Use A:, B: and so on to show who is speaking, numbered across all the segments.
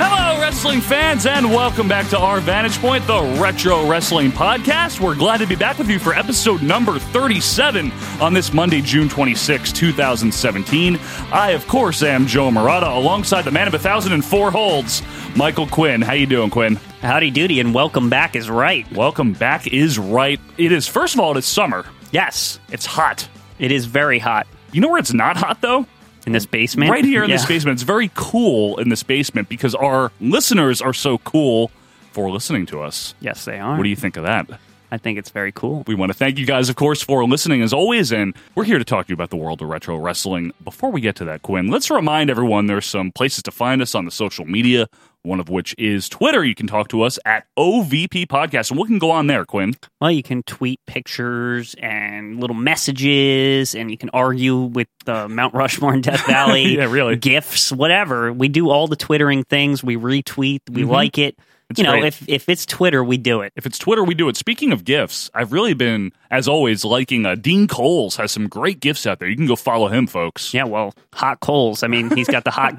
A: Hello, wrestling fans, and welcome back to our Vantage Point, the Retro Wrestling Podcast. We're glad to be back with you for episode number 37 on this Monday, June 26, 2017. I, of course, am Joe Murata, alongside the man of a thousand and four holds, Michael Quinn. How you doing, Quinn?
B: Howdy doody and welcome back is right.
A: Welcome back is right. It is, first of all, it is summer.
B: Yes,
A: It's hot.
B: it is very hot
A: You know where it's not hot, though?
B: in this basement.
A: Right here in this
B: Yeah.
A: basement. It's very cool in this basement because our listeners are so cool for listening to us.
B: Yes, they are.
A: What do you think of that?
B: I think it's very cool.
A: We want to thank you guys, of course, for listening as always. And we're here to talk to you about the world of retro wrestling. Before we get to that, Quinn, let's remind everyone there's some places to find us on the social media, one of which is Twitter. You can talk to us at OVP Podcast. And what can go on there, Quinn?
B: Well, you can tweet pictures and little messages, and you can argue with the Mount Rushmore and Death Valley.
A: Yeah, really.
B: Gifts, whatever. We do all the twittering things. We retweet. We like it.
A: It's
B: you know,
A: Mm-hmm. great.
B: if if it's Twitter, we do it.
A: If it's Twitter, we do it. Speaking of gifts, I've really been, as always, liking uh, Dean Coles has some great gifts out there. You can go follow him, folks.
B: Yeah. Well, hot coals. I mean, he's got the hot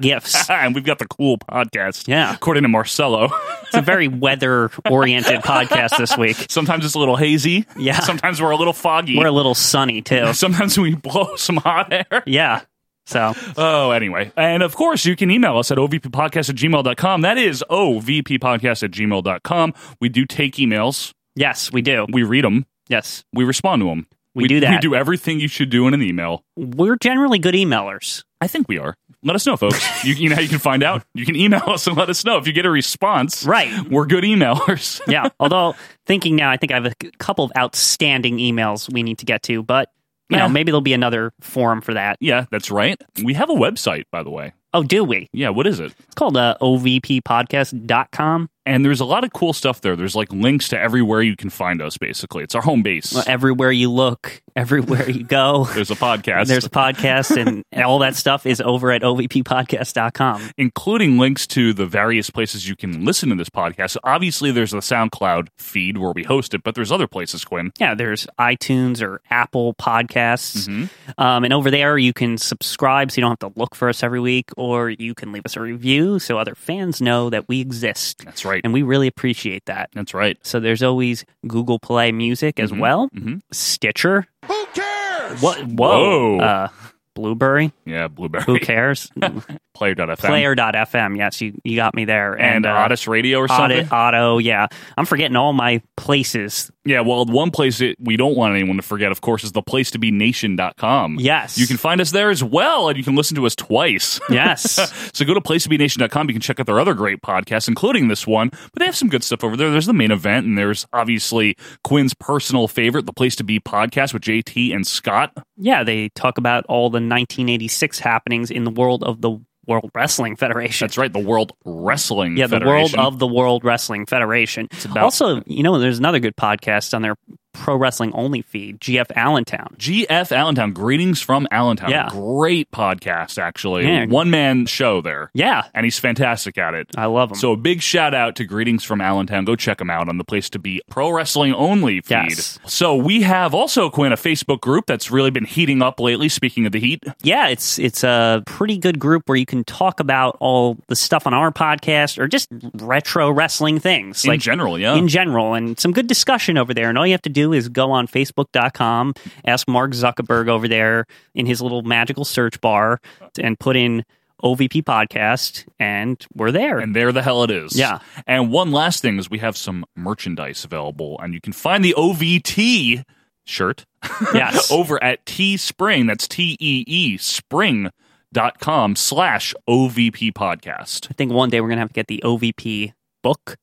B: gifts.
A: and we've got the cool podcast.
B: Yeah.
A: According to Marcelo.
B: It's a very weather oriented podcast this week.
A: Sometimes it's a little hazy.
B: Yeah.
A: Sometimes we're a little foggy.
B: We're a little sunny too.
A: Sometimes we blow some hot air.
B: Yeah. So
A: Oh, anyway. And of course, you can email us at ovppodcast at gmail.com. That is ovppodcast at gmail.com. We do take emails,
B: yes, we do.
A: we read them,
B: Yes,
A: we respond to them.
B: We do that.
A: We do everything you should do in an email.
B: we're generally good emailers.
A: I think we are. Let us know, folks. you, you know how you can find out? You can email us and let us know. If you get a response,
B: Right.
A: we're good emailers.
B: Yeah. Although thinking now, I think I have a c- couple of outstanding emails we need to get to, but you
A: Yeah.
B: know, maybe there'll be another forum for that.
A: yeah, that's right. We have a website, by the way.
B: Oh, do we?
A: Yeah, what is it?
B: It's called uh, ovppodcast.com.
A: And there's a lot of cool stuff there. There's like links to everywhere you can find us, basically. It's our home base.
B: Well, everywhere you look, everywhere you go,
A: There's a podcast.
B: there's a podcast, and all that stuff is over at ovppodcast.com.
A: including links to the various places you can listen to this podcast. Obviously, there's the SoundCloud feed where we host it, but there's other places, Quinn.
B: Yeah, there's iTunes or Apple
A: Mm-hmm.
B: Podcasts. Um, and over there, you can subscribe so you don't have to look for us every week, or you can leave us a review so other fans know that we exist.
A: That's right.
B: And we really appreciate that.
A: That's right.
B: So there's always Google Play Music as
A: Mm-hmm.
B: well, Stitcher.
C: Who cares?
B: What? Whoa.
A: Whoa.
B: Uh, Blueberry.
A: Yeah, Blueberry.
B: Who cares?
A: Player.fm.
B: Player.fm. Yes, you, you got me there.
A: And,
B: uh,
A: Otis Radio or
B: Audit-
A: something.
B: Auto, yeah. I'm forgetting all my places.
A: Yeah, well, the one place that we don't want anyone to forget, of course, is the place to be nation.com.
B: Yes.
A: You can find us there as well, and you can listen to us twice.
B: Yes.
A: So go to placetobenation.com. You can check out their other great podcasts, including this one. But they have some good stuff over there. There's the main event, and there's obviously Quinn's personal favorite, the Place to Be podcast with JT and Scott.
B: Yeah, they talk about all the 1986 happenings in the world of the World Wrestling Federation.
A: That's right, the World Wrestling
B: Yeah, the
A: Federation.
B: world of the World Wrestling Federation.
A: about-
B: also, you know, there's another good podcast on their pro wrestling only feed, GF Allentown.
A: GF Allentown. Greetings from Allentown.
B: Yeah.
A: Great podcast, actually.
B: Yeah.
A: One man show there.
B: Yeah,
A: And he's fantastic at it.
B: I love them.
A: So a big shout out to Greetings from Allentown. Go check them out on the place to be pro wrestling only feed.
B: Yes.
A: So we have also Quinn a Facebook group that's really been heating up lately. Speaking of the heat,
B: yeah, it's it's a pretty good group where you can talk about all the stuff on our podcast or just retro wrestling things
A: in general, yeah,
B: in general and some good discussion over there and all you have to do is go on facebook.com ask mark zuckerberg over there in his little magical search bar and put in ovp podcast and we're there
A: and there the hell it is.
B: Yeah.
A: And one last thing is we have some merchandise available, and you can find the OVT shirt
B: yes
A: over at T Spring. That's T E E Spring dot com slash OVP podcast.
B: i think one day we're gonna have to get the ovp book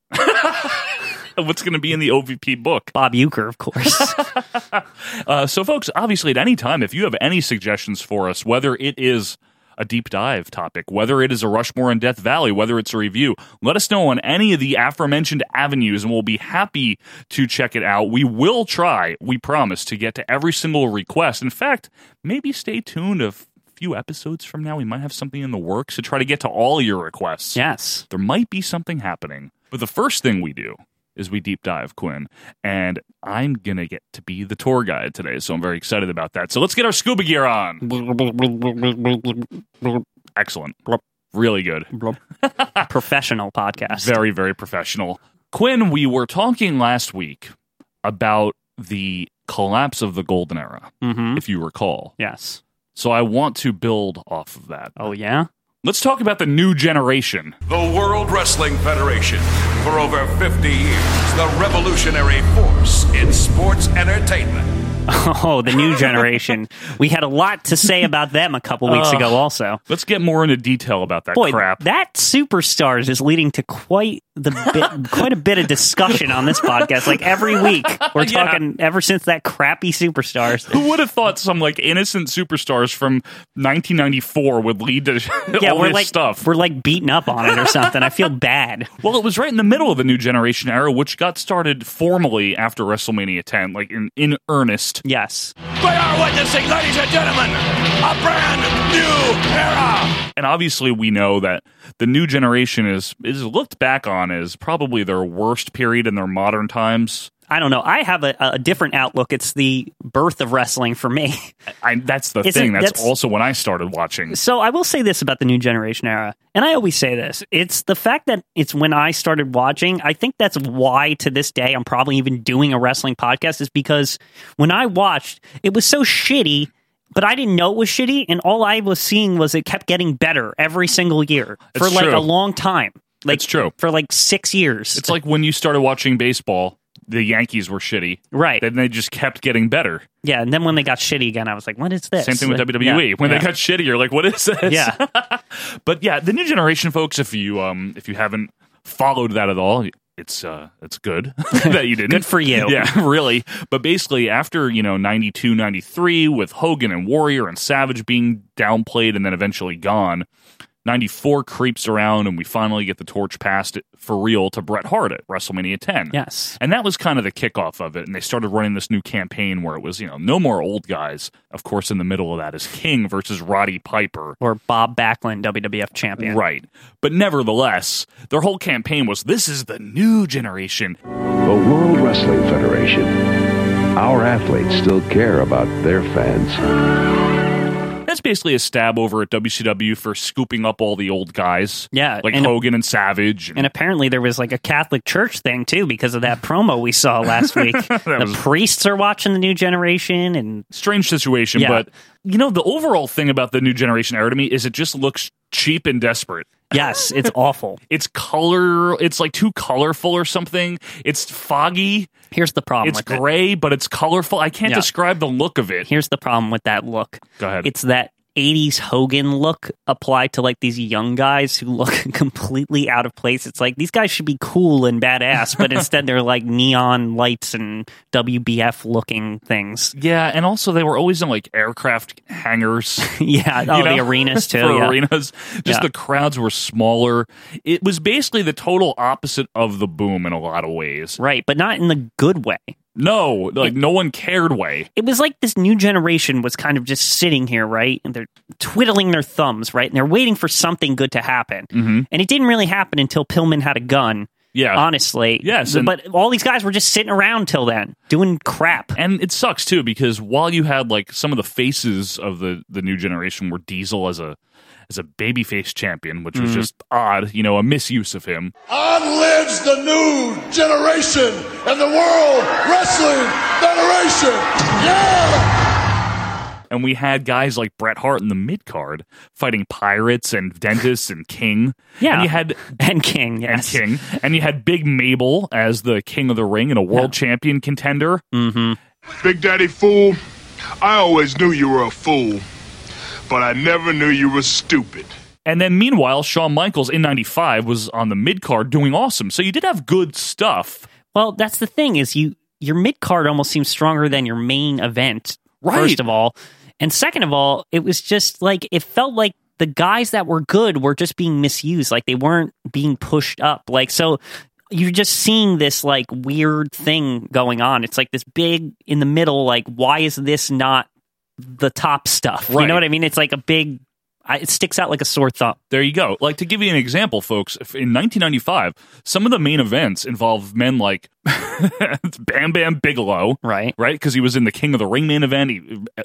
A: What's going to be in the OVP book?
B: bob euchre of course
A: Uh, so, folks, obviously, at any time, if you have any suggestions for us, whether it is a deep dive topic, whether it is a Rushmore in Death Valley, whether it's a review. Let us know on any of the aforementioned avenues, and we'll be happy to check it out. We will try, we promise, to get to every single request. In fact, maybe stay tuned a f- few episodes from now. We might have something in the works to try to get to all your requests
B: Yes.
A: there might be something happening. But the first thing we do is we deep dive Quinn, and I'm gonna get to be the tour guide today, so I'm very excited about that. So let's get our scuba gear on. Excellent, really good,
B: Professional podcast.
A: very very professional. Quinn, we were talking last week about the collapse of the golden era,
B: hmm
A: if you recall.
B: Yes.
A: So I want to build off of that.
B: Oh, yeah?
A: Let's talk about the new generation.
D: The World Wrestling Federation, for over 50 years, the revolutionary force in sports entertainment.
B: Oh, the new generation. we had a lot to say about them a couple
A: Oh.
B: weeks ago, also.
A: Let's get more into detail about that
B: Boy,
A: crap.
B: that superstars is leading to quite the bit, quite a bit of discussion on this podcast. Like every week, we're
A: Yeah.
B: talking ever since that crappy superstars.
A: Who would have thought some like innocent superstars from 1994 would lead to
B: Yeah,
A: all
B: we're
A: this
B: like
A: stuff?
B: we're like beating up on it or something. I feel bad.
A: Well, it was right in the middle of the new generation era, which got started formally after WrestleMania 10, like in, in earnest.
B: Yes,
D: They are witnessing, ladies and gentlemen, a brand new era.
A: And obviously, we know that the new generation is is looked back on as probably their worst period in their modern times.
B: I don't know. I have a, a different outlook. It's the birth of wrestling for me.
A: I, that's the
B: Isn't-
A: thing. That's,
B: that's-
A: also when I started watching.
B: So I will say this about the new generation era, and I always say this: it's the fact that it's when I started watching. I think that's why to this day I'm probably even doing a wrestling podcast is because when I watched, it was so shitty. But I didn't know it was shitty, and all I was seeing was it kept getting better every single year for
A: It's
B: like
A: true.
B: a long time. Like
A: It's true.
B: for like six years.
A: It's like when you started watching baseball, the Yankees were shitty.
B: Right.
A: Then they just kept getting better.
B: yeah, and then when they got shitty again, I was like, "What is this?"
A: Same thing with
B: Like,
A: WWE.
B: yeah,
A: when
B: yeah.
A: they got shittier, like what is this?
B: Yeah.
A: but yeah, the new generation folks, if you um if you haven't followed that at all, it's uh it's good that you didn't.
B: Good for you.
A: Yeah, really. But basically after, you know, 92, 93 with Hogan and Warrior and Savage being downplayed and then eventually gone, 94 creeps around and we finally get the torch passed for real to Bret Hart at WrestleMania 10.
B: Yes.
A: And that was kind of the kickoff of it. And they started running this new campaign where it was, you know, no more old guys. Of course, in the middle of that is King versus Roddy Piper.
B: or Bob Backlund, WWF champion.
A: Right. But nevertheless, their whole campaign was this is the new generation.
E: The World Wrestling Federation. Our athletes still care about their fans.
A: That's basically a stab over at WCW for scooping up all the old guys.
B: Yeah,
A: Like
B: and-
A: Hogan and Savage.
B: And apparently there was like a Catholic church thing too because of that promo we saw last week. the
A: was-
B: priests are watching the new generation and
A: strange situation.
B: Yeah.
A: But, you know, the overall thing about the new generation era to me is it just looks cheap and desperate.
B: yes, it's awful.
A: It's color. It's like too colorful or something. It's foggy.
B: Here's the problem
A: it's
B: with it.
A: gray, but it's colorful. I can't
B: Yeah.
A: describe the look of it.
B: Here's the problem with that look.
A: Go ahead.
B: It's that 80s Hogan look applied to like these young guys who look completely out of place. It's like these guys should be cool and badass, but instead they're like neon lights and WBF looking things.
A: yeah, and also they were always in like aircraft hangars.
B: yeah, oh,
A: you know,
B: the arenas too.
A: for
B: yeah.
A: arenas. Just
B: Yeah.
A: the crowds were smaller. It was basically the total opposite of the boom in a lot of ways.
B: Right, but not in the good way.
A: No, like no one cared way.
B: It was like this new generation was kind of just sitting here, right? And they're twiddling their thumbs, right? And they're waiting for something good to happen. Mm-hmm. And it didn't really happen until Pillman had a gun.
A: Yeah.
B: Honestly.
A: Yes, and-
B: but all these guys were just sitting around till then, doing crap.
A: And it sucks too because while you had like some of the faces of the the new generation were Diesel as a as a babyface champion, which
B: Mm-hmm.
A: was just odd, you know, a misuse of him.
F: On lives the new generation and the World Wrestling Federation. Yeah!
A: and we had guys like Bret Hart in the mid card fighting pirates and dentists and King.
B: Yeah.
A: and you had
B: And King,
A: and
B: yes.
A: King, and you had Big Mabel as the King of the Ring and a world champion contender.
G: Big Daddy Fool, I always knew you were a fool, but I never knew you were stupid.
A: And then meanwhile, Shawn Michaels in '95 was on the mid card doing awesome. So you did have good stuff.
B: Well, that's the thing is you your mid card almost seems stronger than your main event.
A: Right.
B: First of all, and second of all, it was just like it felt like the guys that were good were just being misused. Like they weren't being pushed up. Like so you're just seeing this like weird thing going on. It's like this big in the middle, like why is this not the top stuff? You
A: Right.
B: know what I mean? It's like a big I, it sticks out like a sore thumb.
A: There you go. Like to give you an example, folks, if- in 1995, some of the main events involve men like Bam Bam Bigelow,
B: Right.
A: Right, because he was in the King of the Ring main event. He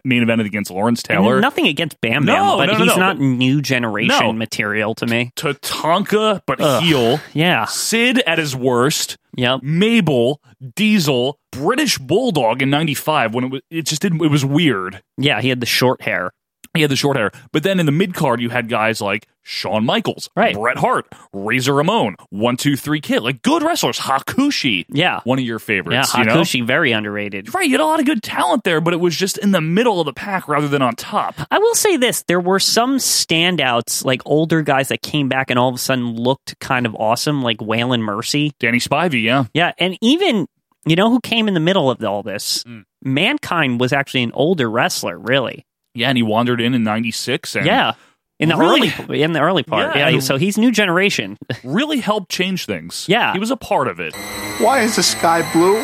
A: main evented against Lawrence Taylor.
B: Nothing against Bam Bam,
A: No,
B: but
A: no, no, no.
B: he's not new generation
A: No.
B: material to me.
A: Tatanka, but
B: Ugh.
A: heel.
B: Yeah.
A: Sid at his worst.
B: Yep.
A: Mabel, Diesel, British Bulldog in '95 when it was it just didn't it was weird.
B: Yeah, he had the short hair.
A: He had the short hair, but then in the mid card you had guys like Shawn Michaels,
B: Right.
A: Bret Hart, Razor Ramon, One Two Three Kid, like good wrestlers. Hakushi,
B: Yeah.
A: one of your
B: Yeah,
A: favorites. you know?
B: Hakushi, very underrated.
A: Right, you had a lot of good talent there, but it was just in the middle of the pack rather than on top.
B: I will say this: there were some standouts, like older guys that came back and all of a sudden looked kind of awesome, like Waylon Mercy.
A: Danny Spivey, yeah,
B: Yeah, and even you know who came in the middle of all this?
A: Mm.
B: Mankind was actually an older wrestler, really.
A: yeah, and he wandered in in '96 and
B: yeah, in the
A: Really?
B: early in the early part.
A: Yeah,
B: Yeah,
A: and-
B: so he's new generation.
A: really helped change things.
B: Yeah.
A: he was a part of it.
H: Why is the sky blue?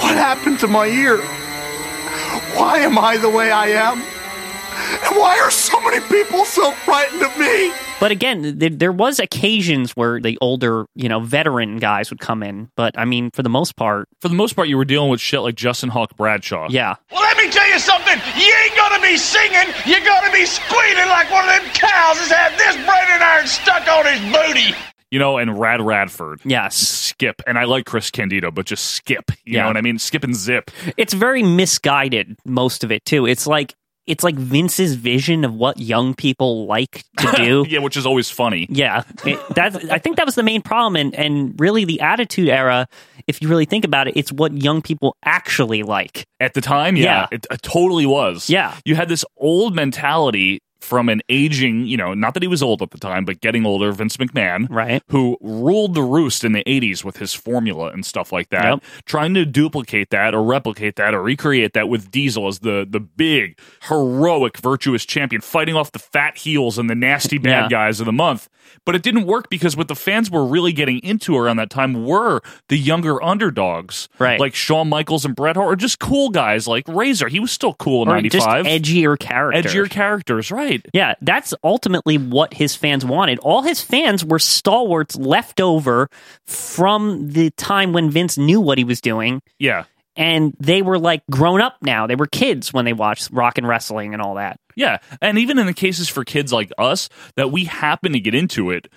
H: What happened to my ear? Why am I the way I am? And why are so many people so frightened of me?
B: But again, th- there was occasions where the older, you know, veteran guys would come in. But I mean, for the most part,
A: For the most part, you were dealing with shit like Justin Hawk Bradshaw.
B: yeah,
I: Well, let me tell you something. You ain't gonna be singing. You're gonna be squealing like one of them cows that's had this braided iron stuck on his booty.
A: you know, and Rad Radford.
B: yes,
A: Skip. And I like Chris Candido, but just skip. You
B: Yeah.
A: know what I mean? Skip and zip.
B: it's very misguided. Most of it too. It's like it's like Vince's vision of what young people like to do.
A: Yeah, which is always funny.
B: Yeah, it, that's. I think that was the main problem, and and really the attitude era. If you really think about it, it's what young people actually like.
A: At the time, yeah,
B: Yeah.
A: It, it totally was.
B: Yeah.
A: You had this old mentality from an aging, you know, not that he was old at the time, but getting older, Vince McMahon,
B: Right.
A: who ruled the roost in the 80s with his formula and stuff like that,
B: Yep.
A: trying to duplicate that or replicate that or recreate that with Diesel as the the big, heroic, virtuous champion, fighting off the fat heels and the nasty bad
B: Yeah.
A: guys of the month. But it didn't work because what the fans were really getting into around that time were the younger underdogs.
B: Right.
A: Like Shawn Michaels and Bret Hart, or just cool guys like Razor. He was still cool in
B: Or just
A: 95.
B: edgier character.
A: Edgier characters, right.
B: yeah, that's ultimately what his fans wanted. All his fans were stalwarts left over from the time when Vince knew what he was doing,
A: Yeah.
B: and they were like grown up now. They were kids when they watched rock and wrestling and all that.
A: Yeah. And even in the cases for kids like us that we happen to get into it,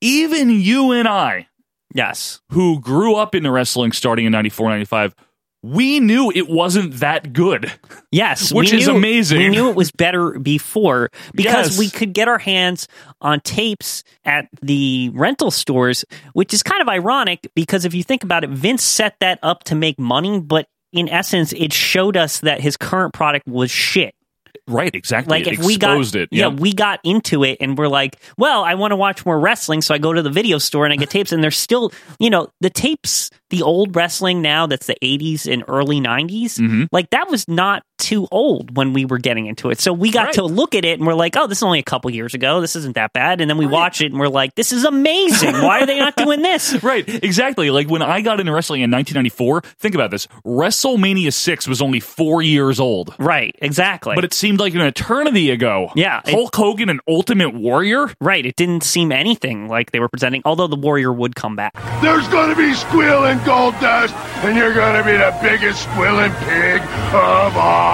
A: even you and I,
B: Yes,
A: who grew up in the wrestling starting in 94, 95, we knew it wasn't that good.
B: Yes,
A: Which
B: we
A: is
B: knew-
A: amazing.
B: We knew it was better before because
A: Yes.
B: we could get our hands on tapes at the rental stores, which is kind of ironic because if you think about it, Vince set that up to make money, but in essence, it showed us that his current product was shit.
A: Right, exactly.
B: Like
A: it
B: if we
A: exposed
B: got,
A: it.
B: yeah, we got into it, and we're like, well, I want to watch more wrestling, so I go to the video store and I get tapes, and they're still, you know, the tapes, the old wrestling now that's the '80s and early '90s,
A: Mm-hmm.
B: like that was not too old when we were getting into it. So we got
A: Right.
B: to look at it, and we're like, oh, this is only a couple years ago. This isn't that bad. And then we watch it, and we're like, this is amazing. Why are they not doing this?
A: Right, exactly. Like when I got into wrestling in 1994, think about this WrestleMania 6 was only four years old.
B: Right, exactly.
A: But it seemed like an eternity ago.
B: Yeah, it-
A: Hulk Hogan and Ultimate Warrior?
B: right, it didn't seem anything like they were presenting. Although the Warrior would come back.
G: There's gonna be squealing gold dust, and you're gonna be the biggest squealing pig of all.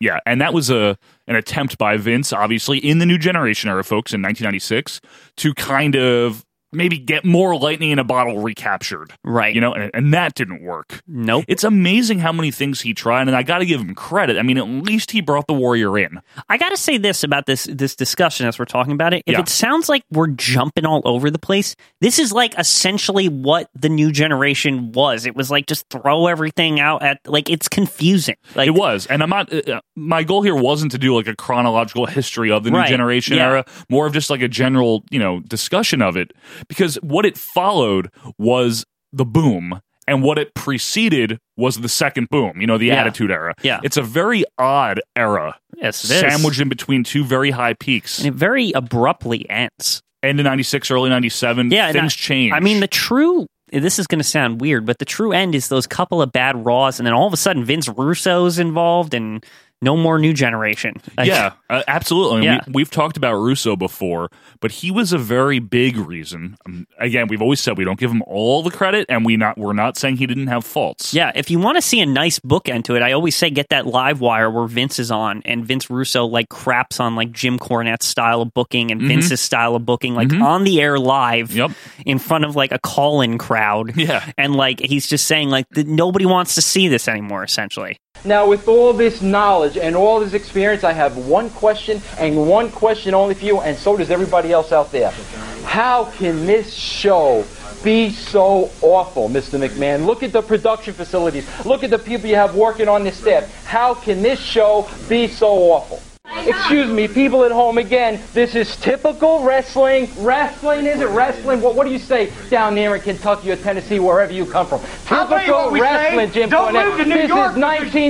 A: Yeah, and that was a an attempt by Vince, obviously, in the new generation era, folks, in 1996, to kind of maybe get more lightning in a bottle recaptured.
B: Right.
A: You know, and, and that didn't work.
B: Nope.
A: It's amazing how many things he tried, and I got to give him credit. I mean, at least he brought the Warrior in.
B: I got to say this about this this discussion as we're talking about it. If
A: Yeah.
B: it sounds like we're jumping all over the place, this is like essentially what the new generation was. It was like just throw everything out at like it's confusing. Like
A: it was, and I'm not. uh, Uh, my goal here wasn't to do like a chronological history of the new
B: Right,
A: generation
B: yeah.
A: era, more of just like a general, you know, discussion of it. Because what it followed was the boom, and what it preceded was the second boom, you know, the
B: Yeah.
A: Attitude Era.
B: Yeah.
A: It's a very odd era.
B: Yes, it is.
A: sandwiched in between two very high peaks.
B: and it very abruptly ends.
A: End of 96, early 97,
B: Yeah, and
A: things
B: I-
A: change.
B: I mean, the true. This is going to sound weird, but the true end is those couple of bad Raws, and then all of a sudden Vince Russo's involved, and no more New Generation. Like,
A: yeah, uh, absolutely. And
B: Yeah.
A: We, we've talked about Russo before, but he was a very big reason. Um, again, we've always said we don't give him all the credit, and we not we're not saying he didn't have faults.
B: Yeah, if you want to see a nice bookend to it, I always say get that live wire where Vince is on and Vince Russo like craps on like Jim Cornette's style of booking and Vince's style of booking, like on the air live
A: Mm-hmm. Yep.
B: in front of like a call in crowd.
A: Yeah.
B: And like he's just saying like that nobody wants to see this anymore, essentially.
J: Now, with all this knowledge and all this experience, I have one question and one question only for you, and so does everybody else out there. How can this show be so awful, Mr. McMahon? Look at the production facilities. Look at the people you have working on this staff. How can this show be so awful? Excuse me, people at home again, this is typical wrestling. Wrestling, is it wrestling? What, what do you say down there in Kentucky or Tennessee, wherever you come from?
I: I'll tell you
J: Typical
I: what we
J: wrestling,
I: say.
J: Jim
I: Don't
J: Cornette.
I: move to New
J: this
I: York
J: is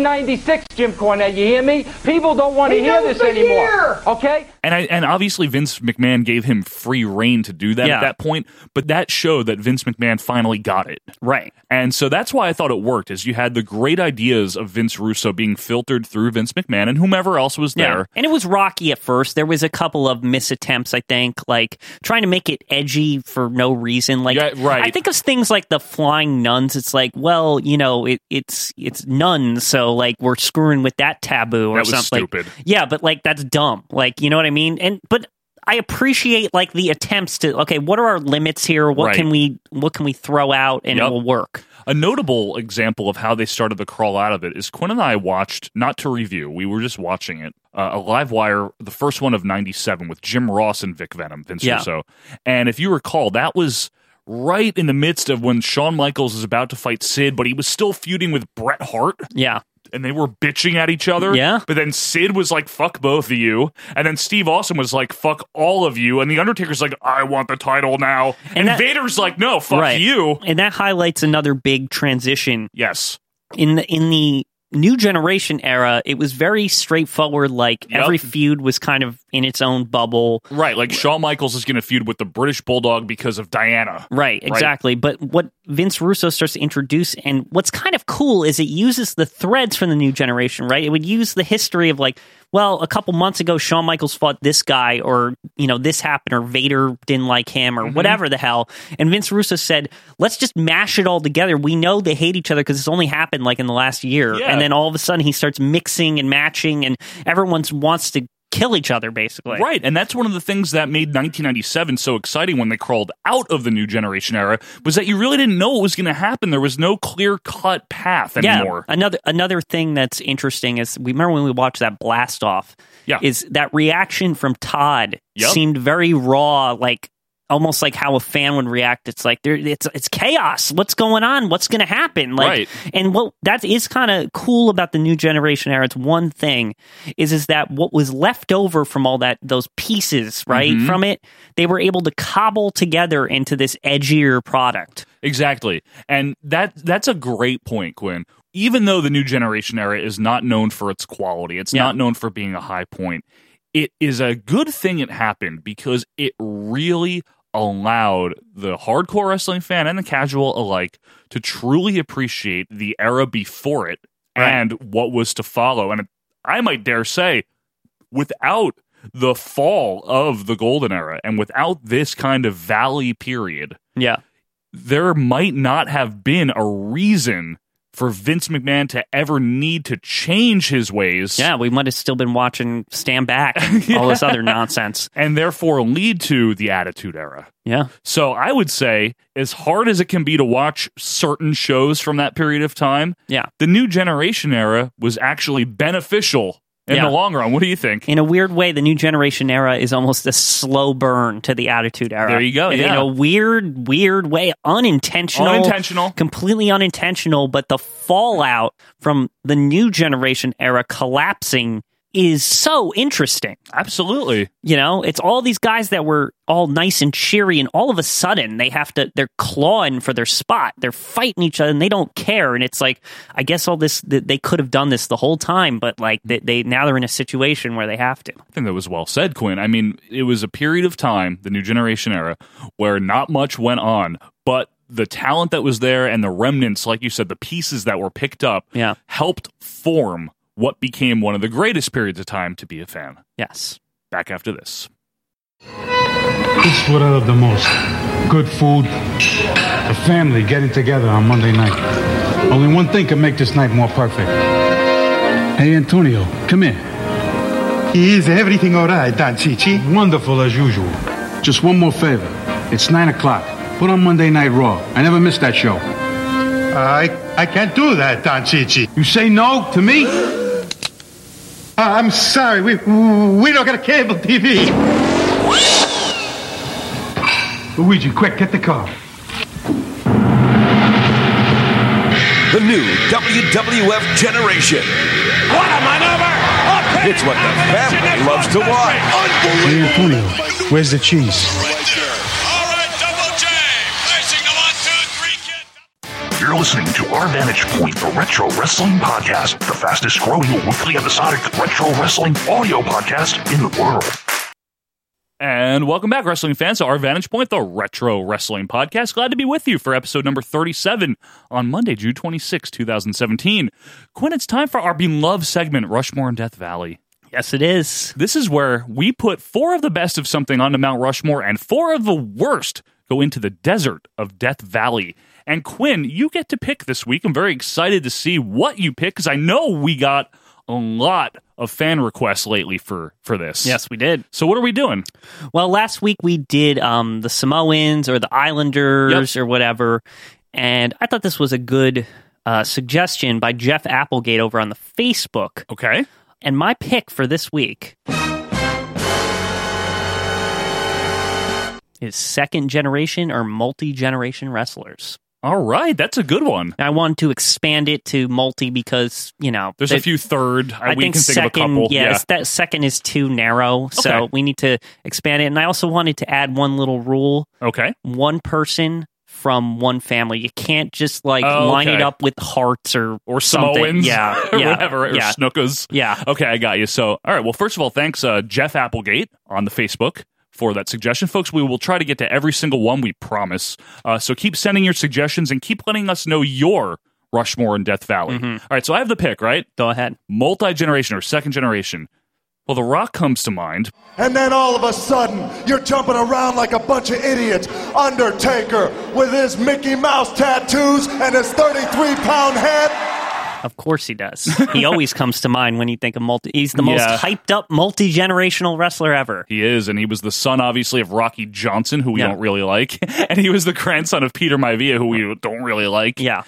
J: 1996, Jim Cornette. You hear me? People don't want to
I: He
J: hear
I: knows
J: this
I: the
J: anymore.
I: year.
J: Okay?
A: And I, and obviously Vince McMahon gave him free reign to do that
B: Yeah.
A: at that point, but that showed that Vince McMahon finally got it.
B: Right.
A: And so that's why I thought it worked is you had the great ideas of Vince Russo being filtered through Vince McMahon and whomever else was there.
B: And it was rocky at first. There was a couple of misattempts, I think, like trying to make it edgy for no reason. Like
A: Yeah, right.
B: I think of things like the flying nuns. It's like, well, you know, it, it's it's nuns, so like we're screwing with that taboo or
A: That was
B: something.
A: stupid.
B: Yeah, but like that's dumb. Like, you know what I mean? And but I appreciate like the attempts to okay, what are our limits here? What
A: Right.
B: can we what can we throw out and
A: Yep.
B: it will work?
A: A notable example of how they started to crawl out of it is Quinn and I watched, not to review, we were just watching it, uh, a live wire, the first one of 97 with Jim Ross and Vic Venom, Vince
B: Yeah.
A: Russo. And if you recall, that was right in the midst of when Shawn Michaels is about to fight Sid, but he was still feuding with Bret Hart.
B: Yeah.
A: And they were bitching at each other.
B: Yeah.
A: But then Sid was like, fuck both of you. And then Steve Austin was like, fuck all of you. And The Undertaker's like, I want the title now. And,
B: that-
A: Vader's like, no, fuck you.
B: And that highlights another big transition
A: Yes.
B: in the in the new generation era it was very straightforward like
A: Yep.
B: every feud was kind of in its own bubble
A: Right, like Shawn Michaels is going to feud with the British Bulldog because of Diana.
B: right exactly but what vince russo starts to introduce and what's kind of cool is it uses the threads from the new generation right it would use the history of like well a couple months ago Shawn michaels fought this guy or you know this happened or vader didn't like him or whatever the hell and vince russo said let's just mash it all together we know they hate each other because it's only happened like in the last year
A: Yeah.
B: and then all of a sudden he starts mixing and matching and everyone wants to kill each other basically
A: Right, and that's one of the things that made 1997 so exciting when they crawled out of the new generation era was that you really didn't know what was going to happen. There was no clear cut path anymore.
B: Another another thing that's interesting is we remember when we watched that blast off.
A: Yeah.
B: Is that reaction from Todd
A: Yep.
B: seemed very raw, like almost like how a fan would react. It's like there it's it's chaos. What's going on? What's gonna happen? Like
A: Right.
B: and what that is kind of cool about the new generation era. It's one thing is is that what was left over from all that those pieces, right,
A: Mm-hmm.
B: from it, they were able to cobble together into this edgier product.
A: Exactly. And that that's a great point, Quinn. Even though the new generation era is not known for its quality, it's
B: Yeah.
A: not known for being a high point. It is a good thing it happened because it really allowed the hardcore wrestling fan and the casual alike to truly appreciate the era before it
B: Right.
A: and what was to follow. And I might dare say, without the fall of the golden era and without this kind of valley period,
B: Yeah.
A: there might not have been a reason for Vince McMahon to ever need to change his ways.
B: Yeah, we might have still been watching Stand Back and all this other nonsense.
A: And therefore lead to the Attitude Era.
B: Yeah.
A: So I would say, as hard as it can be to watch certain shows from that period of time,
B: Yeah.
A: the new generation era was actually beneficial in
B: Yeah.
A: the long run. What do you think?
B: In a weird way, the new generation era is almost a slow burn to the attitude era.
A: There you go,
B: In
A: yeah.
B: a weird, weird way, unintentional.
A: Unintentional.
B: Completely unintentional, but the fallout from the new generation era collapsing is so interesting.
A: Absolutely.
B: You know, it's all these guys that were all nice and cheery, and all of a sudden they have to, they're clawing for their spot. They're fighting each other and they don't care. And it's like, I guess all this, th- they could have done this the whole time, but like they, they now they're in a situation where they have to.
A: I think that was well said, Quinn. I mean, it was a period of time, the new generation era, where not much went on, but the talent that was there and the remnants, like you said, the pieces that were picked up
B: Yeah.
A: helped form what became one of the greatest periods of time to be a fan.
B: Yes.
A: Back after this.
K: It's what I love the most. Good food, the family getting together on Monday night. Only one thing can make this night more perfect. Hey, Antonio, come here. Is everything all right, Don Cici? Wonderful as usual. Just one more favor. It's 9 o'clock. Put on Monday Night Raw. I never miss that show. I, I can't do that, Don Cici. You say no to me? I'm sorry. We, we don't got a cable TV. Luigi, quick, get the car.
L: The new WWF generation. What a maneuver! It's what the family loves to watch.
K: Hey, Antonio, where's the cheese?
M: You're listening to Our Vantage Point, the Retro Wrestling Podcast, the fastest growing weekly episodic retro wrestling audio podcast in the world.
A: And welcome back, wrestling fans, to our Vantage Point, the Retro Wrestling Podcast. Glad to be with you for episode number 37 on Monday, June 26, 2017. Quinn, it's time for our beloved segment, Rushmore and Death Valley.
B: Yes, it is.
A: This is where we put four of the best of something onto Mount Rushmore, and four of the worst go into the desert of Death Valley. And Quinn, you get to pick this week. I'm very excited to see what you pick because I know we got a lot of fan requests lately for for this.
B: Yes, we did.
A: So what are we doing?
B: Well, last week we did um, the Samoans or the Islanders or whatever, and I thought this was a good uh, suggestion by Jeff Applegate over on the Facebook.
A: Okay.
B: And my pick for this week is second generation or multi generation wrestlers.
A: All right, that's a good one.
B: I wanted to expand it to multi because you know
A: There's a
B: they-
A: few third. I, we can think
B: second,
A: of a couple.
B: Yeah, it's- that second is too narrow, so
A: Okay.
B: we need to expand it. And I also wanted to add one little rule:
A: Okay.
B: one person from one family. You can't just like
A: Oh,
B: line it
A: okay.
B: up with hearts or
A: or
B: something.
A: Samoans,
B: Yeah,
A: or
B: yeah,
A: whatever, or
B: yeah.
A: Snookas.
B: Yeah.
A: Okay, I got you. So, all right. Well, first of all, thanks, uh, Jeff Applegate on the Facebook for that suggestion, folks. We will try to get to every single one. We promise. Uh, so keep sending your suggestions and keep letting us know your Rushmore and Death Valley. All right. So I have the pick, right?
B: Mm-hmm. Go ahead.
A: Multi generation or second generation. Well, The Rock comes to mind.
N: And then all of a sudden, you're jumping around like a bunch of idiots. Undertaker with his Mickey Mouse tattoos and his 33 pound head.
B: Of course he does. He always comes to mind when you think of multi. He's the most
A: Yeah.
B: hyped up multi generational wrestler ever.
A: He is, and he was the son, obviously, of Rocky Johnson, who we
B: Yeah.
A: don't really like, and he was the grandson of Peter Maivia, who we don't really like.
B: Yeah,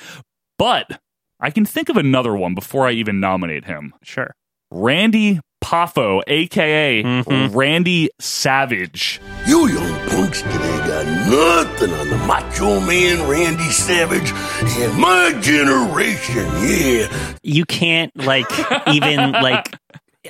A: but I can think of another one before I even nominate him.
B: Sure,
A: Randy Poffo, aka Randy Savage.
O: You young punks today got nothing on the Macho Man Randy Savage and my generation, yeah.
B: You can't like even like.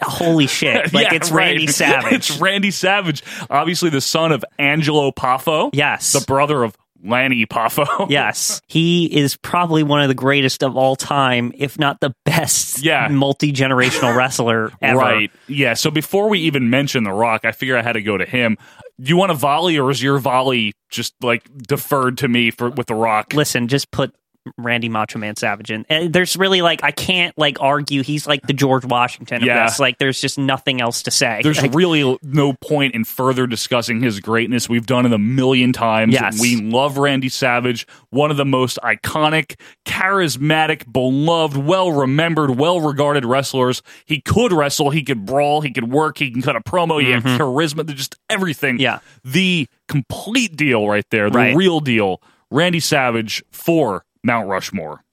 B: Holy shit! Like
A: Yeah,
B: it's
A: right.
B: Randy Savage.
A: it's Randy Savage, obviously the son of Angelo Poffo.
B: Yes,
A: the brother of Lanny Poffo.
B: yes, he is probably one of the greatest of all time, if not the best
A: Yeah.
B: multi generational wrestler ever.
A: Right. Yeah. So before we even mention The Rock, I figure I had to go to him. Do you want a volley, or is your volley just like deferred to me for with The Rock?
B: Listen, just put Randy Macho Man Savage in. Uh, There's really like I can't like argue. He's like the George Washington of
A: Yeah.
B: this. Like there's just nothing else to say.
A: There's
B: Like,
A: really no point in further discussing his greatness. We've done it a million times.
B: Yes.
A: We love Randy Savage, one of the most iconic, charismatic, beloved, well remembered, well regarded wrestlers. He could wrestle, he could brawl, he could work, he can cut a promo, he had
B: Mm-hmm.
A: charisma, just everything. Yeah. The complete deal right there, the
B: Right.
A: real deal. Randy Savage for Mount Rushmore.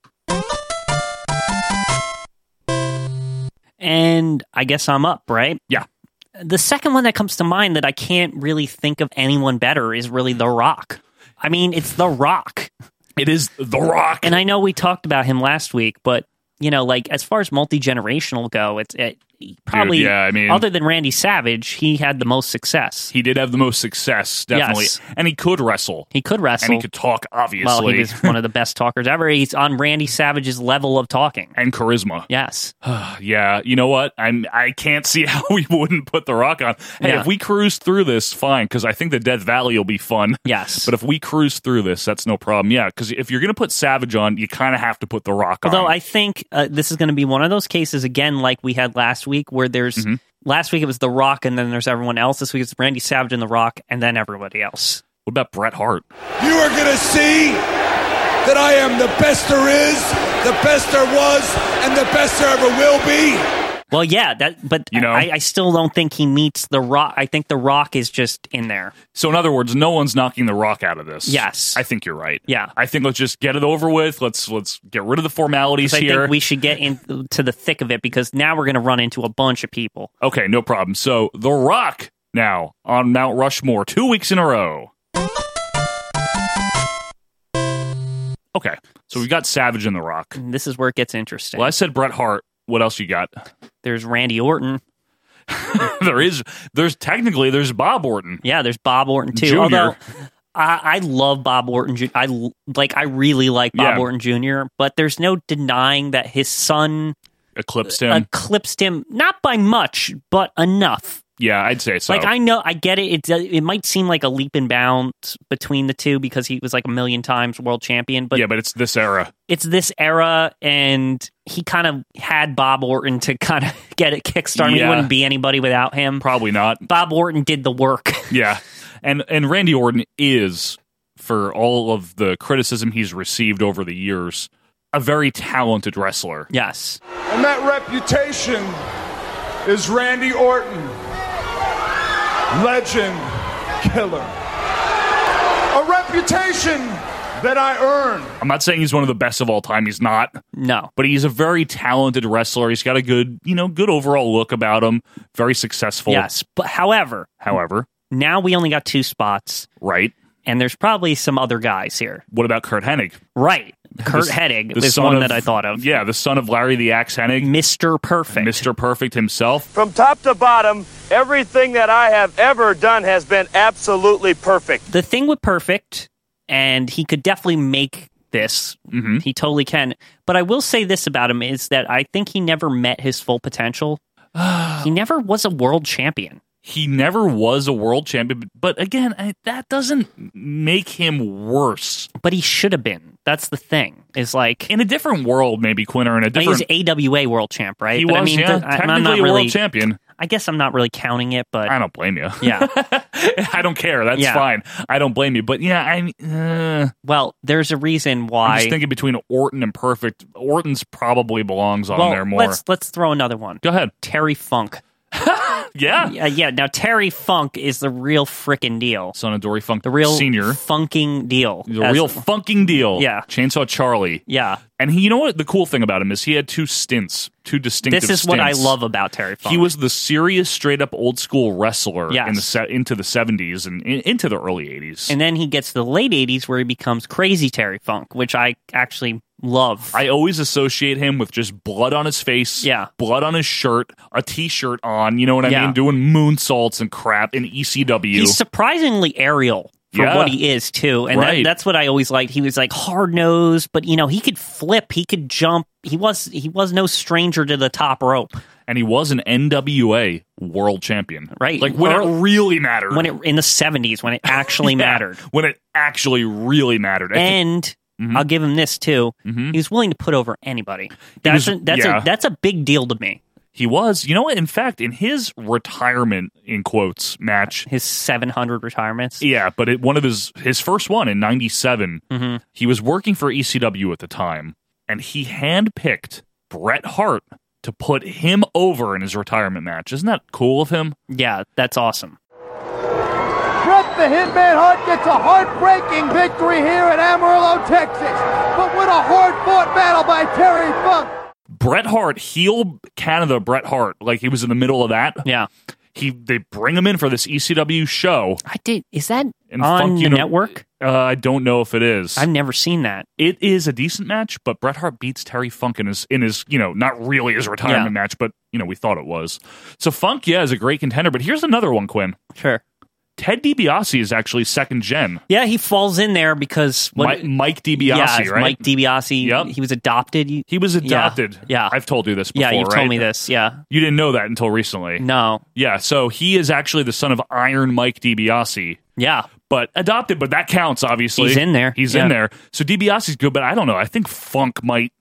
B: and I guess I'm up, right?
A: Yeah.
B: The second one that comes to mind that I can't really think of anyone better is really The Rock. I mean, it's The Rock.
A: It is The Rock.
B: And I know we talked about him last week, but you know, like as far as multi generational go, it's it, probably
A: yeah, I mean-
B: other than Randy Savage, he had the most success.
A: He did have the most success, definitely.
B: Yes.
A: And he could wrestle.
B: He could wrestle.
A: And he could talk, obviously.
B: Well, he was one of the best talkers ever. He's on Randy Savage's level of talking.
A: And charisma.
B: Yes.
A: yeah, you know what? I'm I can't see how we wouldn't put the rock on. Hey,
B: Yeah.
A: if we cruise through this, fine, because I think the Death Valley will be fun.
B: Yes.
A: But if we cruise through this, that's no problem. Yeah, because if you're gonna put Savage on, you kinda have to put the rock
B: Although
A: on.
B: I think uh, this is going to be one of those cases again, like we had last week, where there's last week it was The Rock, and then there's everyone else. This week it's Randy Savage and The Rock, and then everybody else.
A: What about Bret Hart?
P: You are going to see that I am the best there is, the best there was, and the best there ever will be.
B: Well, yeah, that. But you know, I, I still don't think he meets The Rock. I think The Rock is just in there.
A: So in other words, no one's knocking the rock out of this.
B: Yes.
A: I think you're right.
B: Yeah.
A: I think let's just get it over with. Let's let's get rid of the formalities
B: 'Cause I
A: here.
B: think we should get into the thick of it because now we're going to run into a bunch of people.
A: Okay, no problem. So The Rock now on Mount Rushmore, two weeks in a row. Okay, so we've got Savage and The Rock.
B: This is where it gets interesting.
A: Well, I said Bret Hart. What else you got?
B: There's Randy Orton.
A: there is. There's technically there's Bob Orton.
B: Yeah, there's Bob Orton too.
A: Junior.
B: Although I, I love Bob Orton. Ju- I l- like. I really like Bob
A: Yeah.
B: Orton Jr. But there's no denying that his son
A: eclipsed him.
B: eclipsed him, not by much, but enough.
A: yeah, I'd say so.
B: Like I know, I get it. It it might seem like a leap and bound between the two because he was like a million times world champion, but
A: yeah, but it's this era.
B: it's this era, and he kind of had Bob Orton to kind of get it kickstarted. He
A: Yeah.
B: wouldn't be anybody without him.
A: Probably not.
B: Bob Orton did the work.
A: Yeah, and and Randy Orton is for all of the criticism he's received over the years, a very talented wrestler.
B: Yes.
C: And that reputation is Randy Orton. Legend killer. A reputation that I earned.
A: I'm not saying he's one of the best of all time. He's not.
B: No.
A: But he's a very talented wrestler. He's got a good, you know, good overall look about him. Very successful.
B: Yes, but however,
A: However,
B: now we only got two spots,
A: right?
B: And there's probably some other guys here,
A: What about Kurt Hennig?
B: right? Kurt
A: The-
B: Hennig
A: the
B: is
A: son
B: one
A: of-
B: that I thought of.
A: Yeah, the son of Larry the Axe Hennig.
B: Mr. Perfect.
A: Mr. Perfect himself.
Q: From top to bottom, everything that I have ever done has been absolutely perfect.
B: The thing with Perfect, and he could definitely make this.
A: Mm-hmm.
B: He totally can. But I will say this about him is that I think he never met his full potential. he never was a world champion.
A: He never was a world champion, but again, I- that doesn't make him worse.
B: But he should have been. That's the thing. Is like
A: in a different world, maybe Quinn, or in a
B: I mean,
A: different.
B: he was AWA world champ, right?
A: He
B: But I
A: was,
B: mean,
A: yeah,
B: th- I- I'm
A: technically
B: not
A: a world
B: really-
A: champion.
B: I guess I'm not really counting it, but
A: I don't blame you.
B: yeah.
A: I don't care. That's
B: Yeah.
A: fine. I don't blame you. But yeah, I. Uh,
B: Well, there's a reason why.
A: I'm just thinking between Orton and Perfect. Orton's probably belongs on
B: well,
A: there more.
B: Let's let's throw another one.
A: Go Ah. ahead.
B: Terry Funk.
A: Yeah.
B: yeah, yeah. Now Terry Funk is the real frickin' deal.
A: Son of Dory Funk,
B: the real
A: Senior.
B: funking deal.
A: The
B: As-
A: real funking deal.
B: Yeah.
A: Chainsaw Charlie.
B: Yeah.
A: And he, you know what? The cool thing about him is he had two stints, two distinctive.
B: This is what I
A: stints.
B: love about Terry Funk.
A: He was the serious, straight up old school wrestler
B: Yes.
A: in the se- into the seventies and in, into the early eighties.
B: and then he gets to the late '80s where he becomes crazy Terry Funk, which I actually love.
A: I always associate him with just blood on his face, yeah, blood on his shirt, a t-shirt on, you know what I
B: Yeah.
A: mean, doing moonsaults and crap in E ECW.
B: He's surprisingly aerial for
A: Yeah.
B: what he is too, and
A: Right.
B: that, that's what I always liked. He was like hard nosed, but you know he could flip, he could jump. He was he was no stranger to the top rope.
A: and he was an NWA world champion.
B: Right.
A: Like when
B: Earl-
A: it really mattered.
B: When it in the seventies, when it actually
A: Yeah,
B: mattered,
A: When it actually really mattered. I think-
B: and
A: Mm-hmm.
B: I'll give him this too. He was willing to put over anybody. That's
A: was-
B: a, that's
A: yeah.
B: a, that's a big deal to me.
A: he was. You know what? In fact, in his retirement in quotes match,
B: His seven hundred retirements.
A: yeah, but it, one of his his first one in '97,
B: Mm-hmm.
A: he was working for ECW at the time, and he handpicked Bret Hart to put him over in his retirement match. Isn't that cool of him?
B: Yeah, that's awesome.
R: Bret the Hitman Hart gets a heartbreaking victory here in Amarillo, Texas, but with a hard-fought battle by Terry Funk.
A: Bret Hart, heel Canada Bret Hart, like he was in the middle of that.
B: Yeah.
A: He they bring him in for this ECW show.
B: I did. Is that
A: on
B: the network?
A: Uh, I don't know if it is. I've
B: never seen that.
A: It is a decent match, but Bret Hart beats Terry Funk in his in his you know not really his retirement
B: Yeah.
A: match, but you know we thought it was. So Funk, yeah, is a great contender. But here's another one, Quinn.
B: Sure.
A: Ted DiBiase is actually second gen.
B: Yeah, he falls in there because
A: Mike, Mike DiBiase,
B: yeah,
A: right?
B: Mike DiBiase. He was adopted.
A: He was adopted.
B: Yeah,
A: I've told you this before.
B: yeah. You've
A: right?
B: told me this. Mm. Yeah,
A: You didn't know that until recently.
B: No.
A: Yeah, so he is actually the son of Iron Mike DiBiase.
B: Yeah.
A: But adopted, but that counts, obviously.
B: He's in there,
A: He's
B: yeah.
A: in there. So DiBiase's good, but I don't know. I think Funk might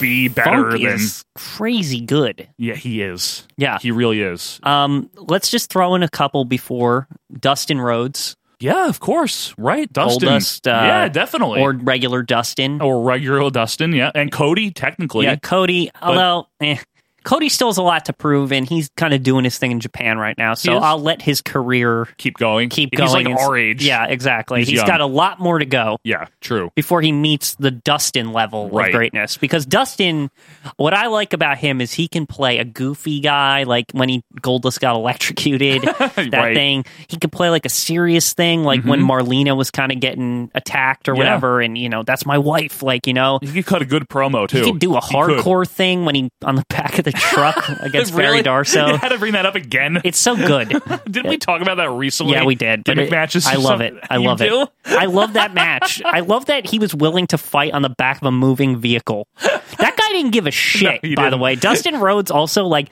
A: be better
B: Funk
A: than.
B: is crazy good.
A: Yeah, he is.
B: Yeah,
A: he really is.
B: Um, let's just throw in a couple before Dustin Rhodes.
A: Yeah, of course. Right, Dustin.
B: Goldust, uh,
A: yeah, definitely. Oh,
B: Or regular Dustin.
A: Or regular Dustin, yeah. And Cody, technically.
B: Yeah, Cody. although, eh, Cody still has a lot to prove, and he's kind of doing his thing in Japan right now. So
A: He is.
B: I'll let his career
A: keep going.
B: Keep
A: He's
B: going.
A: like
B: and s-
A: our age.
B: Yeah, exactly.
A: He's
B: he's
A: young.
B: got a lot more to go.
A: Yeah, true.
B: Before he meets the Dustin level
A: Right.
B: of greatness, because Dustin, what I like about him is he can play a goofy guy, like when he Goldust got electrocuted, that
A: Right. Mm-hmm.
B: thing. He could play like a serious thing, like when Marlena was kind of getting attacked or
A: Yeah.
B: whatever, and you know that's my wife, like you know.
A: He could cut a good promo, too.
B: He could do a
A: He could.
B: hardcore thing when he on the back of the truck against
A: Really?
B: Barry Darso.
A: You had to bring that up again.
B: It's so good.
A: Didn't we talk about that recently?
B: Yeah, we did. but
A: Gimmick
B: it-
A: matches.
B: I
A: or
B: love it.
A: something?
B: I
A: You
B: love
A: do?
B: it. I love that match. I love that he was willing to fight on the back of a moving vehicle. That guy didn't give a shit.
A: he
B: by the
A: didn't.
B: way, Dustin Rhodes also like.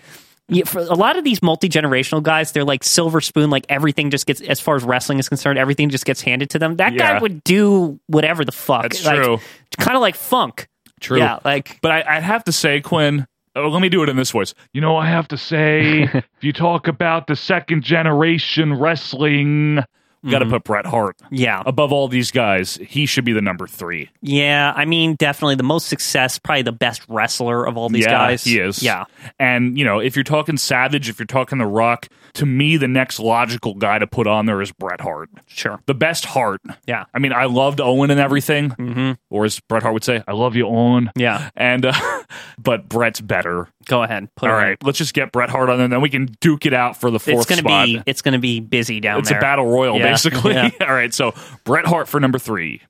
B: yeah, For a lot of these multi generational guys, they're like silver spoon. Like everything just gets, as far as wrestling is concerned, everything just gets handed to them. That
A: Yeah.
B: guy would do whatever the fuck.
A: That's
B: like,
A: true.
B: Kind of like funk.
A: True.
B: Yeah. Like,
A: but I, I'd have to say, Quinn. Oh, let me do it in this voice. You know, I have to say, if you talk about the second generation wrestling, got to put Bret Hart.
B: Mm-hmm. Yeah.
A: Above all these guys, he should be the number three.
B: Yeah, I mean, definitely the most success, probably the best wrestler of all these
A: yeah,
B: guys.
A: He is.
B: Yeah.
A: And, you know, if you're talking Savage, if you're talking The Rock, to me, the next logical guy to put on there is Bret Hart.
B: Sure.
A: The best Hart.
B: Yeah.
A: I mean, I loved Owen and everything. Mm-hmm. Or as Bret Hart would say, I love you, Owen.
B: Yeah.
A: And, uh, but Bret's better.
B: Go ahead. Put
A: All
B: it in.
A: right. Let's just get Bret Hart on there, and then we can duke it out for the fourth
B: It's gonna
A: spot.
B: be it's gonna be busy down
A: it's
B: there.
A: a battle royal,
B: Yeah.
A: basically.
B: Yeah.
A: All right. So Bret Hart for number three.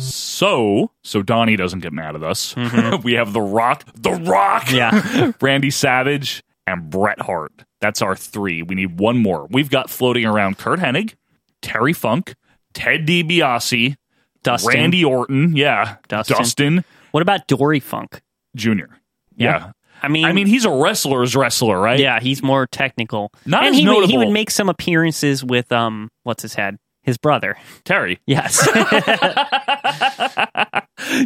A: So, so Donnie doesn't get mad at us. we have The Rock, The Rock,
B: Mm-hmm. Yeah.
A: Randy Savage, and Bret Hart. That's our three. We need one more. We've got floating around Kurt Hennig, Terry Funk, Ted DiBiase,
B: Dustin.
A: Randy Orton, yeah,
B: Dustin.
A: Dustin
B: What about Dory Funk?
A: Jr. Yeah.
B: I mean,
A: I mean, he's a wrestler's wrestler, right?
B: yeah, he's more technical.
A: Not
B: and
A: as
B: he would, he
A: notable.
B: would make some appearances with um, what's his head, his brother.
A: Terry.
B: Yes,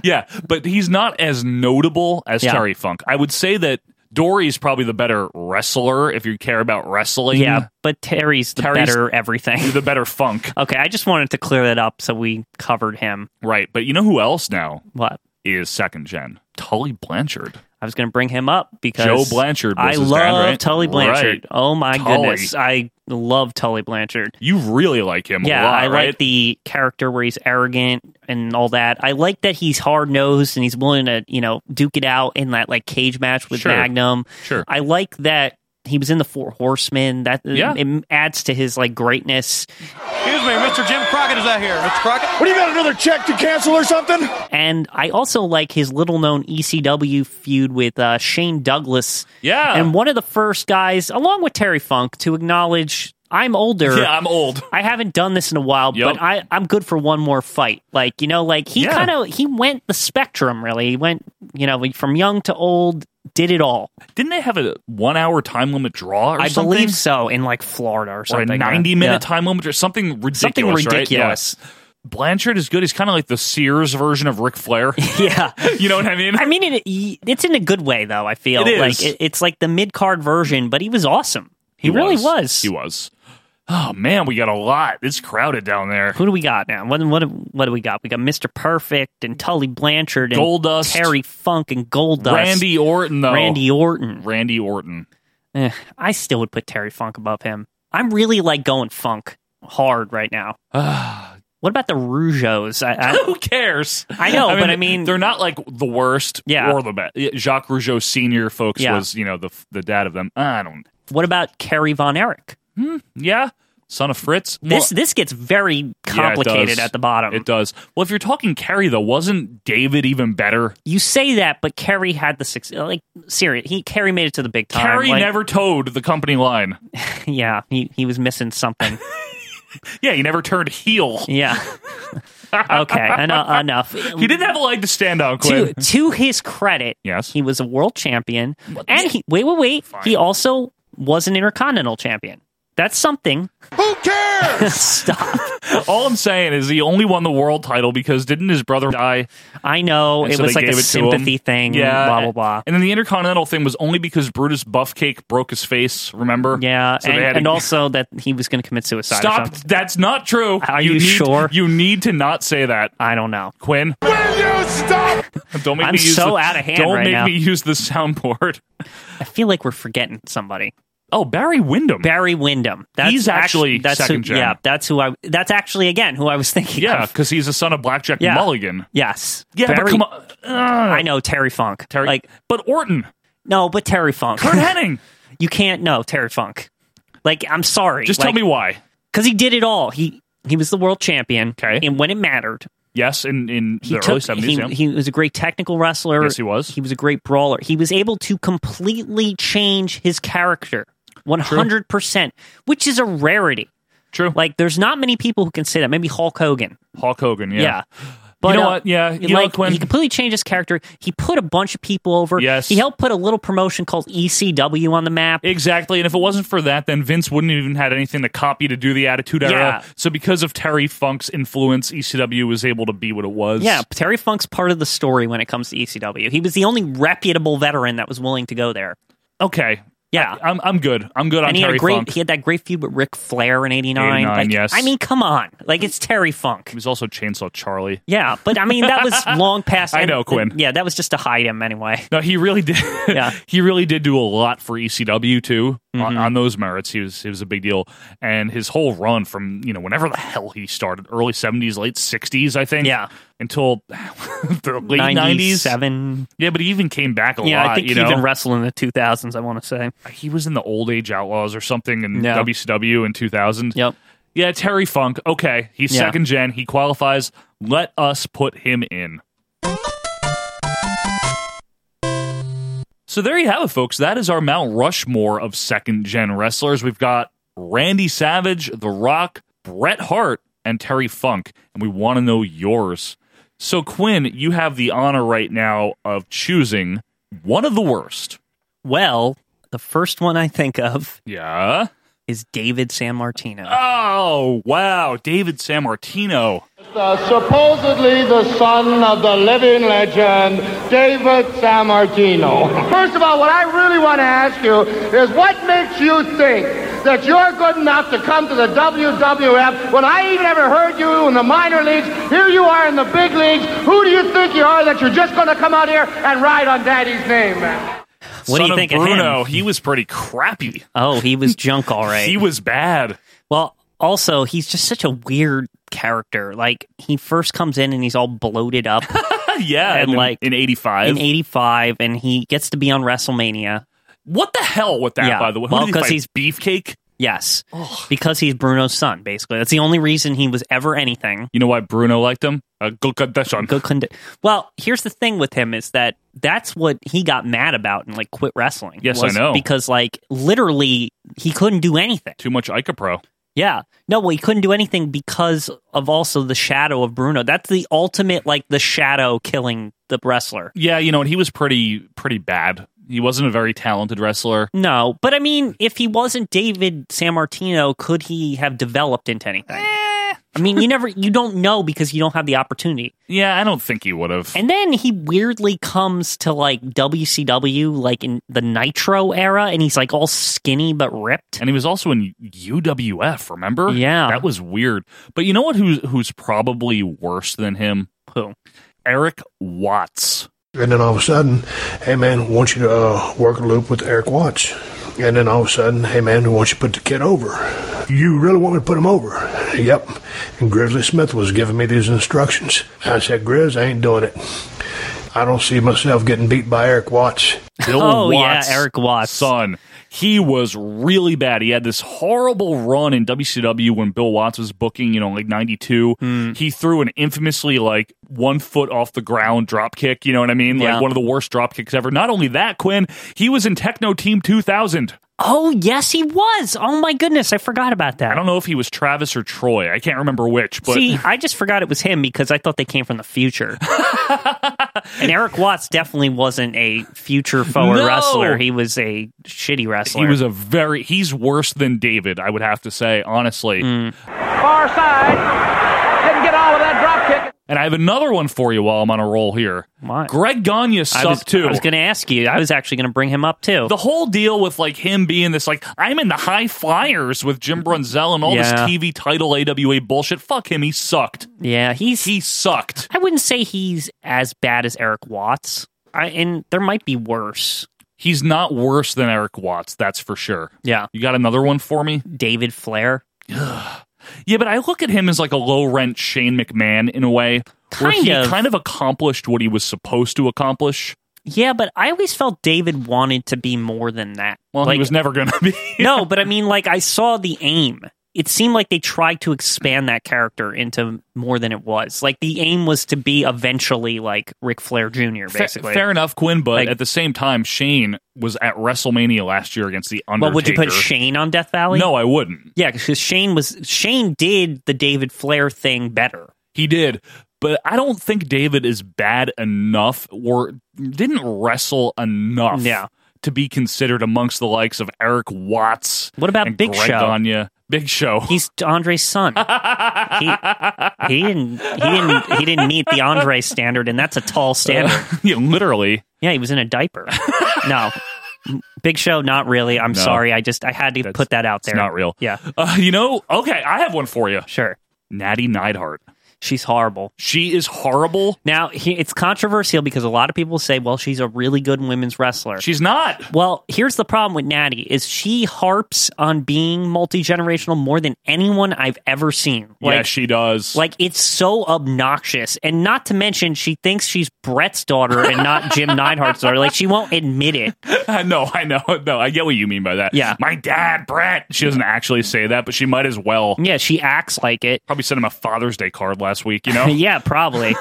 A: yeah, but he's not as notable as
B: Yeah.
A: Terry Funk. I would say that Dory's probably the better wrestler if you care about wrestling.
B: yeah, but Terry's the
A: Terry's-
B: better everything.
A: the better Funk.
B: okay, I just wanted to clear that up so we covered him.
A: Right, but you know who else now
B: What?
A: is second gen? Tully Blanchard.
B: I was going to bring him up because
A: Joe Blanchard was
B: I
A: his
B: love
A: dad, right?
B: Tully Blanchard.
A: Right.
B: Oh my
A: Tully.
B: goodness, I love Tully Blanchard.
A: You really like him a
B: yeah,
A: lot,
B: I
A: right?
B: like the character where he's arrogant and all that. I like that he's hard nosed and he's willing to you know duke it out in that like cage match with
A: Sure.
B: Magnum.
A: Sure.
B: I like that he was in the Four Horsemen. That
A: Yeah.
B: it adds to his like greatness.
S: Excuse me, Mr. Jim Crockett is out here. Mr. Crockett?
B: What do you got another check to cancel or something? And I also like his little known ECW feud with uh, Shane Douglas.
A: Yeah.
B: and one of the first guys, along with Terry Funk, to acknowledge I'm older.
A: Yeah, I'm old.
B: I haven't done this in a while,
A: Yep.
B: but I, I'm good for one more fight. Like you know, like he
A: Yeah.
B: kind of he went the spectrum really. He went you know from young to old, did it all.
A: Didn't they have a one hour time limit draw or
B: I
A: something?
B: believe so in like Florida or
A: or a
B: something.
A: 90
B: Yeah.
A: minute
B: Yeah.
A: time limit or something ridiculous.
B: Something
A: right?
B: ridiculous.
A: Yeah. Blanchard is good. He's kind of like the Sears version of Ric Flair.
B: Yeah.
A: you know what I mean?
B: I mean, it, it's in a good way, though. I feel
A: It is.
B: like it, it's like the mid card version, but he was awesome. He, really was.
A: He was. Oh man, we got a lot. It's crowded down there.
B: Who do we got now? What what what do we got? We got Mister Perfect and Tully Blanchard and
A: Goldust.
B: Terry Funk and Goldust,
A: Randy Orton, though.
B: Randy Orton.
A: Randy Orton.
B: Eh, I still would put Terry Funk above him. I'm really like going Funk hard right now. What about the Rougeos? I, I,
A: Who cares?
B: I know, but I mean-
A: they're not like the worst
B: Yeah.
A: or the best. Jacques Rougeau Senior, folks,
B: Yeah.
A: was you know the the dad of them. I don't.
B: what about Kerry Von Erich?
A: Yeah, son of Fritz.
B: This this gets very complicated at the bottom.
A: It does. Well, if you're talking Carrie, though, wasn't David even better?
B: You say that, but Kerry had the six. Like serious, he Kerry made it to the big time.
A: Carrie
B: like-
A: never towed the company line.
B: yeah, he he was missing something.
A: Yeah, he never turned heel.
B: Yeah. okay, eno- enough.
A: He didn't have a leg to stand on,
B: to
A: Quinn.
B: to his credit,
A: yes,
B: he was a world champion, and he wait, wait, wait. He also was an intercontinental champion. That's something.
A: Who cares?
B: Stop.
A: All I'm saying is he only won the world title because didn't his brother die?
B: I know
A: And
B: it
A: so
B: was
A: they
B: like a
A: gave it to him.
B: sympathy thing.
A: Yeah.
B: blah blah blah.
A: And then the Intercontinental thing was only because Brutus Buffcake broke his face, remember?
B: Yeah,
A: So they
B: and,
A: had to-
B: and also that he was going to commit suicide. or
A: Stop.
B: something.
A: That's not true.
B: Are you
A: need-
B: sure?
A: You need to not say that.
B: I don't know.
A: Quinn,
I: Will you stop?
A: don't make
B: I'm
A: me use
B: so
A: the-
B: out of hand
A: Don't
B: right
A: make
B: now.
A: me use the soundboard.
B: I feel like we're forgetting somebody.
A: Oh, Barry Windham.
B: Barry Windham. That's
A: He's actually
B: that's
A: second
B: who,
A: gen.
B: Yeah, that's who I. That's actually again who I was thinking.
A: Yeah,
B: of.
A: because he's the son of Blackjack
B: Yeah.
A: Mulligan.
B: Yes.
A: Yeah, but
B: Barry-
A: come on.
B: I know Terry Funk. Terry, like,
A: but Orton.
B: No, but Terry Funk.
A: Kurt Hennig.
B: you can't know Terry Funk. Like, I'm sorry.
A: Just tell me why.
B: Because he did it all. He he was the world champion. Okay. And when it mattered,
A: Yes, in, in
B: he
A: the
B: took.
A: early 70s.
B: he,
A: yeah.
B: he was a great technical wrestler.
A: Yes, he was.
B: He was a great brawler. He was able to completely change his character, one hundred percent, which is a rarity.
A: True.
B: Like, there's not many people who can say that. Maybe Hulk Hogan.
A: Hulk Hogan, yeah.
B: Yeah.
A: you know
B: uh,
A: what? Yeah, you know,
B: like
A: Quinn.
B: he completely changed his character. He put a bunch of people over.
A: Yes.
B: he helped put a little promotion called ECW on the map.
A: Exactly, and if it wasn't for that, then Vince wouldn't even had anything to copy to do the Attitude Era.
B: Yeah.
A: So because of Terry Funk's influence, ECW was able to be what it was.
B: Yeah, Terry Funk's part of the story when it comes to ECW. He was the only reputable veteran that was willing to go there.
A: Okay.
B: Yeah.
A: I, am I'm good. I'm good on
B: and he had
A: Terry
B: a great
A: Funk.
B: he had that great feud with Ric Flair in '89.
A: 89,
B: Like,
A: yes.
B: I mean, come on, like it's Terry Funk.
A: He was also Chainsaw Charlie.
B: Yeah, but I mean that was long past.
A: I know, Quinn.
B: Yeah, that was just to hide him anyway.
A: No, he really did.
B: Yeah. Mm-hmm.
A: he really did do a lot for ECW too. On, on those merits, he was he was a big deal, and his whole run from you know whenever the hell he started, early seventies, late sixties, I think.
B: Yeah.
A: until the late nineties.
B: '97.
A: Yeah, but he even came back a
B: Yeah,
A: lot.
B: I think
A: you
B: he
A: know?
B: even wrestled in the 2000s. I want to say.
A: he was in the Old Age Outlaws or something in
B: Yeah.
A: WCW in 2000.
B: Yep.
A: Yeah, Terry Funk. Okay, he's
B: Yeah.
A: second gen. He qualifies. Let us put him in. So there you have it, folks. That is our Mount Rushmore of second gen wrestlers. We've got Randy Savage, The Rock, Bret Hart, and Terry Funk, and we want to know yours. So Quinn, you have the honor right now of choosing one of the worst.
B: Well, the first one I think of
A: Yeah.
B: is David San Martino.
A: Oh, wow. David San Martino.
T: Uh, supposedly the son of the living legend, David Sammartino. First of all, what I really want to ask you is what makes you think that you're good enough to come to the WWF when I ain't ever heard you in the minor leagues? Here you are in the big leagues. Who do you think you are that you're just going to come out here and ride on Daddy's name, man?
B: What do
A: Son
B: you
A: of
B: think of him?
A: Bruno, he was pretty crappy.
B: Oh, he was junk, all right.
A: He was bad.
B: Well, also, he's just such a weird character. Like, he first comes in and he's all bloated up
A: yeah.
B: And,
A: in-
B: like,
A: in 85.
B: in 85, and he gets to be on WrestleMania.
A: what the hell with that,
B: Yeah.
A: by the way? Who
B: Well,
A: did he
B: 'cause
A: fight?
B: he's-
A: beefcake.
B: Yes. Because he's Bruno's son, basically. That's the only reason he was ever anything.
A: You know why Bruno liked him? Uh, good condition.
B: Good condi- well, here's the thing with him is that that's what he got mad about and, like, quit wrestling.
A: Yes, I
B: was
A: know.
B: Because, like, literally, he couldn't do anything.
A: Too much Icapro.
B: Yeah. No, well, he couldn't do anything because of also the shadow of Bruno. That's the ultimate, like, the shadow killing the wrestler.
A: Yeah, you know, and he was pretty pretty bad. He wasn't a very talented wrestler.
B: No, but I mean, if he wasn't David San Martino, could he have developed into anything?
A: Eh.
B: I mean, you never, you don't know because you don't have the opportunity.
A: Yeah, I don't think he would have.
B: And then he weirdly comes to like WCW, like in the Nitro era, and he's like all skinny but ripped.
A: And he was also in UWF, remember?
B: Yeah.
A: That was weird. But you know what who's who's probably worse than him?
B: Who?
A: Eric Watts.
U: And then all of a sudden, hey man, I want you to uh, work a loop with Eric Watts.
V: And then all of a sudden, hey man, we want you to put the kid over. You really want me to put him over? Yep. And Grizzly Smith was giving me these instructions. I said, Grizz, I ain't doing it. I don't see myself getting beat by Eric Watts.
B: oh yeah, Eric Watts'
A: son. He was really bad. He had this horrible run in WCW when Bill Watts was booking. You know, like '92.
B: Hmm.
A: He threw an infamously like one foot off the ground drop kick. You know what I mean? Like
B: Yeah.
A: one of the worst drop kicks ever. Not only that, Quinn, he was in Techno Team 2000.
B: Oh yes, he was. Oh my goodness, I forgot about that.
A: I don't know if he was Travis or Troy. I can't remember which, but
B: See, I just forgot it was him because I thought they came from the future. and Eric Watts definitely wasn't a future forward
A: No!
B: wrestler. He was a shitty wrestler.
A: he was a very he's worse than David, I would have to say, honestly.
B: Mm.
I: Far side. Didn't get all of that drop kick.
A: And I have another one for you while I'm on a roll here. Greg Gagne sucked
B: I was,
A: too.
B: I was going to ask you. I was actually going to bring him up too.
A: the whole deal with like him being this like I'm in the high flyers with Jim Brunzell and all
B: Yeah.
A: this TV title AWA bullshit. Fuck him, he sucked.
B: Yeah, he's
A: he sucked.
B: I wouldn't say he's as bad as Eric Watts. I and there might be worse.
A: He's not worse than Eric Watts, that's for sure.
B: Yeah.
A: You got another one for me?
B: David Flair.
A: yeah, but I look at him as like a low rent Shane McMahon in a way. where
B: Kind
A: he
B: of.
A: kind of accomplished what he was supposed to accomplish.
B: Yeah, but I always felt David wanted to be more than that.
A: Well,
B: like,
A: he was never going to be.
B: no, but I mean, like I saw the aim. It seemed like they tried to expand that character into more than it was. Like the aim was to be eventually like Ric Flair Jr.
A: Fa-
B: Basically,
A: fair enough, Quinn. But
B: Like-
A: at the same time, Shane was at WrestleMania last year against the Undertaker.
B: Well, would you put Shane on Death Valley?
A: No, I wouldn't.
B: Yeah, because Shane was Shane did the David Flair thing better.
A: He did, but I don't think David is bad enough or didn't wrestle enough.
B: Yeah.
A: to be considered amongst the likes of Eric Watts. What
B: about Big
A: Greg
B: Show?
A: Gagne? Big Show.
B: He's Andre's son. he, he didn't he didn't he didn't meet the Andre standard, and that's a tall standard.
A: yeah, literally.
B: Yeah, he was in a diaper. No. Big Show, not really. I'm
A: No.
B: sorry. I just I had to put that out
A: It's
B: there.
A: not real.
B: Yeah.
A: Uh, you know, okay, I have one for you.
B: Sure.
A: Natty Neidhart.
B: She's horrible.
A: She is horrible.
B: Now he, it's controversial because a lot of people say, "Well, she's a really good women's wrestler."
A: She's not.
B: Well, here's the problem with Natty is she harps on being multi generational more than anyone I've ever seen.
A: yeah, she does.
B: Like it's so obnoxious, and not to mention she thinks she's Brett's daughter and not Jim Neidhart's daughter. Like she won't admit it.
A: no, I know. No, I get what you mean by that.
B: Yeah.
A: My dad, Brett. She doesn't actually say that, but she might as well.
B: Yeah, she acts like it.
A: Probably sent him a Father's Day card last week, you know?
B: yeah, probably.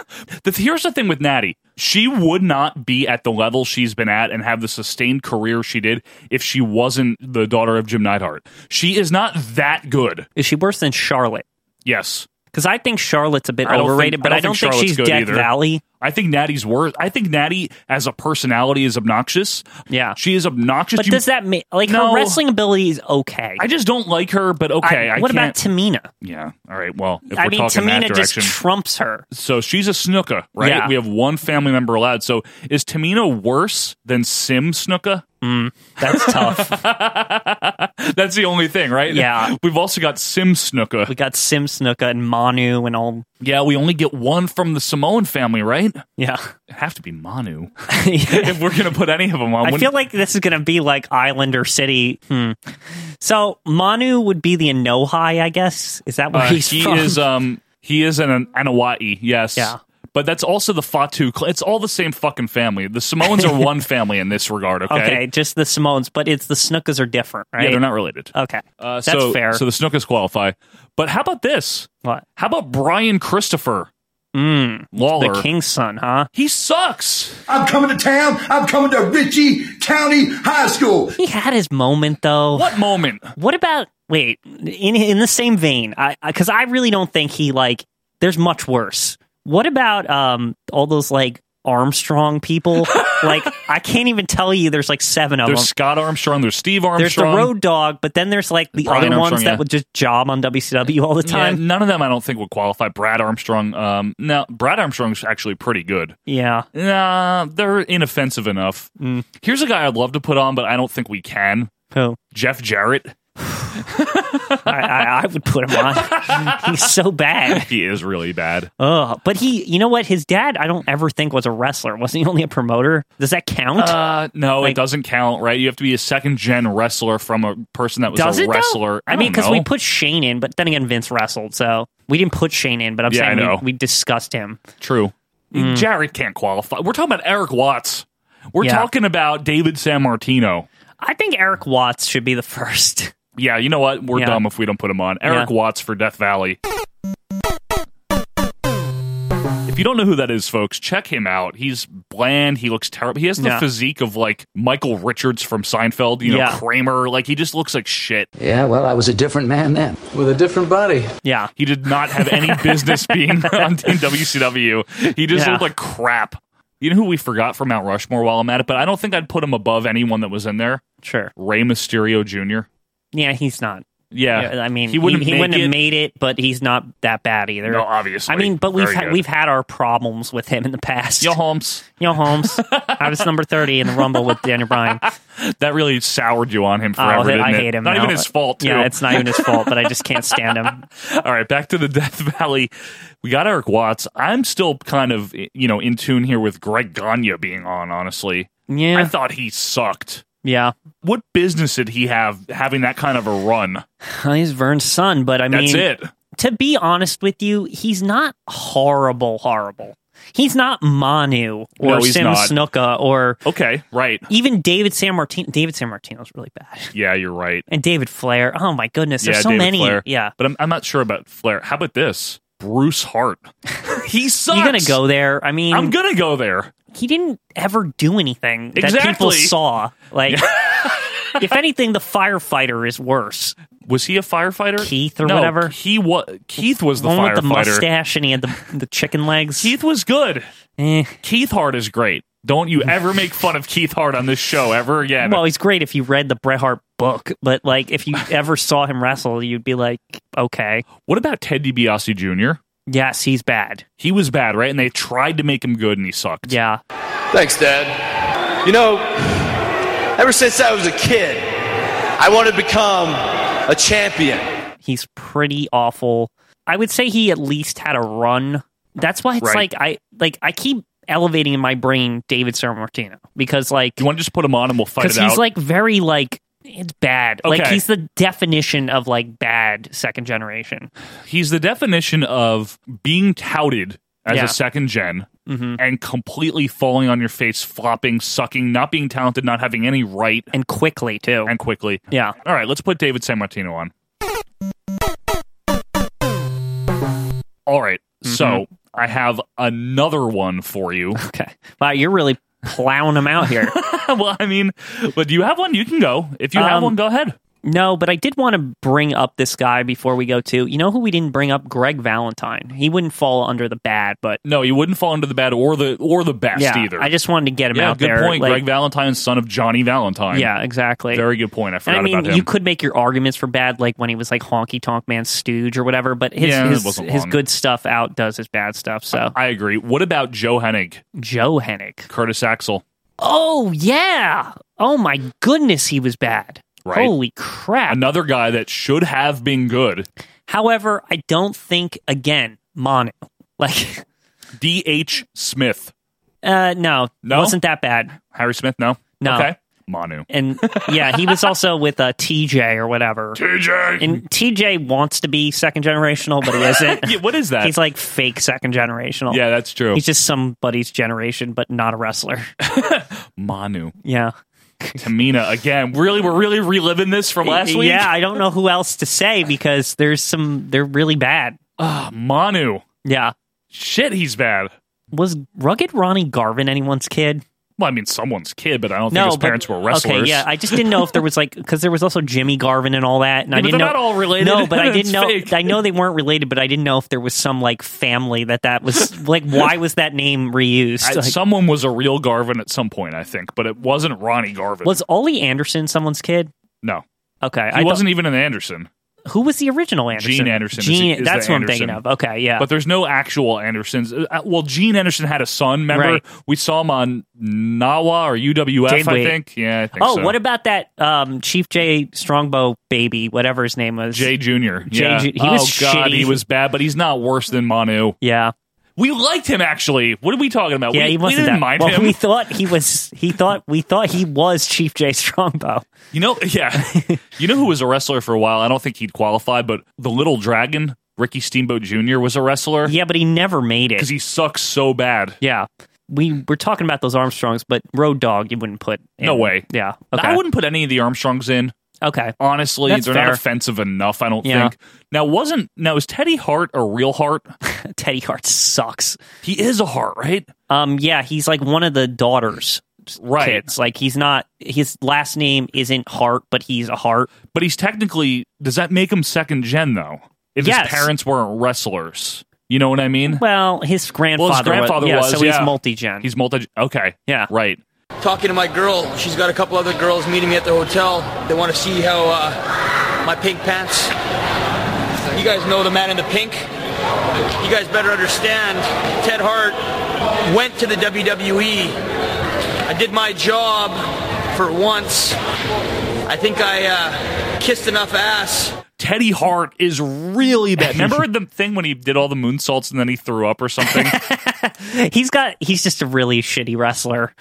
A: the, here's the thing with Natty. She would not be at the level she's been at and have the sustained career she did if she wasn't the daughter of Jim Neidhart. She is not that good.
B: Is she worse than Charlotte?
A: Yes.
B: Because I think Charlotte's a bit
A: I don't think-
B: overrated, but I don't think,
A: Charlotte's
B: she's
A: good
B: Death
A: either.
B: Valley.
A: I think Natty's worse. I think Natty as a personality is obnoxious.
B: Yeah.
A: She is obnoxious.
B: But
A: You-
B: does that mean like
A: No.
B: her wrestling ability is okay?
A: I just don't like her, but okay. I
B: what about
A: can't-
B: Tamina?
A: Yeah. All right. Well, if
B: I
A: we're
B: mean,
A: talking that
B: Tamina just
A: direction,
B: trumps her.
A: so she's a snooka, right?
B: Yeah.
A: We have one family member allowed. So is Tamina worse than Sim snooka?
B: That's tough.
A: That's the only thing, right?
B: Yeah.
A: We've also got Sim snooka.
B: we got Sim Snuka and Manu and all.
A: Yeah, we only get one from the Samoan family, right?
B: Yeah.
A: It'd have to be Manu if we're gonna put any of them on.
B: I feel like this is going to be like Islander City. Hmm. So Manu would be the Anohai, I guess. Is that where
A: Uh,
B: he's
A: he
B: from?
A: is um he is an Anawai, yes.
B: Yeah.
A: But that's also the Fatu. cl- It's all the same fucking family. The Samoans are one family in this regard. Okay.
B: okay. just the Simones, but it's the Snukas are different, right?
A: Yeah, they're not related.
B: Okay,
A: Uh,
B: that's
A: so,
B: fair.
A: So the Snookas qualify. But how about this?
B: What?
A: How about Brian Christopher
B: mm,
A: Lawler?
B: the King's son, huh?
A: He sucks.
U: I'm coming to town. I'm coming to Ritchie County High School.
B: He had his moment though.
A: What moment?
B: What about wait, in in the same vein, I I, cuz I really don't think he like there's much worse. What about um all those like Armstrong people? like I can't even tell you there's like 7 of
A: There's
B: them.
A: Scott Armstrong. There's Steve
B: There's the
A: Armstrong.
B: Road Dog, but then there's like the
A: Brian
B: other
A: Armstrong,
B: ones that
A: yeah.
B: would just job on WCW all the
A: Yeah,
B: time.
A: none of them I don't think would qualify. Brad Armstrong. Um, now Brad Armstrong's actually pretty good.
B: Yeah.
A: Nah, they're inoffensive
B: Mm.
A: enough. Here's a guy I'd love to put on, but I don't think we can.
B: Who?
A: Jeff Jarrett.
B: I, I, I would put him on. He's so bad.
A: He is really bad.
B: Oh, but he, you know what? His dad, I don't ever think was a wrestler. Wasn't he only a promoter? Does that count?
A: Uh, no, it doesn't count, right? You have to be a second gen wrestler from a person that was
B: Does
A: a
B: it, though?
A: wrestler.
B: I, mean,
A: because
B: because we put Shane in, but then again, Vince wrestled, so we didn't put Shane in. But I'm
A: Yeah, I
B: saying
A: know.
B: we, we discussed him.
A: True.
B: Mm.
A: Jared can't qualify. We're talking about Eric Watts. We're
B: Yeah.
A: talking about David San Martino.
B: I think Eric Watts should be the first.
A: Yeah, you know what? We're
B: Yeah.
A: dumb if we don't put him on. Eric
B: Yeah.
A: Watts for Death Valley. If you don't know who that is, folks, check him out. He's bland. He looks terrible. He has the
J: Yeah.
A: physique of like Michael Richards from Seinfeld, you know,
J: Yeah.
A: Kramer. Like he just looks like shit.
J: Yeah, well, I was a different man then. With a different body.
B: Yeah.
A: He did not have any business being on in WCW. He just
J: Yeah.
A: looked like crap. You know who we forgot from Mount Rushmore while I'm at it, but I don't think I'd put him above anyone that was in there.
B: Sure.
A: Ray Mysterio Jr.
B: Yeah, he's not.
A: Yeah.
B: I mean,
A: He
B: he
A: wouldn't
B: wouldn't, he,
A: make
B: wouldn't
A: it.
B: have made it, but he's not that bad either.
A: No, obviously.
B: I mean, but we've
A: Very
B: ha-
A: good.
B: we've had our problems with him in the past.
A: Yo, Holmes.
B: Yo, Holmes. I was number thirty in the Rumble with Daniel Bryan.
A: That really soured you on him forever.
B: Oh,
A: didn't
B: I
A: it?
B: hate him.
A: Not
B: now.
A: even his fault. Too.
B: Yeah, it's not even his fault, but I just can't stand him.
A: All right, back to the Death Valley. We got Eric Watts. I'm still kind of you know in tune here with Greg Gagne being on. Honestly,
B: Yeah.
A: I thought he sucked.
B: Yeah.
A: What business did he have having that kind of a run?
B: He's Vern's son, but I mean,
A: That's it.
B: To be honest with you, he's not horrible, horrible. He's not Manu or
A: No, he's
B: Sim
A: not.
B: Snuka or
A: okay, right.
B: Even David San Martino. David San Martino's really bad,
A: Yeah, you're right.
B: and David Flair. Oh my goodness,
A: yeah,
B: there's so
A: David
B: many.
A: Flair.
B: Yeah,
A: but I'm, I'm not sure about Flair. How about this? Bruce Hart. he sucks.
B: you're gonna go there. I mean,
A: I'm gonna go there.
B: he didn't ever do anything that people
A: Exactly.
B: saw. Like, if anything, the firefighter is worse.
A: Was he a firefighter?
B: Keith or
A: No,
B: whatever.
A: He was. Keith was the
B: one
A: firefighter.
B: with the mustache, and he had the the chicken legs.
A: Keith was good.
B: Eh.
A: Keith Hart is great. Don't you ever make fun of Keith Hart on this show ever again.
B: Well, he's great if you read the Bret Hart book, but like if you ever saw him wrestle, you'd be like, okay.
A: What about Ted DiBiase Jr.?
B: Yes, he's bad.
A: He was bad, right? And they tried to make him good, and he sucked.
B: Yeah.
D: Thanks, Dad. You know, ever since I was a kid, I wanted to become a champion.
B: He's pretty awful. I would say he at least had a run. That's why it's
A: Right.
B: like I like I keep elevating in my brain David San Martino because like
A: You want to just put him on, and we'll fight it
B: because
A: out.
B: he's like very like it's bad. Like
A: Okay.
B: he's the definition of like bad second generation.
A: he's the definition of being touted as
B: Yeah. Mm-hmm.
A: a second gen and completely falling on your face, flopping, sucking, not being talented, not having any right,
B: and quickly too,
A: and quickly.
B: Yeah.
A: All right, let's put David San Martino on. All right,
B: Mm-hmm.
A: so I have another one for you.
B: Okay. Wow, you're really plowing him out here.
A: well, I mean, but do you have one? You can go. If you have
B: Um,
A: one, go ahead.
B: No, but I did want to bring up this guy before we go to. You know who we didn't bring up? Greg Valentine. He wouldn't fall under the bad, but
A: No, you wouldn't fall into the bad or the or the best
B: yeah,
A: either.
B: I just wanted to get him
A: yeah,
B: out
A: good
B: there.
A: point.
B: like-
A: Greg Valentine, son of Johnny Valentine.
B: Yeah, exactly.
A: Very good point. I
B: and
A: forgot
B: I mean,
A: about him.
B: you could make your arguments for bad, like when he was like honky tonk man stooge or whatever. But his
A: Yeah, it
B: his,
A: wasn't
B: his
A: long.
B: good stuff outdoes his bad stuff. So
A: I agree. What about Joe Hennig?
B: Joe Hennig.
A: Curtis Axel.
B: oh yeah, oh my goodness, he was bad.
A: Right.
B: Holy crap!
A: Another guy that should have been good.
B: However, I don't think again Manu like
A: D.H. Smith.
B: uh no
A: No?
B: wasn't that bad.
A: Harry Smith, no?
B: No.
A: Okay. Manu.
B: and yeah, he was also with uh, TJ or whatever.
A: TJ.
B: and TJ wants to be second generational, but he isn't.
A: Yeah, what is that?
B: He's like fake second generational.
A: Yeah, that's true.
B: He's just somebody's generation, but not a wrestler.
A: Manu.
B: Yeah.
A: Tamina again. Really, we're really reliving this from last week.
B: Yeah, I don't know who else to say because there's some. They're really bad.
A: Ah, Manu.
B: Yeah.
A: Shit, he's bad.
B: Was rugged Ronnie Garvin anyone's kid?
A: Well, I mean, someone's kid, but I don't think his
B: but-
A: parents were wrestlers.
B: Okay, yeah, I just didn't know if there was like because there was also Jimmy Garvin and all that, and
A: Yeah,
B: I
A: but
B: didn't
A: they're
B: know
A: not all related.
B: No, but I
A: It's
B: didn't know.
A: fake.
B: I know they weren't related, but I didn't know if there was some like family that that was like. Why was that name reused?
A: I-
B: Like,
A: someone was a real Garvin at some point, I think, but it wasn't Ronnie Garvin.
B: was Ollie Anderson someone's kid?
A: no,
B: Okay,
A: he
B: I
A: wasn't even an Anderson.
B: thought- Who was the original Anderson?
A: Gene Anderson. is the-
B: Gene,
A: is the
B: that's what I'm thinking
A: Anderson.
B: of. Okay, yeah.
A: But there's no actual Andersons. Uh, Well, Gene Anderson had a son. Remember,
B: Right.
A: we saw him on Nawa or UWF.
B: Did
A: I
B: we?
A: think. Yeah. I think
B: oh,
A: so.
B: what about that um, Chief J Strongbow baby, whatever his name was?
A: Jay Junior?
B: Jay
A: Yeah.
B: Ju- he
A: oh
B: was
A: God,
B: shitty.
A: he was bad, but he's not worse than Manu.
B: Yeah.
A: We liked him actually. What are we talking about?
B: Yeah,
A: we,
B: he
A: we
B: wasn't
A: didn't
B: that.
A: mind
B: well,
A: him.
B: we thought he was. He thought we thought he was Chief J Strongbow.
A: You know, yeah. you know who was a wrestler for a while? I don't think he'd qualify, but the Little Dragon, Ricky Steamboat Jr., was a wrestler.
B: Yeah, but he never made it
A: because he sucks so bad.
B: Yeah, we were talking about those Armstrongs, but Road Dog, you wouldn't put. in.
A: No way.
B: Yeah. Okay.
A: I wouldn't put any of the Armstrongs in.
B: Okay.
A: Honestly,
B: That's
A: they're
B: fair.
A: not offensive enough, I don't
B: Yeah.
A: think. Now wasn't now is Teddy Hart a real heart?
B: Teddy Hart sucks.
A: He is a heart, right?
B: Um. Yeah, he's like one of the daughters.
A: Right.
B: Kids. Like he's not. His last name isn't Hart, but he's a Hart.
A: But he's technically does that make him second gen though? If
B: Yes.
A: his parents weren't wrestlers. You know what I mean?
B: Well, his grandfather.
A: Well, his grandfather
B: yeah,
A: was,
B: So
A: yeah.
B: he's multi gen.
A: He's multi okay.
B: Yeah.
A: Right.
E: talking to my girl. She's got a couple other girls meeting me at the hotel. They want to see how uh, my pink pants. You guys know the man in the pink. You guys better understand. Ted Hart went to the WWE. I did my job for once. I think I uh, kissed enough ass.
A: Teddy Hart is really bad. Remember the thing when he did all the moonsaults and then he threw up or something?
B: he's got he's just a really shitty wrestler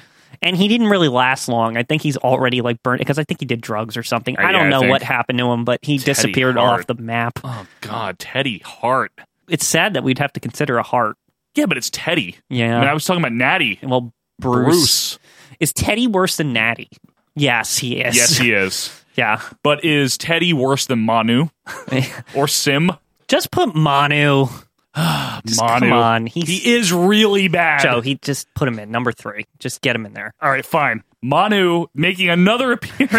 B: and he didn't really last long i think he's already like burnt because i think he did drugs or something i
A: Yeah,
B: don't
A: I
B: know
A: think.
B: what happened to him but he
A: Teddy
B: disappeared
A: Hart.
B: off the map
A: oh god teddy hart
B: it's sad that we'd have to consider a heart
A: yeah, but it's Teddy.
B: yeah
A: I, mean, I was talking about Natty.
B: well bruce.
A: Bruce.
B: is teddy worse than natty yes he is
A: Yes, he is.
B: yeah
A: But is Teddy worse than Manu or Sim?
B: just put manu Just
A: Manu.
B: come on he's,
A: He is really bad.
B: joe he just put him in number three just get him in there
A: All right, fine. Manu making another appearance.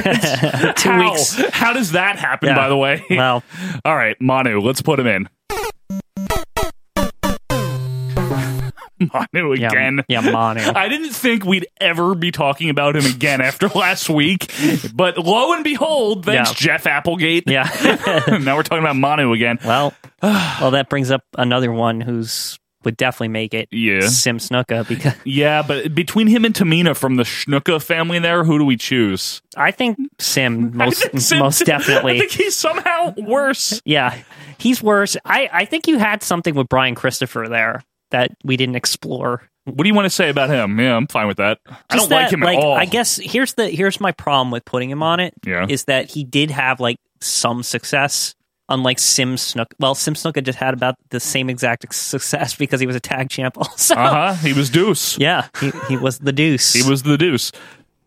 B: Two
A: How?
B: weeks.
A: How does that happen,
B: Yeah.
A: by the way?
B: Well.
A: All right, Manu, let's put him in. Manu
B: Yeah,
A: again.
B: yeah, Manu.
A: I didn't think we'd ever be talking about him again after last week, but lo and behold, thanks,
B: Yeah.
A: Jeff Applegate.
B: Yeah.
A: now we're talking about Manu again.
B: Well, well, that brings up another one who's would definitely make it.
A: Yeah.
B: Sim Snuka because
A: Yeah, but between him and Tamina from the Schnuka family, there, who do we choose?
B: I think Sim most
A: I think Sim-
B: most
A: I
B: definitely.
A: think he's somehow worse.
B: yeah, he's worse. I I think you had something with Brian Christopher there that we didn't explore.
A: What do you want to say about him? Yeah, I'm fine with that. I don't
B: Just that,
A: like him at all.
B: I guess here's the here's my problem with putting him on it.
A: Yeah.
B: is that he did have like some success. Unlike Sim Snook, well, Sim Snuka just had about the same exact success because he was a tag champ. Also,
A: Uh huh. He was Deuce.
B: yeah, he, he was the deuce.
A: He was the Deuce.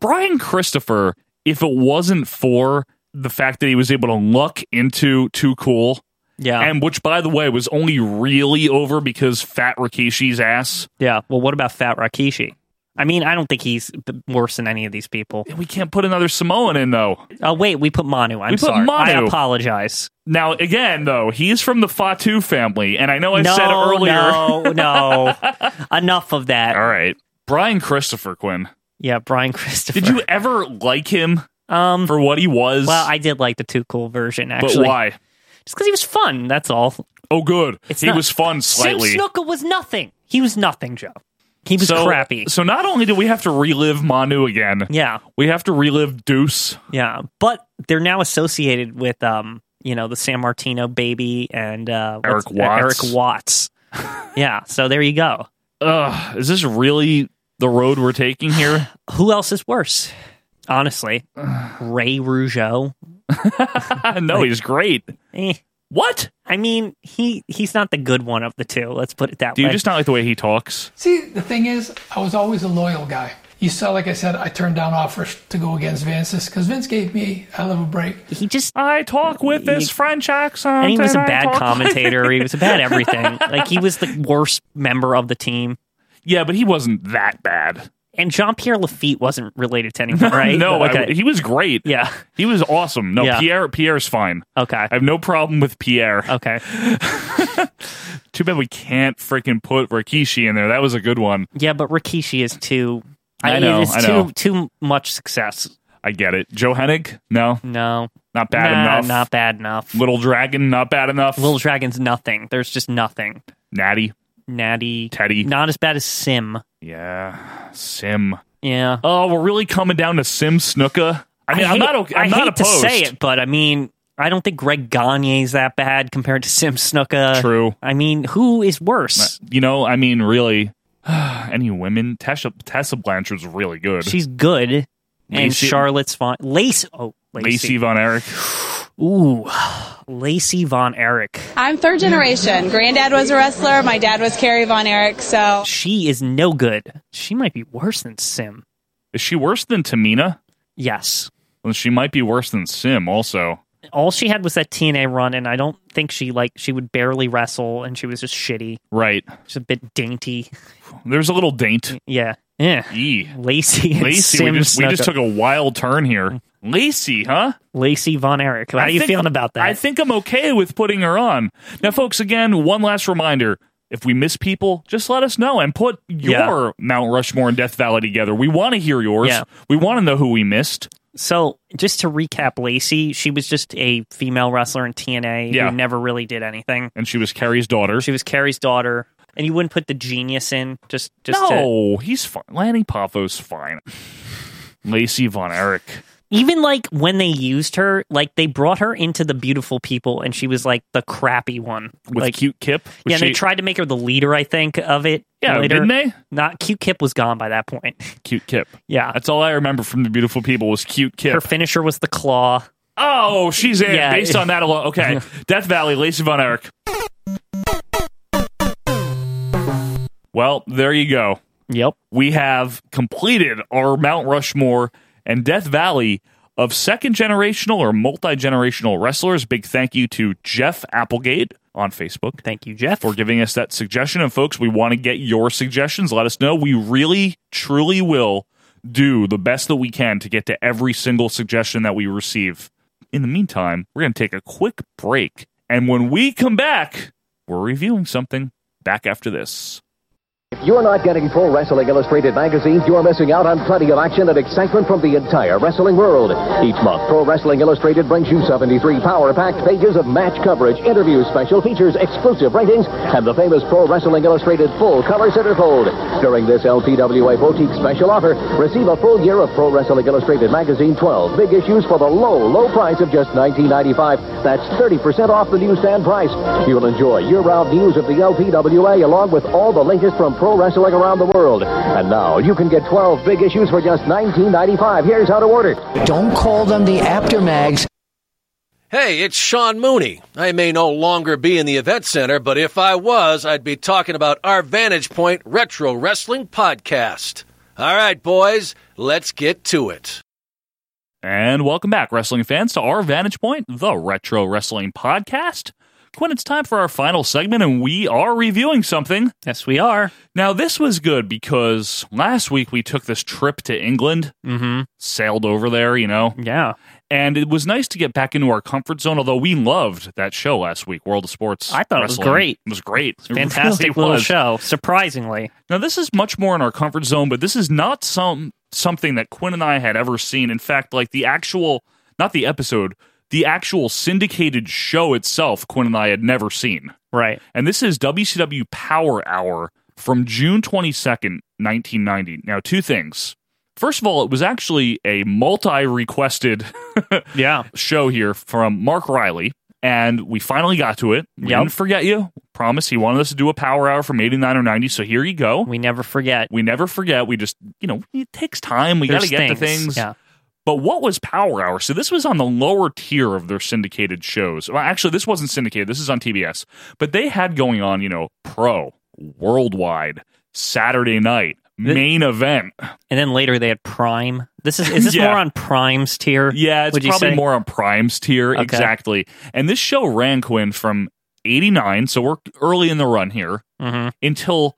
A: Brian Christopher, if it wasn't for the fact that he was able to luck into Too Cool,
B: yeah,
A: and which, by the way, was only really over because Fat Rikishi's ass.
B: Yeah. Well, what about Fat Rakishi? I mean, I don't think he's b- worse than any of these people.
A: We can't put another Samoan in, though.
B: Oh, wait, we put Manu. I'm
A: We put
B: sorry. I
A: Manu.
B: apologize.
A: Now, again, though, he's from the Fatu family, and I know I
B: no,
A: said earlier.
B: no, no. Enough of that.
A: All right. Brian Christopher Quinn.
B: Yeah, Brian Christopher.
A: Did you ever like him
B: Um,
A: for what he was?
B: well, I did like the Too Cool version,
A: but
B: actually.
A: why?
B: Just because he was fun. That's all.
A: Oh, good.
B: It's
A: he
B: not-
A: was fun slightly.
B: Sim Snuka was nothing. He was nothing, Joe. He was
A: so,
B: crappy.
A: So not only do we have to relive Manu again,
B: Yeah.
A: we have to relive Deuce.
B: Yeah. But they're now associated with, um, you know, the San Martino baby and uh, what's-
A: Eric Watts.
B: Eric Watts. yeah. So there you go.
A: Ugh, is this really the road we're taking here?
B: who else is worse? Honestly, Ray Rougeau.
A: no, he's great.
B: Eh.
A: What?
B: I mean, he he's not the good one of the two. Let's put it that
A: Do you
B: way.
A: just not like the way he talks?
F: See, the thing is, I was always a loyal guy. You saw, like I said, I turned down offers to go against Vince's because Vince gave me a little break.
B: he just
A: I talk with this French accent.
B: and he was a
A: I
B: bad
A: talk-
B: commentator. he was a bad everything. Like he was the worst member of the team.
A: yeah, but he wasn't that bad.
B: And Jean Pierre Lafitte wasn't related to anyone, right?
A: no, I-
B: okay.
A: he was great.
B: yeah.
A: He was awesome. No,
B: Yeah.
A: Pierre Pierre's fine.
B: Okay.
A: I have no problem with Pierre.
B: Okay.
A: Too bad we can't freaking put Rikishi in there. That was a good one.
B: Yeah, but Rikishi is too.
A: I
B: it
A: know,
B: is
A: I know.
B: Too too much success.
A: I get it. Joe Hennig? No.
B: No.
A: Not bad
B: Nah,
A: enough.
B: Not bad enough.
A: Little Dragon? Not bad enough.
B: Little Dragon's nothing. There's just nothing.
A: Natty?
B: Natty.
A: Teddy?
B: Not as bad as Sim.
A: Yeah. Sim.
B: Yeah.
A: Oh, we're really coming down to Sim Snuka. I mean, I am
B: hate-
A: not okay. I'm
B: I
A: not
B: hate to
A: opposed.
B: say it, but I mean, I don't think Greg Gagne's that bad compared to Sim Snuka.
A: True.
B: I mean, who is worse?
A: You know, I mean, really, any women? Tessa, Tessa Blanchard's really good.
B: She's good, and
A: Lacey-
B: Charlotte's Von Lace. Oh, Lacey.
A: Lacey Von Erich.
B: Ooh, Lacey Von Erich.
G: I'm third generation. Granddad was a wrestler. My dad was Kerry Von Erich. So
B: She is no good. She might be worse than Sim.
A: Is she worse than Tamina?
B: Yes.
A: Well, she might be worse than Sim also.
B: All she had was that TNA run, and I don't think she like she would barely wrestle, and she was just shitty.
A: Right.
B: She's a bit dainty.
A: There's a little daint.
B: Yeah. Yeah.
A: E.
B: Lacey. And
A: Lacey, we
B: Sim
A: just, we
B: Snuka.
A: just took a wild turn here. Lacey, huh?
B: Lacey Von Erich. How
A: I
B: are you
A: think-
B: feeling about that?
A: I think I'm okay with putting her on. Now, folks, again, one last reminder. If we miss people, just let us know and put
B: Yeah.
A: your Mount Rushmore and Death Valley together. We want to hear yours.
B: Yeah.
A: We want to know who we missed.
B: so, just to recap, Lacey, she was just a female wrestler in TNA
A: Yeah.
B: who never really did anything.
A: And she was Carrie's daughter.
B: She was Carrie's daughter, and you wouldn't put the genius in just just to,
A: no, he's fine. Lanny Poffos fine. Lacey Von Erich.
B: even like when they used her, like they brought her into the beautiful people, and she was like the crappy one
A: With
B: like
A: cute Kip.
B: Yeah, and they
A: she-
B: tried to make her the leader, I think, of it.
A: Yeah,
B: later.
A: didn't they?
B: Not cute. Kip was gone by that point.
A: Cute Kip.
B: Yeah.
A: That's all I remember from The Beautiful People was Cute Kip.
B: Her finisher was the claw.
A: Oh, she's in.
B: Yeah.
A: Based on that alone. Okay. Death Valley, Lacey Von Erich. Well, there you go.
B: Yep.
A: We have completed our Mount Rushmore and Death Valley of second generational or multi generational wrestlers. Big thank you to Jeff Applegate on Facebook.
B: Thank you, Jeff.
A: For giving us that suggestion. And folks, we want to get your suggestions. Let us know. We really, truly will do the best that we can to get to every single suggestion that we receive. In the meantime, we're going to take a quick break. And when we come back, we're reviewing something. Back after this.
H: If you're not getting Pro Wrestling Illustrated magazine, you're missing out on plenty of action and excitement from the entire wrestling world. Each month, Pro Wrestling Illustrated brings you 73 power-packed pages of match coverage, interviews, special features, exclusive ratings, and the famous Pro Wrestling Illustrated full-color centerfold. During this LPWA boutique special offer, receive a full year of Pro Wrestling Illustrated magazine 12 big issues for the low, low price of just $19.95. That's 30% off the newsstand price. You'll enjoy year-round news of the LPWA along with all the latest from pro wrestling around the world. And now you can get 12 big issues for just $19.95. Here's how to order. Don't call them the aftermags.
W: Hey, it's Sean Mooney. I may no longer be in the event center, but if I was, I'd be talking about our Vantage Point Retro Wrestling Podcast. All right, boys, let's get to it.
A: And welcome back, wrestling fans, to our Vantage Point, the Retro Wrestling Podcast. Quinn, it's time for our final segment, and we are reviewing something.
B: Yes, we are.
A: Now, this was good because last week we took this trip to England, mm-hmm. sailed over there, you know.
B: Yeah.
A: And it was nice to get back into our comfort zone, although we loved that show last week, World of Sports.
B: I thought it was
A: Wrestling.
B: great.
A: It was great. It really
B: Fantastic little
A: was.
B: show, surprisingly.
A: Now, this is much more in our comfort zone, but this is not some something that Quinn and I had ever seen. In fact, like the actual, not the episode, the actual syndicated show itself, Quinn and I had never seen.
B: Right.
A: And this is WCW Power Hour from June 22nd, 1990. Now, two things. First of all, it was actually a multi requested
B: yeah.
A: show here from Mark Riley, and we finally got to it. We
B: Yep.
A: didn't forget you. Promise. He wanted us to do a power hour from 89 or 90, so here you go.
B: We never forget.
A: We never forget. We just, you know, it takes time. We got to get
B: There's
A: to
B: things,
A: things.
B: yeah.
A: But what was Power Hour? So this was on the lower tier of their syndicated shows. Well, actually, this wasn't syndicated. This is on TBS. But they had going on, you know, pro, worldwide, Saturday night, main event.
B: And then later they had Prime. This is is this
A: Yeah.
B: more on Prime's tier?
A: Yeah, it's
B: would you
A: probably
B: say?
A: more on Prime's tier.
B: Okay.
A: Exactly. And this show ran, Quinn, from 89, so we're early in the run here,
B: Mhm.
A: until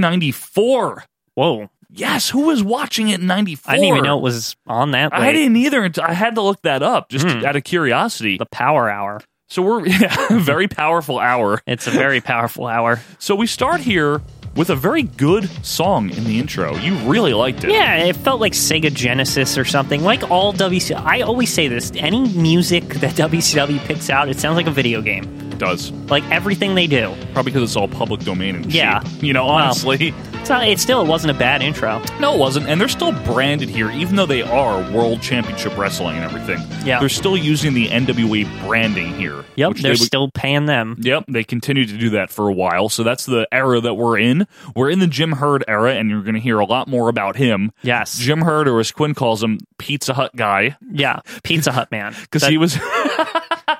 A: 1994.
B: Whoa.
A: Yes, who was watching it in 94?
B: I didn't even know it was on that.
A: I
B: late.
A: didn't either. until- I had to look that up just out of curiosity. The
B: Hmm. power hour.
A: So we're yeah, very powerful hour.
B: It's a very powerful hour.
A: So we start here with a very good song in the intro. You really liked it.
B: Yeah, it felt like Sega Genesis or something. Like all WC, I always say this: any music that WCW picks out, it sounds like a video game.
A: It does.
B: Like everything they do.
A: Probably because it's all public domain and
B: Yeah.
A: cheap. You know, honestly.
B: It's not, it still wasn't a bad intro.
A: No, it wasn't. And they're still branded here, even though they are World Championship Wrestling and everything.
B: Yeah.
A: They're still using the NWA branding here.
B: Yep,
A: which
B: they're
A: they would-
B: still paying them.
A: Yep, they continue to do that for a while. So that's the era that we're in. We're in the Jim Herd era, and you're going to hear a lot more about him.
B: Yes.
A: Jim Herd, or as Quinn calls him, Pizza Hut guy,
B: Yeah, Pizza Hut man.
A: because he was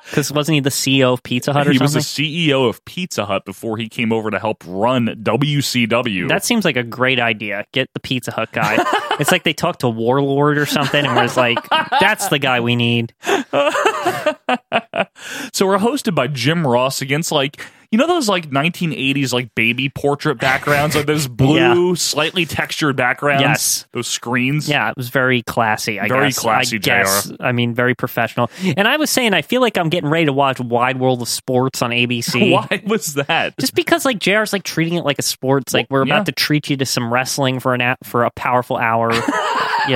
B: because wasn't he the CEO of Pizza Hut or
A: he was
B: something?
A: the CEO of Pizza Hut before he came over to help run WCW.
B: That seems like a great idea. Get the Pizza Hut guy. it's like they talked to Warlord or something, and was like, "That's the guy we need."
A: So we're hosted by Jim Ross against like you know those like 1980s like baby portrait backgrounds, like those blue, slightly textured backgrounds.
B: Yes.
A: those screens.
B: Yeah, it was very classy. I
A: Very
B: guess.
A: classy,
B: I guess.
A: JR.
B: I mean, very professional. And I was saying, I feel like I'm getting ready to watch Wide World of Sports on ABC.
A: Why was that?
B: Just because like JR's like treating it like a sport. It's like we're about
A: yeah.
B: to treat you to some wrestling for an ou- for a powerful hour. you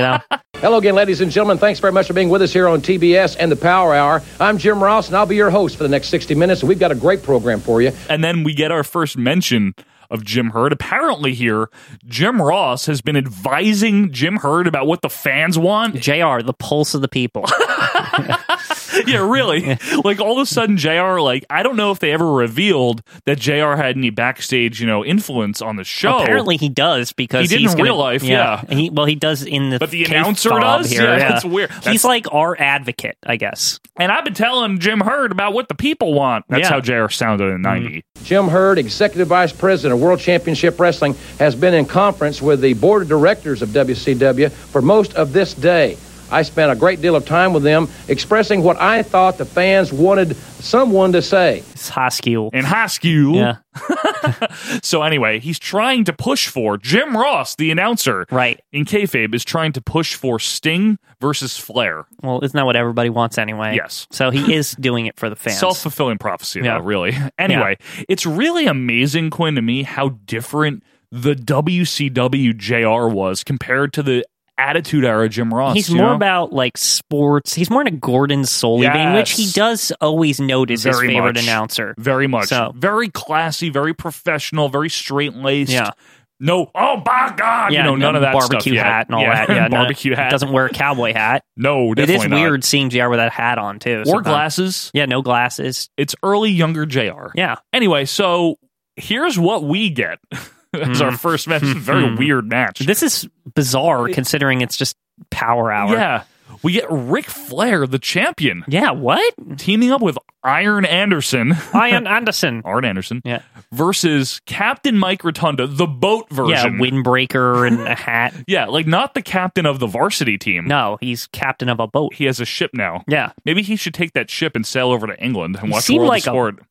B: know.
K: Hello again, ladies and gentlemen. Thanks very much for being with us here on TBS and the Power Hour. I'm Jim Ross, and I'll be your host for the next 60 minutes. And we've got a great program for you.
A: And then we get our first mention of Jim Hurd. Apparently, here, Jim Ross has been advising Jim Hurd about what the fans want.
B: JR, the pulse of the people.
A: yeah, really. Like, all of a sudden, JR, like, I don't know if they ever revealed that JR had any backstage, you know, influence on the show.
B: Apparently he does because
A: He did
B: he's
A: in
B: gonna-
A: real life, yeah.
B: He, well, he does in the
A: But the
B: case
A: announcer
B: fob
A: does?
B: Here,
A: Yeah, that's weird.
B: he's
A: That's-
B: like our advocate, I guess.
A: And I've been telling Jim Hurd about what the people want. That's
K: Yeah.
A: how JR sounded in
B: Mm-hmm.
A: 90.
K: Jim Hurd, Executive Vice President of World Championship Wrestling, has been in conference with the Board of Directors of WCW for most of this day. I spent a great deal of time with them expressing what I thought the fans wanted someone to say.
B: It's Hoskule.
A: And Hoskule.
B: Yeah.
A: So anyway, he's trying to push for Jim Ross, the announcer,
B: right?
A: In kayfabe, is trying to push for Sting versus Flair.
B: Well, isn't that what everybody wants anyway?
A: Yes.
B: So he is doing it for the fans.
A: Self fulfilling prophecy,
B: Yeah.
A: though, really. Anyway, it's really amazing, Quinn, to me how different the WCW JR was compared to the Attitude Era Jim Ross.
B: He's
A: you
B: more
A: know?
B: about like sports. He's more in a Gordon Soley vein, which he
A: Yes.
B: does always note is his
A: Very
B: favorite
A: much.
B: announcer.
A: Very much.
B: So-
A: Very classy, very professional, very straight laced.
B: Yeah.
A: No, oh, by God.
B: yeah,
A: you know, none of that stuff
B: barbecue
A: yet.
B: hat and all that. Yeah, none of-
A: barbecue hat.
B: doesn't wear a cowboy hat.
A: No,
B: it is
A: definitely not.
B: weird seeing Jr. with that hat on too,
A: or
B: sometimes.
A: glasses.
B: Yeah, no glasses.
A: It's early younger JR.
B: Yeah.
A: Anyway, so here's what we get as our
B: Mm.
A: first match. It's a very
B: Mhm.
A: weird match.
B: This is bizarre considering it's just power hour.
A: Yeah. We get Ric Flair, the champion.
B: Yeah, what?
A: Teaming up with Iron Anderson.
B: Iron Anderson.
A: Arn Anderson.
B: Yeah.
A: Versus Captain Mike Rotunda, the boat
B: Yeah,
A: version.
B: windbreaker and a hat.
A: Yeah, like not the captain of the varsity team.
B: No, he's captain of a boat.
A: He has a ship now.
B: Yeah.
A: Maybe he should take that ship and sail over to England and
B: He
A: watch
B: seemed
A: World
B: like
A: of Sport.
B: a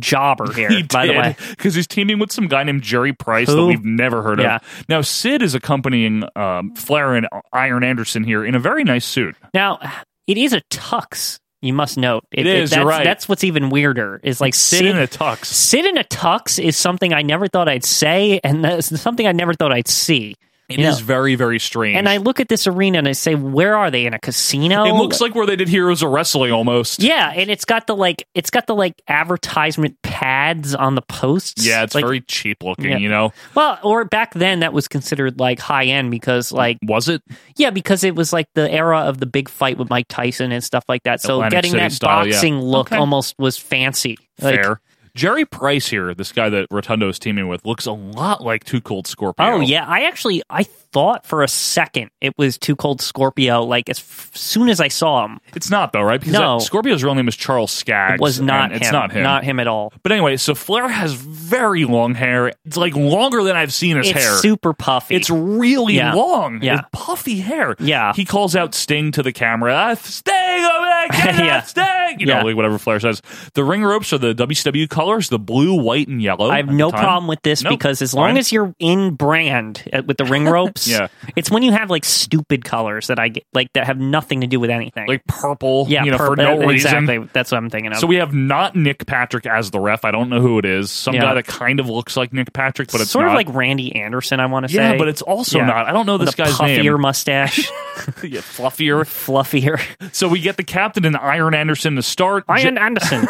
B: jobber here, by the way.
A: because he's teaming with some guy named Jerry Price that
B: Who?
A: we've never heard
B: Yeah.
A: of. Now Sid is accompanying um, Flair and Iron Anderson here in a very nice suit.
B: Now, it is a tux. You must note
A: It is,
B: that's,
A: you're right.
B: That's what's even weirder. Is like
A: Sit
B: Sid
A: in a tux.
B: Sit in a tux is something I never thought I'd say, and that's something I never thought I'd see.
A: It is
B: You know?
A: very very strange.
B: And I look at this arena and I say, "Where are they in a casino?"
A: it looks like where they did Heroes of Wrestling almost.
B: Yeah, and it's got the like it's got the like advertisement pads on the posts.
A: Yeah, it's
B: Like,
A: very cheap looking.
B: Yeah.
A: You know,
B: well, or back then that was considered like high end because like
A: was it?
B: Yeah, because it was like the era of the big fight with Mike Tyson and stuff like that. So
A: Atlantic
B: getting
A: City
B: that
A: style, yeah.
B: boxing look
A: Okay.
B: almost was fancy. Like,
A: fair. Jerry Price here, this guy that Rotundo is teaming with, looks a lot like Two Cold Scorpio.
B: Oh yeah, I actually I thought for a second it was Too Cold Scorpio. Like as f- soon as I saw him,
A: It's not though, right? Because
B: No.
A: that- Scorpio's real name is Charles Skaggs.
B: it was not
A: and
B: him.
A: It's not him.
B: Not him at all.
A: But anyway, so Flair has very long hair. It's like longer than I've seen his
B: it's
A: hair.
B: super puffy.
A: It's really
B: Yeah.
A: long.
B: Yeah.
A: It's puffy hair.
B: Yeah.
A: He calls out Sting to the camera. "Ah, Sting over there, Sting! Get it
B: Yeah.
A: out, Sting! You know,
B: Yeah.
A: like whatever Flair says. The ring ropes are the WCW colors, the blue, white, and yellow.
B: I have
A: Oh, at the
B: no
A: time.
B: problem with this
A: No,
B: because as
A: fine.
B: long as you're in brand at- with the ring ropes,
A: Yeah.
B: it's when you have like stupid colors that I get, like that have nothing to do with anything, like
A: purple,
B: yeah,
A: you know, for
B: purple,
A: no reason.
B: exactly. That's what I'm thinking of.
A: So we have not Nick Patrick as the ref. I don't know who it is. Some
B: Yeah.
A: guy that kind of looks like Nick Patrick, but it's
B: sort
A: not.
B: of like Randy Anderson, I want to
A: Yeah,
B: say,
A: but it's also
B: Yeah.
A: not. I don't know
B: With
A: this
B: a
A: guy's
B: puffier
A: name.
B: mustache,
A: yeah, fluffier,
B: fluffier.
A: So we get the captain and Iron Anderson to start.
B: Iron Anderson.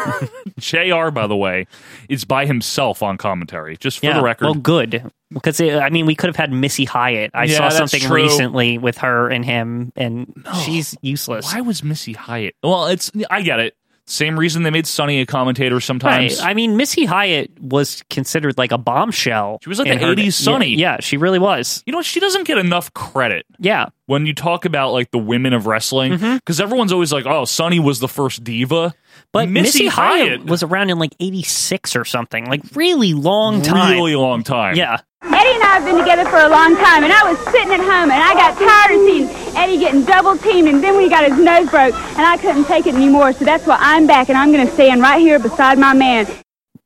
A: JR, by the way, is by himself on commentary, just for
B: yeah.
A: the record.
B: well, good because it, I mean we could have had Missy Hyatt. I
A: Yeah,
B: saw
A: that's
B: something
A: true.
B: recently with her and him, and she's useless.
A: Why was Missy Hyatt? Well, it's I get it. Same reason they made Sonny a commentator sometimes.
B: Right. I mean, Missy Hyatt was considered like a bombshell. She
A: was like the 80s Sonny.
B: Yeah, yeah, she really was.
A: you know, she doesn't get enough credit.
B: Yeah.
A: When you talk about like the women of wrestling,
B: Mm-hmm.
A: because everyone's always like, "Oh, Sonny was the first diva,"
B: But Missy, Hyatt, was around in like 86 or something, like really long time.
A: really long time.
B: Yeah.
L: Eddie and I have been together for a long time, and I was sitting at home, and I got tired of seeing Eddie getting double teamed, and then when he got his nose broke, and I couldn't take it anymore, so that's why I'm back, and I'm going to stand right here beside my man.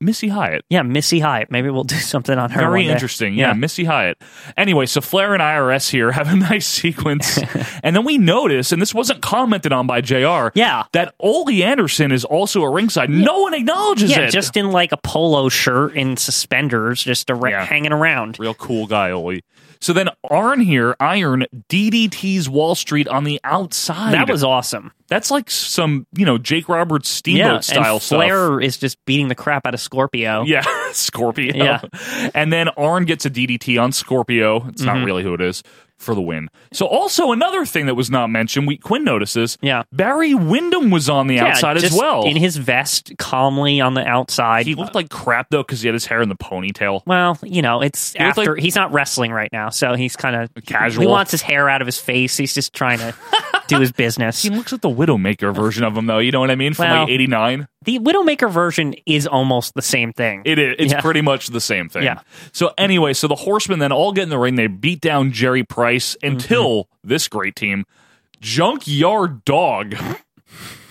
A: Missy Hyatt.
B: Yeah, Missy Hyatt. Maybe we'll do something on her.
A: Very
B: one day.
A: interesting. Yeah. Missy Hyatt. Anyway, so Flair and IRS here have a nice sequence. and then we notice, and this wasn't commented on by JR,
B: yeah.
A: that Ole Anderson is also a ringside. No one acknowledges
B: Yeah,
A: it.
B: just in like a polo shirt and suspenders, just ar- hanging around.
A: Real cool guy, Ole. So then Arn here, Iron, DDT's Wall Street on the outside.
B: That was awesome.
A: That's like some, you know, Jake Roberts Steamboat
B: yeah,
A: style
B: and Flair
A: stuff.
B: is just beating the crap out of Scorpio.
A: Yeah, Scorpio.
B: Yeah.
A: And then Arn gets a DDT on Scorpio. It's not
B: Mhm.
A: really who it is for the win. So also another thing that was not mentioned, we Quinn notices.
B: Yeah.
A: Barry Windham was on the
B: Yeah,
A: outside as
B: just
A: well.
B: in his vest, calmly on the outside.
A: he looked like crap though because he had his hair in the ponytail.
B: Well, you know, it's
A: He looked
B: after
A: like-
B: he's not wrestling right now, so he's kind of
A: Casual.
B: He wants his hair out of his face. He's just trying to do his business.
A: He looks like the Widowmaker version of him though, you know what I mean? From like
B: Well,
A: 89.
B: The Widowmaker version is almost the same thing.
A: It is. It's
B: Yeah.
A: pretty much the same thing.
B: Yeah.
A: So anyway, so the Horsemen then all get in the ring. They beat down Jerry Price until
B: Mm-hmm.
A: this great team, Junkyard Dog,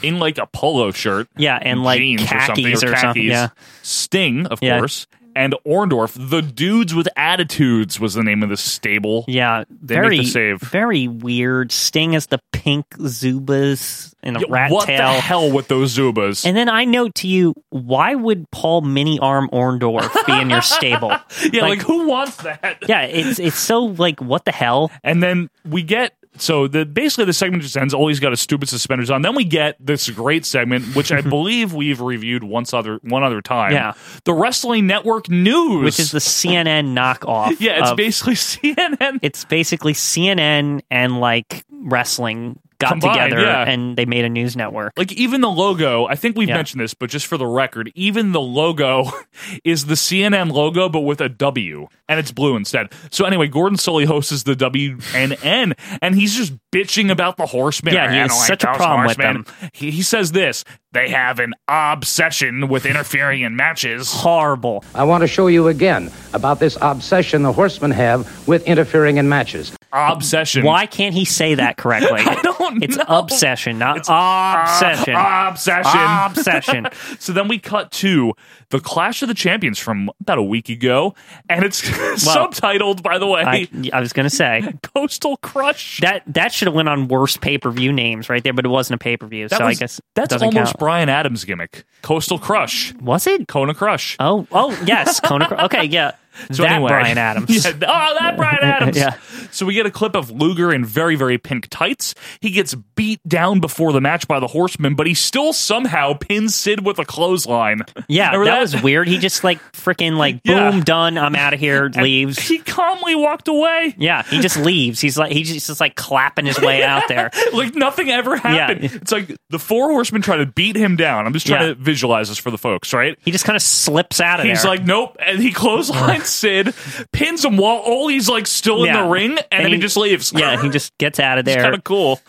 A: in like a polo shirt.
B: Yeah, and like
A: jeans
B: khakis or something, yeah.
A: Sting, of
B: Yeah.
A: course, and Orndorff. The dudes with attitudes was the name of the stable.
B: Yeah,
A: They make the
B: very
A: save.
B: very weird. Sting is the pink Zubas and a
A: Yeah,
B: rat
A: what
B: tail.
A: the hell with those Zubas?
B: And then I note to you, why would Paul Mini Arm Orndorff be in your stable?
A: yeah, like who wants that?
B: yeah, it's it's so like what the hell?
A: And then we get so the basically the segment just ends. Always got his stupid suspenders on. Then we get this great segment, which I believe we've reviewed once other one other time.
B: Yeah.
A: the Wrestling Network news,
B: which is the CNN knockoff.
A: yeah, it's
B: of-
A: basically CNN.
B: it's basically CNN and like wrestling got
A: Combined,
B: together
A: yeah.
B: and they made a news network.
A: Like even the logo, I think we've
B: Yeah.
A: mentioned this, but just for the record, even the logo is the CNN logo, but with a W, and it's blue instead. So anyway, Gordon Sully hosts the WNN, and he's just bitching about the Horsemen.
B: Yeah, he
A: I
B: has
A: don't like
B: such a
A: those
B: problem with
A: Horsemen. He, he says this: they have an obsession with interfering in matches.
B: Horrible.
M: I want to show you again about this obsession the horsemen have with interfering in matches.
A: Obsession.
B: Why can't he say that correctly? I
A: don't
B: it's obsession, not obsession.
A: Obsession.
B: Obsession.
A: so then we cut to the Clash of the Champions from about a week ago, and it's subtitled, by the way.
B: I, I was gonna say
A: Coastal Crush.
B: that that should have went on worst pay per view names right there, but it wasn't a pay per view, so
A: That
B: I
A: was-
B: guess it
A: that's
B: doesn't
A: almost
B: count.
A: Brian Adams' gimmick. Coastal Crush
B: was it
A: Kona Crush?
B: Oh, oh yes, Kona. Cro- okay, yeah,
A: So
B: that
A: anyway,
B: Brian Adams.
A: Yeah, oh, that Brian Adams.
B: Yeah.
A: So we get a clip of Luger in very, very pink tights. He gets beat down before the match by the Horseman, but he still somehow pins Sid with a clothesline.
B: Yeah,
A: Remember
B: that, was weird. He just like freaking like
A: Yeah.
B: boom, done. I'm out of here. Leaves.
A: He calmly walked away.
B: Yeah, he just leaves. He's like he's just like clapping his way out there.
A: like nothing ever happened.
B: Yeah.
A: It's like the four horsemen try to beat him down. I'm just trying to
B: Yeah.
A: visualize this for the folks, right?
B: He just kind of slips out of
A: He's
B: there.
A: like, nope, and he clotheslines Sid, pins him while Ole's like still in
B: Yeah.
A: the ring, and,
B: And
A: then he,
B: he-
A: just leaves.
B: yeah, he just gets out of
A: it's
B: there.
A: kind of cool.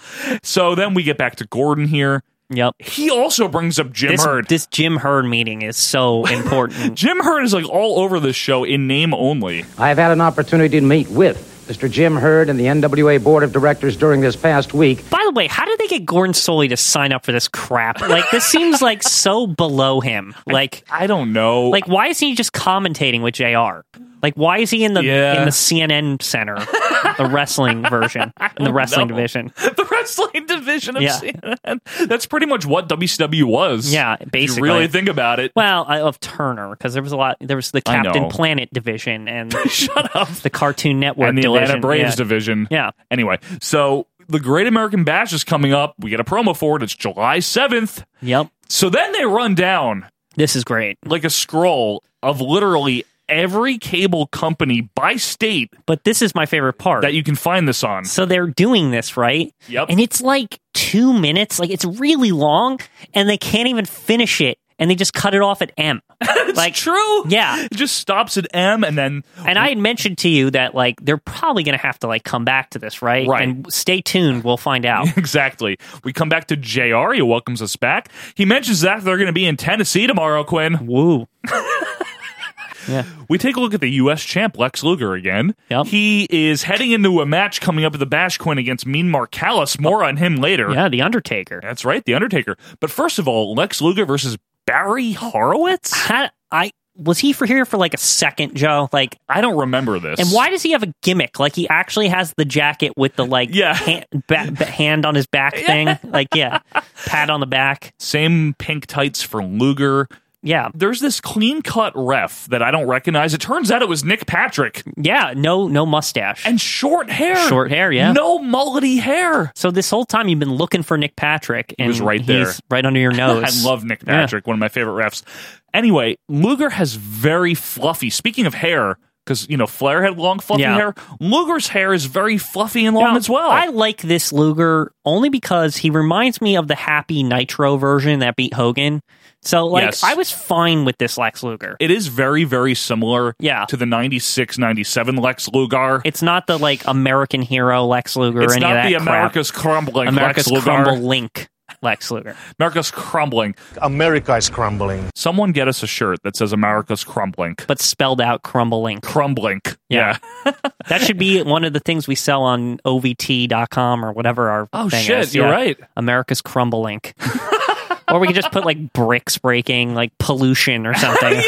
A: So then we get back to Gordon here.
B: Yep.
A: He also brings up Jim
B: this,
A: Hurd.
B: this Jim Hurd meeting is so important.
A: Jim Hurd is like all over this show in name only.
M: I have had an opportunity to meet with Mr. Jim Hurd and the NWA Board of Directors during this past week.
B: By the way, how did they get Gordon Soley to sign up for this crap? Like, this seems like so below him. Like,
A: I, don't know.
B: Like, why isn't he just commentating with Jr. Like, why is he in the
A: Yeah.
B: in the CNN center, the wrestling version, in the wrestling
A: know.
B: division?
A: the wrestling division of
B: Yeah.
A: CNN. That's pretty much what WCW was.
B: Yeah,
A: if
B: basically.
A: you really think about it.
B: Well, I love Turner because there was a lot. There was the
A: I know.
B: Captain Planet division and
A: Shut up.
B: the Cartoon Network
A: and the
B: division.
A: Atlanta Braves
B: Yeah.
A: division.
B: Yeah.
A: Anyway, so the Great American Bash is coming up. We get a promo for it. It's July seventh.
B: Yep.
A: So then they run down
B: This is great.
A: like a scroll of literally every cable company by state
B: But this is my favorite part.
A: that you can find this on.
B: So they're doing this, right?
A: Yep.
B: And it's like two minutes. Like it's really long, and they can't even finish it, and they just cut it off at M. like
A: true.
B: Yeah.
A: It just stops at M and then
B: And I had mentioned to you that like they're probably going to have to like come back to this, right?
A: Right.
B: And stay tuned. We'll find out.
A: Exactly. We come back to JR. He welcomes us back. He mentions that they're going to be in Tennessee tomorrow, Quinn.
B: Woo. yeah.
A: We take a look at the U.S. champ, Lex Luger, again.
B: Yep.
A: He is heading into a match coming up at the Bash Quinn against Mean Mark Callis. More on him later.
B: Yeah. The Undertaker.
A: That's right, The Undertaker. But first of all, Lex Luger versus Barry Horowitz?
B: How, I was he for here for like a second, Joe. Like
A: I don't remember this.
B: And why does he have a gimmick? Like he actually has the jacket with the like
A: Yeah.
B: hand, ba- ba- hand on his back thing. Like yeah, pat on the back.
A: Same pink tights for Luger.
B: Yeah,
A: There's this clean cut ref that I don't recognize. It turns out it was Nick Patrick
B: yeah. No, no mustache.
A: and short hair.
B: Short hair, yeah.
A: No mullety hair.
B: so this whole time you've been looking for Nick Patrick, and
A: was right there.
B: he's right under your nose.
A: I love Nick
B: Yeah.
A: Patrick, one of my favorite refs. Anyway, Luger has very fluffy. Speaking of hair, because you know Flair had long fluffy
B: Yeah.
A: hair. Luger's hair is very fluffy and long
B: Now,
A: as well.
B: I like this Luger only because he reminds me of the happy Nitro version that beat Hogan. So like
A: Yes.
B: I was fine with this Lex Luger.
A: it is very very similar
B: Yeah.
A: to the 96 97 Lex Lugar.
B: It's not the like American hero Lex Luger or
A: it's
B: any
A: not
B: of that
A: the
B: crap.
A: America's crumbling
B: America's
A: Lex Lugar.
B: crumble link Lex Luger.
A: America's crumbling.
S: America is crumbling.
A: Someone get us a shirt that says America's crumbling.
B: but spelled out crumble link.
A: Crumbling.
B: Yeah. that should be one of the things we sell on OVT.com or whatever our
A: Oh,
B: thing
A: shit,
B: is.
A: you're right.
B: America's crumble link. or we could just put like bricks breaking, like pollution or something.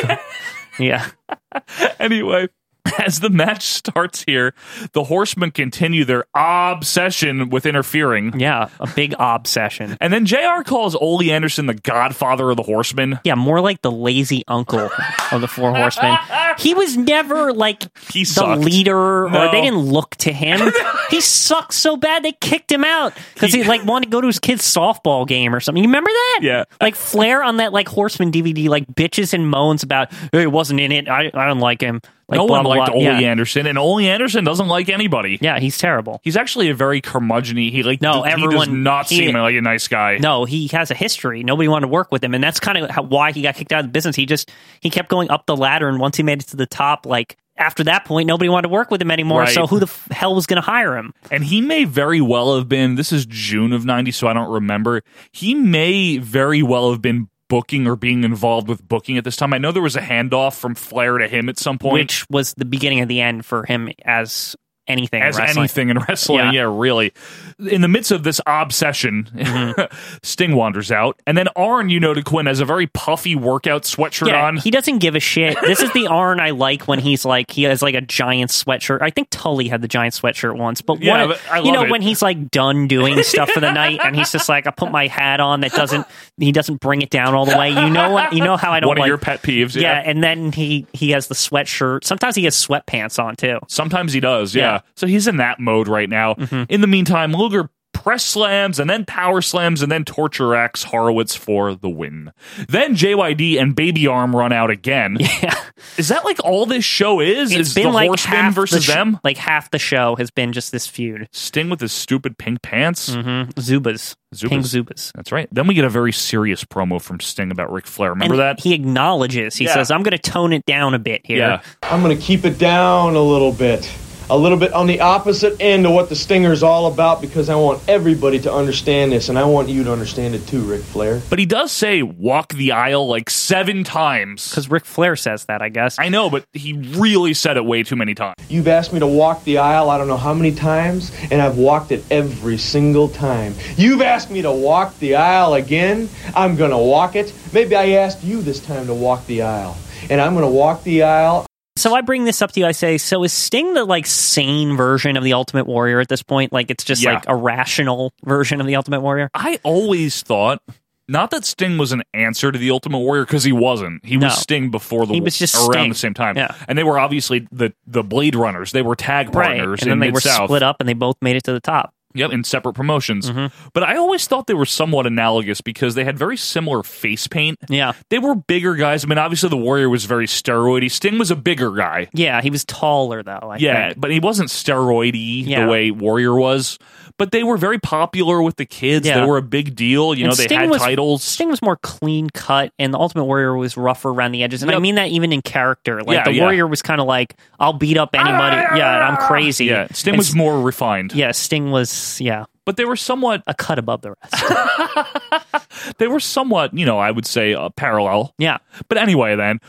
B: yeah.
A: anyway, as the match starts here, the horsemen continue their obsession with interfering.
B: Yeah. A big obsession.
A: And then JR calls Ole Anderson the godfather of the horsemen.
B: Yeah, more like the lazy uncle of the Four Horsemen. He was never like
A: He
B: the
A: sucked.
B: leader,
A: No.
B: or they didn't look to him. he sucked so bad they kicked him out because he,
A: He-
B: like wanted to go to his kid's softball game or something. You remember that?
A: Yeah.
B: Like Flair on that like Horseman DVD, like bitches and moans about hey, he wasn't in it. I I don't like him. Like,
A: no
B: blah,
A: one
B: blah,
A: liked
B: blah.
A: Ole
B: Yeah.
A: Anderson, and Ole Anderson doesn't like anybody.
B: yeah, he's terrible.
A: He's actually a very curmudgeon He like
B: No,
A: he does
B: everyone-
A: not
B: he-
A: seem like a nice guy.
B: No, he has a history. Nobody wanted to work with him, and that's kind of how, why he got kicked out of the business. He just he kept going up the ladder, and once he made it to the top, like after that point, nobody wanted to work with him anymore.
A: Right.
B: So who the f- hell was going to hire him?
A: And he may very well have been this is June of ninety, so I don't remember. He may very well have been booking or being involved with booking at this time. I know there was a handoff from Flair to him at some point.
B: which was the beginning of the end for him as anything. in
A: as
B: wrestling.
A: anything in wrestling. Yeah.
B: Yeah.
A: really. In the midst of this obsession, Sting wanders out, and then Arn, you know, to Quinn has a very puffy workout sweatshirt
B: Yeah,
A: on.
B: he doesn't give a shit. This is the Arn I like when he's like he has like a giant sweatshirt. I think Tully had the giant sweatshirt once, but
A: Yeah,
B: one,
A: but I
B: you
A: love
B: know
A: it.
B: when he's like done doing stuff for the night and he's just like I put my hat on that doesn't he doesn't bring it down all the way. You know what? You know how I don't
A: One of
B: like
A: your pet peeves,
B: Yeah,
A: yeah.
B: and then he he has the sweatshirt. Sometimes he has sweatpants on too.
A: Sometimes he does, yeah.
B: Yeah. Mm-hmm.
A: So he's in that mode right now. In the meantime, Luger press slams and then power slams and then torture racks Horowitz for the win. Then JYD and Baby Arm run out again.
B: Yeah.
A: Is that like all this show is?
B: It's
A: is
B: been
A: the
B: like
A: Horsemen
B: half the
A: versus
B: sh-
A: them?
B: Like half the show has been just this feud.
A: Sting with his stupid pink pants.
B: Mm-hmm. Zubas.
A: Zubas.
B: Pink Zubas.
A: That's right. Then we get a very serious promo from Sting about Ric Flair. Remember
B: And
A: that?
B: He acknowledges. He
A: Yeah.
B: says, I'm going to tone it down a bit here.
A: yeah.
N: I'm going to keep it down a little bit. a little bit on the opposite end of what the stinger is all about because I want everybody to understand this and I want you to understand it too, Ric Flair.
A: But he does say walk the aisle like seven times. Because
B: Ric Flair says that, I guess.
A: I know, but he really said it way too many times.
N: You've asked me to walk the aisle I don't know how many times, and I've walked it every single time. You've asked me to walk the aisle again, I'm gonna walk it. Maybe I asked you this time to walk the aisle, and I'm gonna walk the aisle.
B: So I bring this up to you. I say, so is Sting the like sane version of the Ultimate Warrior at this point? Like it's just
A: Yeah.
B: like a rational version of the Ultimate Warrior.
A: I always thought not that Sting was an answer to the Ultimate Warrior because he wasn't. He was
B: No.
A: Sting before the
B: He
A: wa-
B: was just
A: around
B: Sting.
A: the same time.
B: Yeah.
A: and they were obviously the the Blade Runners. They were tag
B: Right,
A: partners,
B: and then
A: in
B: they were
A: Mid-South.
B: split up, and they both made it to the top.
A: Yep, in separate promotions.
B: Mm-hmm.
A: But I always thought they were somewhat analogous because they had very similar face paint.
B: Yeah.
A: They were bigger guys. I mean, obviously the Warrior was very steroidy. Sting was a bigger guy.
B: Yeah, he was taller though. I
A: yeah,
B: think.
A: but he wasn't steroidy
B: Yeah.
A: the way Warrior was. But they were very popular with the kids.
B: Yeah.
A: They were a big deal. You
B: And
A: know, they
B: Sting
A: had
B: was-
A: titles.
B: Sting was more clean cut, and the Ultimate Warrior was rougher around the edges. And I
A: Yep.
B: mean that even in character. Like
A: Yeah,
B: the
A: yeah.
B: Warrior was kind of like, I'll beat up anybody. yeah, and I'm crazy.
A: Yeah, Sting
B: And
A: was
B: S-
A: more refined.
B: Yeah, Sting was. Yeah,
A: but they were somewhat
B: a cut above the rest.
A: They were somewhat, you know, I would say uh, parallel.
B: Yeah.
A: But anyway, then,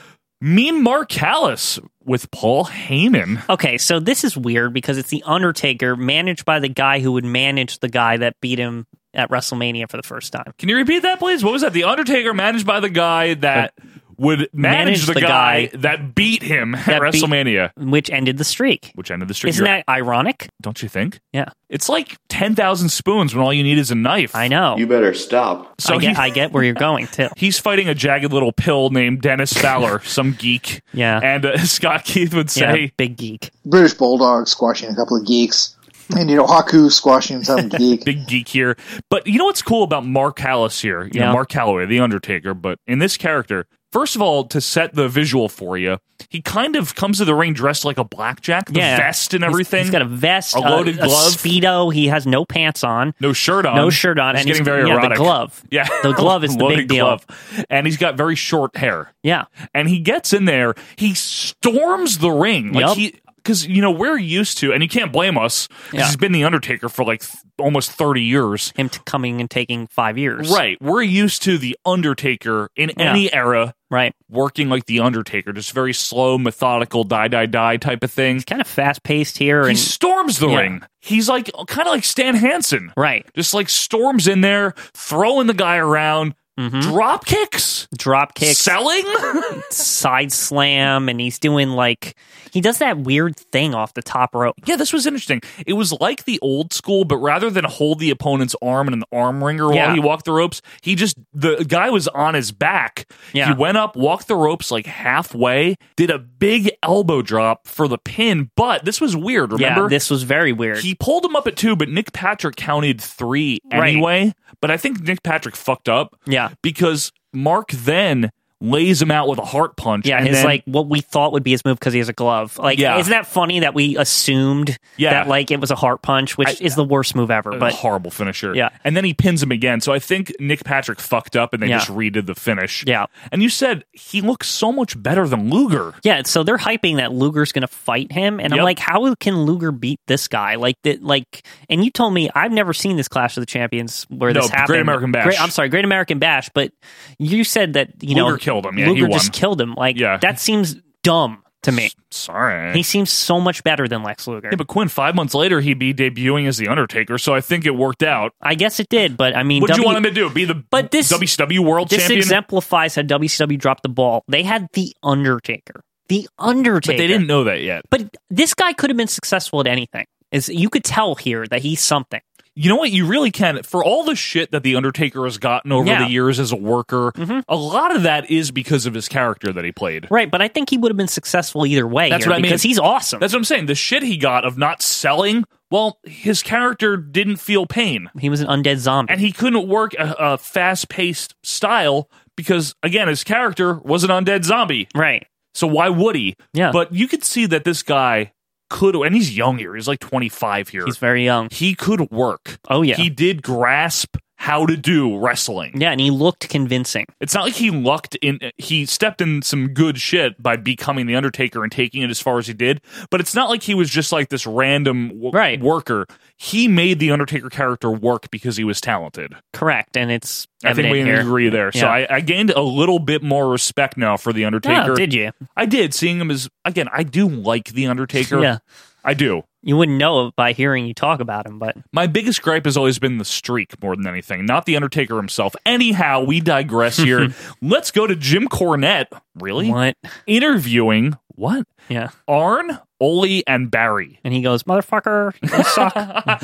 A: Mean Marcalis with Paul Heyman.
B: Okay, so this is weird because it's the Undertaker managed by the guy who would manage the guy that beat him at WrestleMania for the first time.
A: Can you repeat that, please? What was that? The Undertaker managed by the guy that would manage,
B: Uh, managed
A: the,
B: the
A: guy,
B: guy
A: that beat him at
B: that beat-
A: WrestleMania,
B: which ended the streak.
A: which ended the streak.
B: Isn't
A: You're-
B: that ironic?
A: Don't you think?
B: Yeah,
A: It's like 10,000 spoons when all you need is a knife. I
B: know.
A: You better stop.
B: I get- I get where you're going, too.
A: He's fighting a jagged little pill named Dennis Fowler, some geek.
B: Yeah.
A: And uh, Scott Keith would
B: Yeah,
A: say,
B: big geek.
O: British Bulldog squashing a couple of geeks. And, you know, Haku squashing some geek.
A: Big geek here. But you know what's cool about Mark Callis here? You know,
O: Yeah.
A: Mark Calloway, the Undertaker, but in this character, first of all, to set the visual for you, he kind of comes to the ring dressed like a blackjack, the
B: Yeah.
A: vest and
B: He's-
A: everything.
B: he's got a vest,
A: a loaded
B: a
A: glove.
B: speedo. He has no pants on,
A: no shirt on.
B: no shirt on,
A: It's
B: and
A: getting
B: he's
A: very
B: yeah,
A: erotic.
B: The glove,
A: Yeah.
B: the glove is the
A: Loaded
B: big deal.
A: glove. And he's got very short hair.
B: Yeah.
A: And he gets in there, he storms the ring. Like
B: Yup.
A: he because you know we're used to, and you can't blame us. 'cause
B: Yeah.
A: He's been the Undertaker for like th- almost thirty years.
B: Him t- coming and taking five years,
A: Right. We're used to the Undertaker in
B: Yeah.
A: any era.
B: Right.
A: Working like the Undertaker, just very slow, methodical, die, die, die type of thing. He's
B: kind of fast paced here.
A: He
B: and-
A: storms the
B: Yeah.
A: ring. He's like kind of like Stan Hansen.
B: Right.
A: Just like storms in there, throwing the guy around, drop kicks.
B: drop Mm-hmm. kicks,
A: Selling?
B: side slam, and he's doing like he does that weird thing off the top rope.
A: Yeah, this was interesting. It was like the old school, but rather than hold the opponent's arm in an arm wringer while
B: Yeah.
A: he walked the ropes, he just the guy was on his back.
B: Yeah.
A: He went up, walked the ropes like halfway, did a big elbow drop for the pin, but this was weird, remember?
B: Yeah, this was very weird.
A: he pulled him up at two, but Nick Patrick counted three
B: Right.
A: anyway. But I think Nick Patrick fucked up.
B: Yeah.
A: Because Mark then lays him out with a heart punch.
B: yeah,
A: and
B: his
A: then-
B: like what we thought would be his move because he has a glove. Like,
A: Yeah.
B: isn't that funny that we assumed
A: Yeah.
B: that like it was a heart punch, which is the worst move ever? But
A: a horrible finisher.
B: Yeah.
A: And then he pins him again. So I think Nick Patrick fucked up and they
B: Yeah.
A: just redid the finish.
B: Yeah.
A: And you said he looks so much better than Luger.
B: Yeah, so they're hyping that Luger's going to fight him, and
A: Yep.
B: I'm like, how can Luger beat this guy? Like that, like, and you told me I've never seen this Clash of the Champions where
A: No,
B: this
A: Great
B: happened.
A: American Bash.
B: Great- I'm sorry, Great American Bash, but you said that you know
A: Luger killed him. Yeah, he
B: Luger
A: won.
B: just killed him. Like that seems dumb to me.
A: Sorry.
B: He seems so much better than Lex Luger.
A: yeah, but Quinn, five months later, he'd be debuting as The Undertaker. So I think it worked out.
B: I guess it did, but I mean,
A: what do you
B: W-
A: want him to do? Be the
B: But this
A: WCW World
B: this
A: Champion?
B: exemplifies how WCW dropped the ball. They had the Undertaker, the Undertaker,
A: but they didn't know that yet.
B: But this guy could have been successful at anything. Is you could tell here that he's something.
A: you know what? You really can. For all the shit that The Undertaker has gotten over
B: Yeah. Mm-hmm.
A: the years as a worker, a lot of that is because of his character that he played.
B: Right, but I think he would have been successful either way.
A: That's
B: here
A: what I mean.
B: Because he's awesome.
A: That's what I'm saying. The shit he got of not selling, well, his character didn't feel pain.
B: He was an undead zombie.
A: And he couldn't work a, a fast paced style because, again, his character was an undead zombie.
B: Right.
A: So why would he?
B: Yeah.
A: But you could see that this guy could, and he's young here. He's like 25 here.
B: He's very young.
A: He could work.
B: Oh, yeah.
A: He did grasp how to do wrestling.
B: Yeah, and he looked convincing.
A: It's not like he lucked in, he stepped in some good shit by becoming The Undertaker and taking it as far as he did, but it's not like he was just like this random w- worker. He made The Undertaker character work because he was talented.
B: Correct, and it's
A: I think
B: evident
A: we
B: here.
A: agree there. So
B: Yeah.
A: I, I gained a little bit more respect now for the Undertaker.
B: Oh, did you?
A: I did. Seeing him as again, I do like the Undertaker.
B: Yeah.
A: I do.
B: You wouldn't know it by hearing you talk about him, but
A: My biggest gripe has always been the streak more than anything, not the Undertaker himself. Anyhow, we digress here. Let's go to Jim Cornette. Really?
B: What?
A: Interviewing what?
B: Yeah.
A: Arn, Ole, and Barry.
B: And he goes, motherfucker, you suck.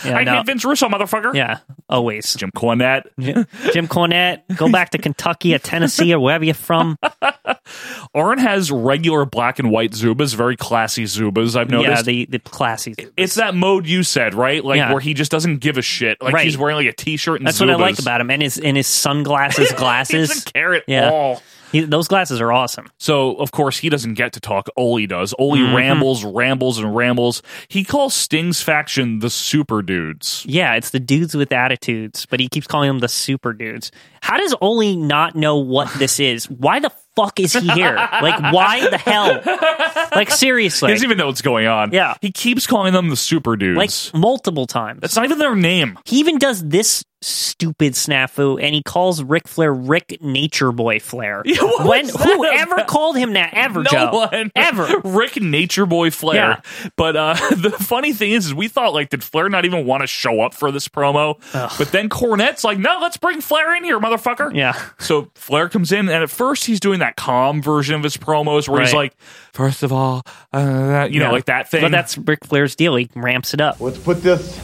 B: Yeah,
A: I
B: no.
A: hate Vince Russo, motherfucker.
B: Yeah, always.
A: Jim Cornette.
B: Jim, Cornette, go back to Kentucky or Tennessee or wherever you're from.
A: Arn has regular black and white Zubas, very classy Zubas. I've noticed.
B: Yeah, the, the classy.
A: It's that mode you said, right? Like
B: Yeah.
A: where he just doesn't give a shit. Like
B: Right.
A: he's wearing like a t-shirt and
B: That's what I
A: Zubas.
B: like about him. And his and his sunglasses, glasses.
A: He's a carrot
B: yeah.
A: all.
B: He, those glasses are awesome.
A: So of course he doesn't get to talk. Ole does. Ole
B: Mhm.
A: rambles, rambles, and rambles. He calls Sting's faction the Super Dudes.
B: Yeah, it's the dudes with attitudes, but he keeps calling them the super dudes. How does Oli not know what this is? Why the fuck is he here? Like, why the hell? Like, seriously.
A: He doesn't even know what's going on.
B: Yeah.
A: He keeps calling them the Super Dudes.
B: Like, multiple times.
A: That's not even their name.
B: He even does this stupid snafu, and he calls Ric Flair Rick Nature Boy Flair.
A: Yeah, what
B: when
A: was that
B: whoever called him that ever,
A: no
B: Joe,
A: one
B: ever.
A: Rick Nature Boy Flair. But uh, the funny thing is, is we thought like, did Flair not even want to show up for this promo? But then Cornette's like, no, let's bring Flair in here, motherfucker.
B: Yeah.
A: So Flair comes in, and at first he's doing that calm version of his promos where he's
B: Right.
A: like, first of all, uh, you
B: Yeah.
A: know, like that thing.
B: But that's Ric Flair's deal. He ramps it up.
C: Let's put this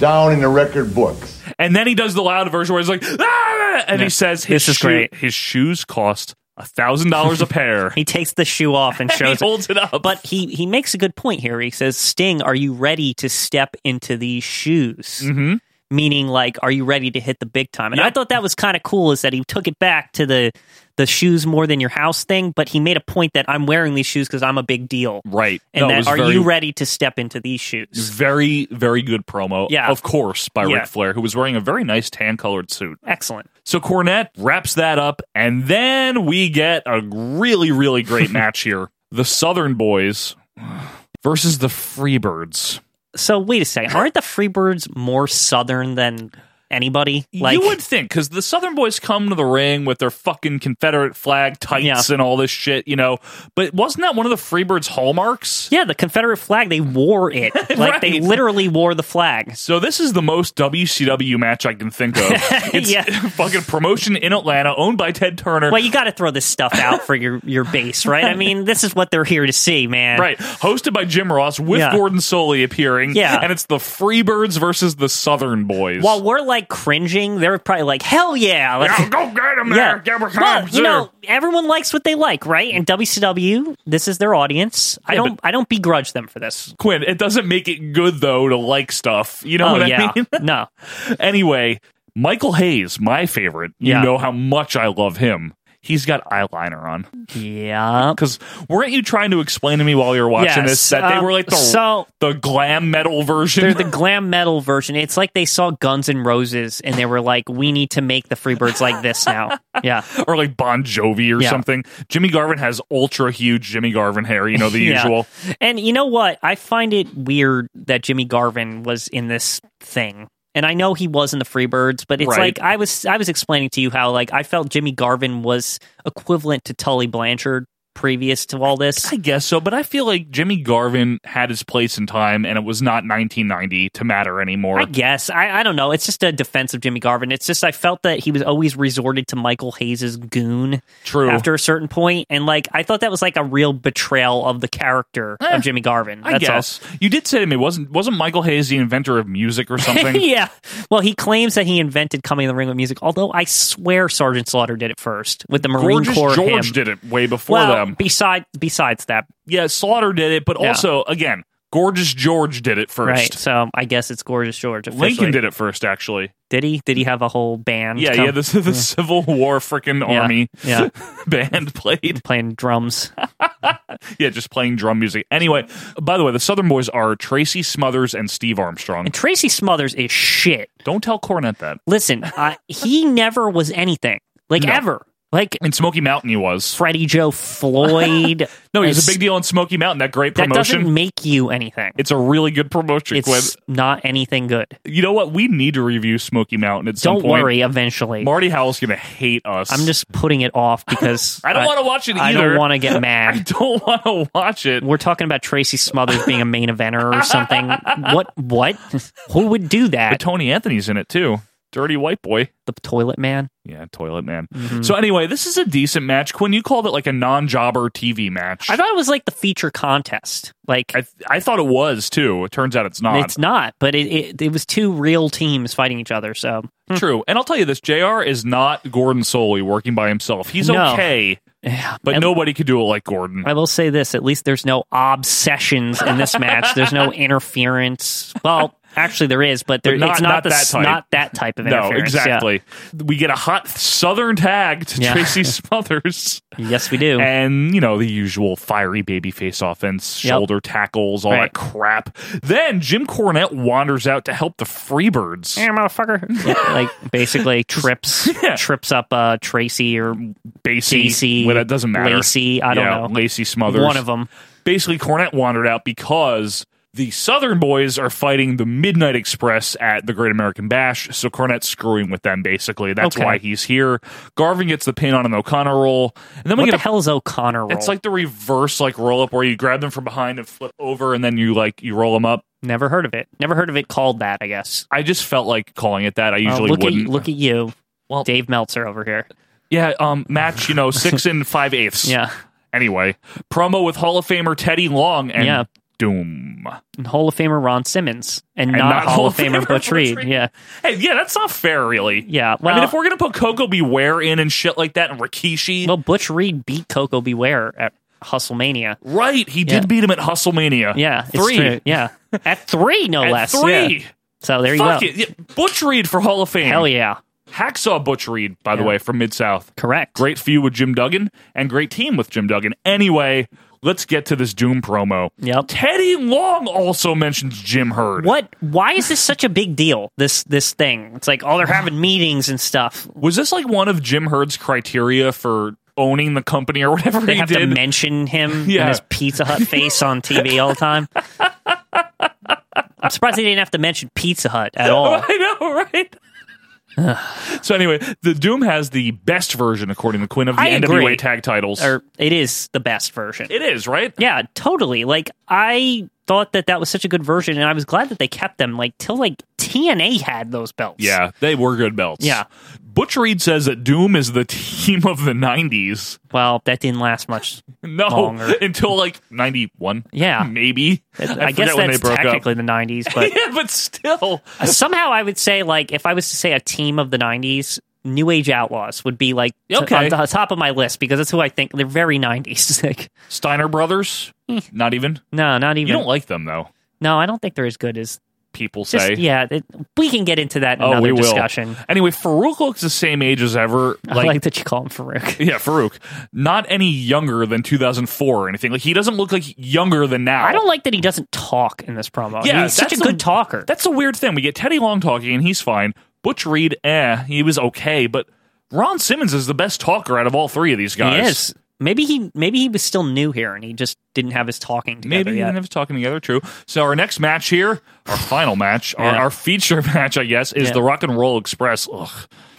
C: down in the record books.
A: and then he does the loud version where he's like, "Ah!" and
B: Yeah.
A: he says, his
B: This is
A: shoe-
B: great.
A: His shoes cost a thousand dollars a pair.
B: He takes the shoe off and
A: He
B: shows
A: holds it up.
B: But he he makes a good point here. He says, "Sting, are you ready to step into these shoes?"
A: Mm-hmm.
B: Meaning, like, are you ready to hit the big time? And I thought that was kind of cool. Is that he took it back to the the shoes more than your house thing, but he made a point that I'm wearing these shoes because I'm a big deal.
A: Right.
B: And
A: No, it
B: that
A: was
B: are
A: very-
B: you ready to step into these shoes?
A: Very, very good promo.
B: Yeah.
A: Of course, by
B: Yeah.
A: Ric Flair, who was wearing a very nice tan colored suit.
B: Excellent.
A: So Cornette wraps that up, and then we get a really, really great match here. The Southern Boys versus the Freebirds.
B: So wait a second. Aren't the Freebirds more southern than anybody? Like
A: you would think, because the Southern Boys come to the ring with their fucking Confederate flag tights
B: Yeah.
A: and all this shit, you know. But wasn't that one of the Freebirds' hallmarks?
B: Yeah, the Confederate flag, they wore it. Like they
A: Right.
B: literally wore the flag.
A: So this is the most WCW match I can think of. It's
B: Yeah.
A: fucking promotion in Atlanta, owned by Ted Turner.
B: Well, you got to throw this stuff out for your your base, right? I mean, this is what they're here to see, man.
A: Right, hosted by Jim Ross with
B: Yeah.
A: Gordon Soley appearing.
B: Yeah.
A: and it's the Freebirds versus the Southern Boys.
B: While we're like cringing, they're probably like, "Hell yeah!" Like,
A: Yeah, go get 'em there. Give 'em
B: well,
A: some
B: you know, everyone likes what they like, right? And WCW, this is their audience. I
A: Yeah,
B: don't, I don't begrudge them for this.
A: Quinn, it doesn't make it good though to like stuff. You know
B: Oh,
A: what I
B: yeah.
A: mean?
B: no.
A: Anyway, Michael Hayes, my favorite. You
B: Yeah.
A: know how much I love him. He's got eyeliner on.
B: Yeah.
A: Because weren't you trying to explain to me while you were watching
B: Yes,
A: this that they
B: um,
A: were like the
B: so-
A: the glam metal version?
B: They're the glam metal version. It's like they saw Guns N' Roses and they were like, "We need to make the Freebirds like this now." Yeah.
A: or like Bon Jovi or
B: Yeah.
A: something. Jimmy Garvin has ultra huge Jimmy Garvin hair, you know, the
B: Yeah.
A: usual.
B: And you know what? I find it weird that Jimmy Garvin was in this thing. And I know he was in the Freebirds, but it's
A: Right.
B: like I was I was explaining to you how like I felt Jimmy Garvin was equivalent to Tully Blanchard previous to all this.
A: I guess so, but I feel like Jimmy Garvin had his place in time and it was not 1990 to matter anymore.
B: I guess. I, I don't know. It's just a defense of Jimmy Garvin. It's just I felt that he was always resorted to Michael Hayes's goon
A: True.
B: after a certain point, And like I thought that was like a real betrayal of the character
A: Eh,
B: of Jimmy Garvin.
A: I
B: That's all.
A: guess you did say to me wasn't wasn't Michael Hayes the inventor of music or something?
B: yeah. Well, he claims that he invented coming in the ring with music, although I swear Sergeant Slaughter did it first with the Marine
A: Gorgeous
B: Corps.
A: George
B: hymn.
A: did it way before
B: well,
A: them.
B: Beside, besides that,
A: Yeah, Slaughter did it, but
B: Yeah.
A: also again, Gorgeous George did it first.
B: Right. So I guess it's Gorgeous George. Officially.
A: Lincoln did it first, actually.
B: Did he? Did he have a whole band?
A: Yeah,
B: come-
A: yeah. This is the Civil War freaking
B: Yeah,
A: army
B: yeah.
A: band played
B: playing drums.
A: yeah, just playing drum music. Anyway, by the way, the Southern Boys are Tracy Smothers and Steve Armstrong.
B: And Tracy Smothers is shit.
A: Don't tell Cornette that.
B: Listen, uh, he never was anything like
A: No.
B: ever. Like
A: in Smoky Mountain, he was
B: Freddie Joe Floyd.
A: no, he was
B: is-
A: a big deal in Smoky Mountain. That great
B: That
A: promotion.
B: doesn't make you anything.
A: it's a really good promotion.
B: It's
A: Quinn.
B: not anything good.
A: You know what? We need to review Smoky Mountain at some
B: Don't
A: point.
B: worry. Eventually,
A: Marty Howell's going to hate us.
B: I'm just putting it off because
A: I don't want to watch it either.
B: I don't want to get mad.
A: I don't want to watch it.
B: We're talking about Tracy Smothers being a main eventer or something. What? What? Who would
A: But
B: do that?
A: Tony Anthony's in it too. Dirty white boy.
B: The toilet man.
A: Yeah, toilet man.
B: Mm-hmm.
A: So anyway, this is a decent match. Quinn, you called it like a non-jobber TV match.
B: I thought it was like the feature contest. Like
A: I, I thought it was too. It turns out it's not.
B: it's not, but it, it it was two real teams fighting each other. So
A: True. And I'll tell you this, JR is not Gordon solely working by himself. He's
B: No.
A: okay. But
B: And-
A: nobody could do it like Gordon.
B: I will say this: at least there's no obsessions in this match. There's no interference. Well, actually, there is, but, there,
A: But not-
B: it's not,
A: not
B: the,
A: that
B: s-
A: type.
B: not that type of
A: No,
B: interference. yeah.
A: exactly. We get a hot Southern tag to
B: Yeah.
A: Tracy Smothers.
B: Yes, we do.
A: And, you know, the usual fiery babyface offense,
B: Yep.
A: shoulder tackles, all
B: Right.
A: that crap. Then Jim Cornette wanders out to help the Freebirds.
B: Hey, motherfucker! Yeah, like basically trips trips up uh, Tracy or
A: Basie.
B: Basie,
A: Well, that doesn't matter.
B: Lacey, I don't
A: Yeah,
B: know.
A: Lacey Smothers.
B: One of them.
A: Basically, Cornette wandered out because the Southern Boys are fighting the Midnight Express at the Great American Bash. So Cornette's screwing with them, basically. That's
B: Okay.
A: why he's here. Garvin gets the pin on an O'Connor roll. And then we
B: What
A: get
B: the
A: a
B: hell is O'Connor? Roll?
A: It's like the reverse like roll up where you grab them from behind and flip over and then you like you roll them up.
B: never heard of it. Never heard of it called that. I guess.
A: I just felt like calling it that. I usually
B: Oh, look
A: wouldn't.
B: At, look at you, Dave Meltzer over here.
A: yeah, um match, you know, 6 and 5 eighths.
B: Yeah.
A: Anyway, promo with Hall of Famer Teddy Long and
B: Yeah.
A: Doom.
B: And Hall of Famer Ron Simmons and, not, Hall of Famer Butch Reed. Yeah.
A: Hey, yeah, that's not fair, really.
B: Yeah. Well,
A: I mean, if we're gonna put Coco Beware in and shit like that, and Rikishi,
B: well, Butch Reed beat Coco Beware at Hustlemania.
A: right? He did
B: Yeah.
A: beat him at Hustlemania.
B: Yeah. it's
A: three.
B: true. Yeah. At three, no
A: At
B: less.
A: three.
B: Yeah. So there you
A: Fuck
B: go.
A: it. Yeah, Butch Reed for Hall of Fame.
B: Hell yeah.
A: Hacksaw Butch Reed, by the way, from Mid South.
B: Correct.
A: Great feud with Jim Duggan and great team with Jim Duggan. Anyway, let's get to this Doom promo.
B: Yep.
A: Teddy Long also mentions Jim Hurd.
B: What? Why is this such a big deal? This this thing. It's like, oh, they're having meetings and stuff.
A: Was this like one of Jim Hurd's criteria for owning the company or whatever
B: They
A: he
B: have
A: did?
B: to mention him
A: Yeah.
B: and his Pizza Hut face on TV all the time. I'm surprised they didn't have to mention Pizza Hut at all.
A: I know, right? so anyway, the Doom has the best version, according to Quinn, of the
B: I
A: NWA
B: agree. Er,
A: tag titles.
B: Or it is the best version.
A: it is right.
B: Yeah, totally. Like I thought that that was such a good version, and I was glad that they kept them. Like till like TNA had those belts.
A: Yeah, they were good belts.
B: Yeah.
A: Butch Reed says that Doom is the team of the '90s.
B: Well, that didn't last much.
A: No,
B: Longer.
A: until like '91.
B: Yeah.
A: maybe.
B: I, guess
A: forget when
B: that's
A: they broke up.
B: technically the '90s, but
A: yeah, but still,
B: Uh, somehow I would say like if I was to say a team of the '90s. New Age Outlaws would be like t-
A: Okay.
B: on the top of my list because that's who I think they're very '90s. Like,
A: Steiner Brothers.
B: Hmm.
A: Not even.
B: no, not even.
A: You don't like them though.
B: no, I don't think they're as good as.
A: People
B: Just
A: say.
B: yeah, it, we can get into that in
A: Oh,
B: another
A: we will.
B: discussion.
A: Anyway, Farouk looks the same age as ever.
B: I like that you call him Farouk.
A: Yeah, Farouk. Not any younger than 2004 or anything. Like he doesn't look like younger than now.
B: I don't like that he doesn't talk in this promo.
A: Yeah,
B: he's such a
A: that's
B: good talker.
A: That's a weird thing. We get Teddy Long talking and he's fine. Butch Reed, eh, he was okay, but Ron Simmons is the best talker out of all three of these guys.
B: He is. Maybe he maybe he was still new here and he just didn't have his talking together
A: Maybe
B: yet.
A: even if it's talking together, true. So our next match here, our final match, our,
B: Yeah.
A: our feature match, I guess, is
B: Yeah.
A: the Rock and Roll Express. Ugh,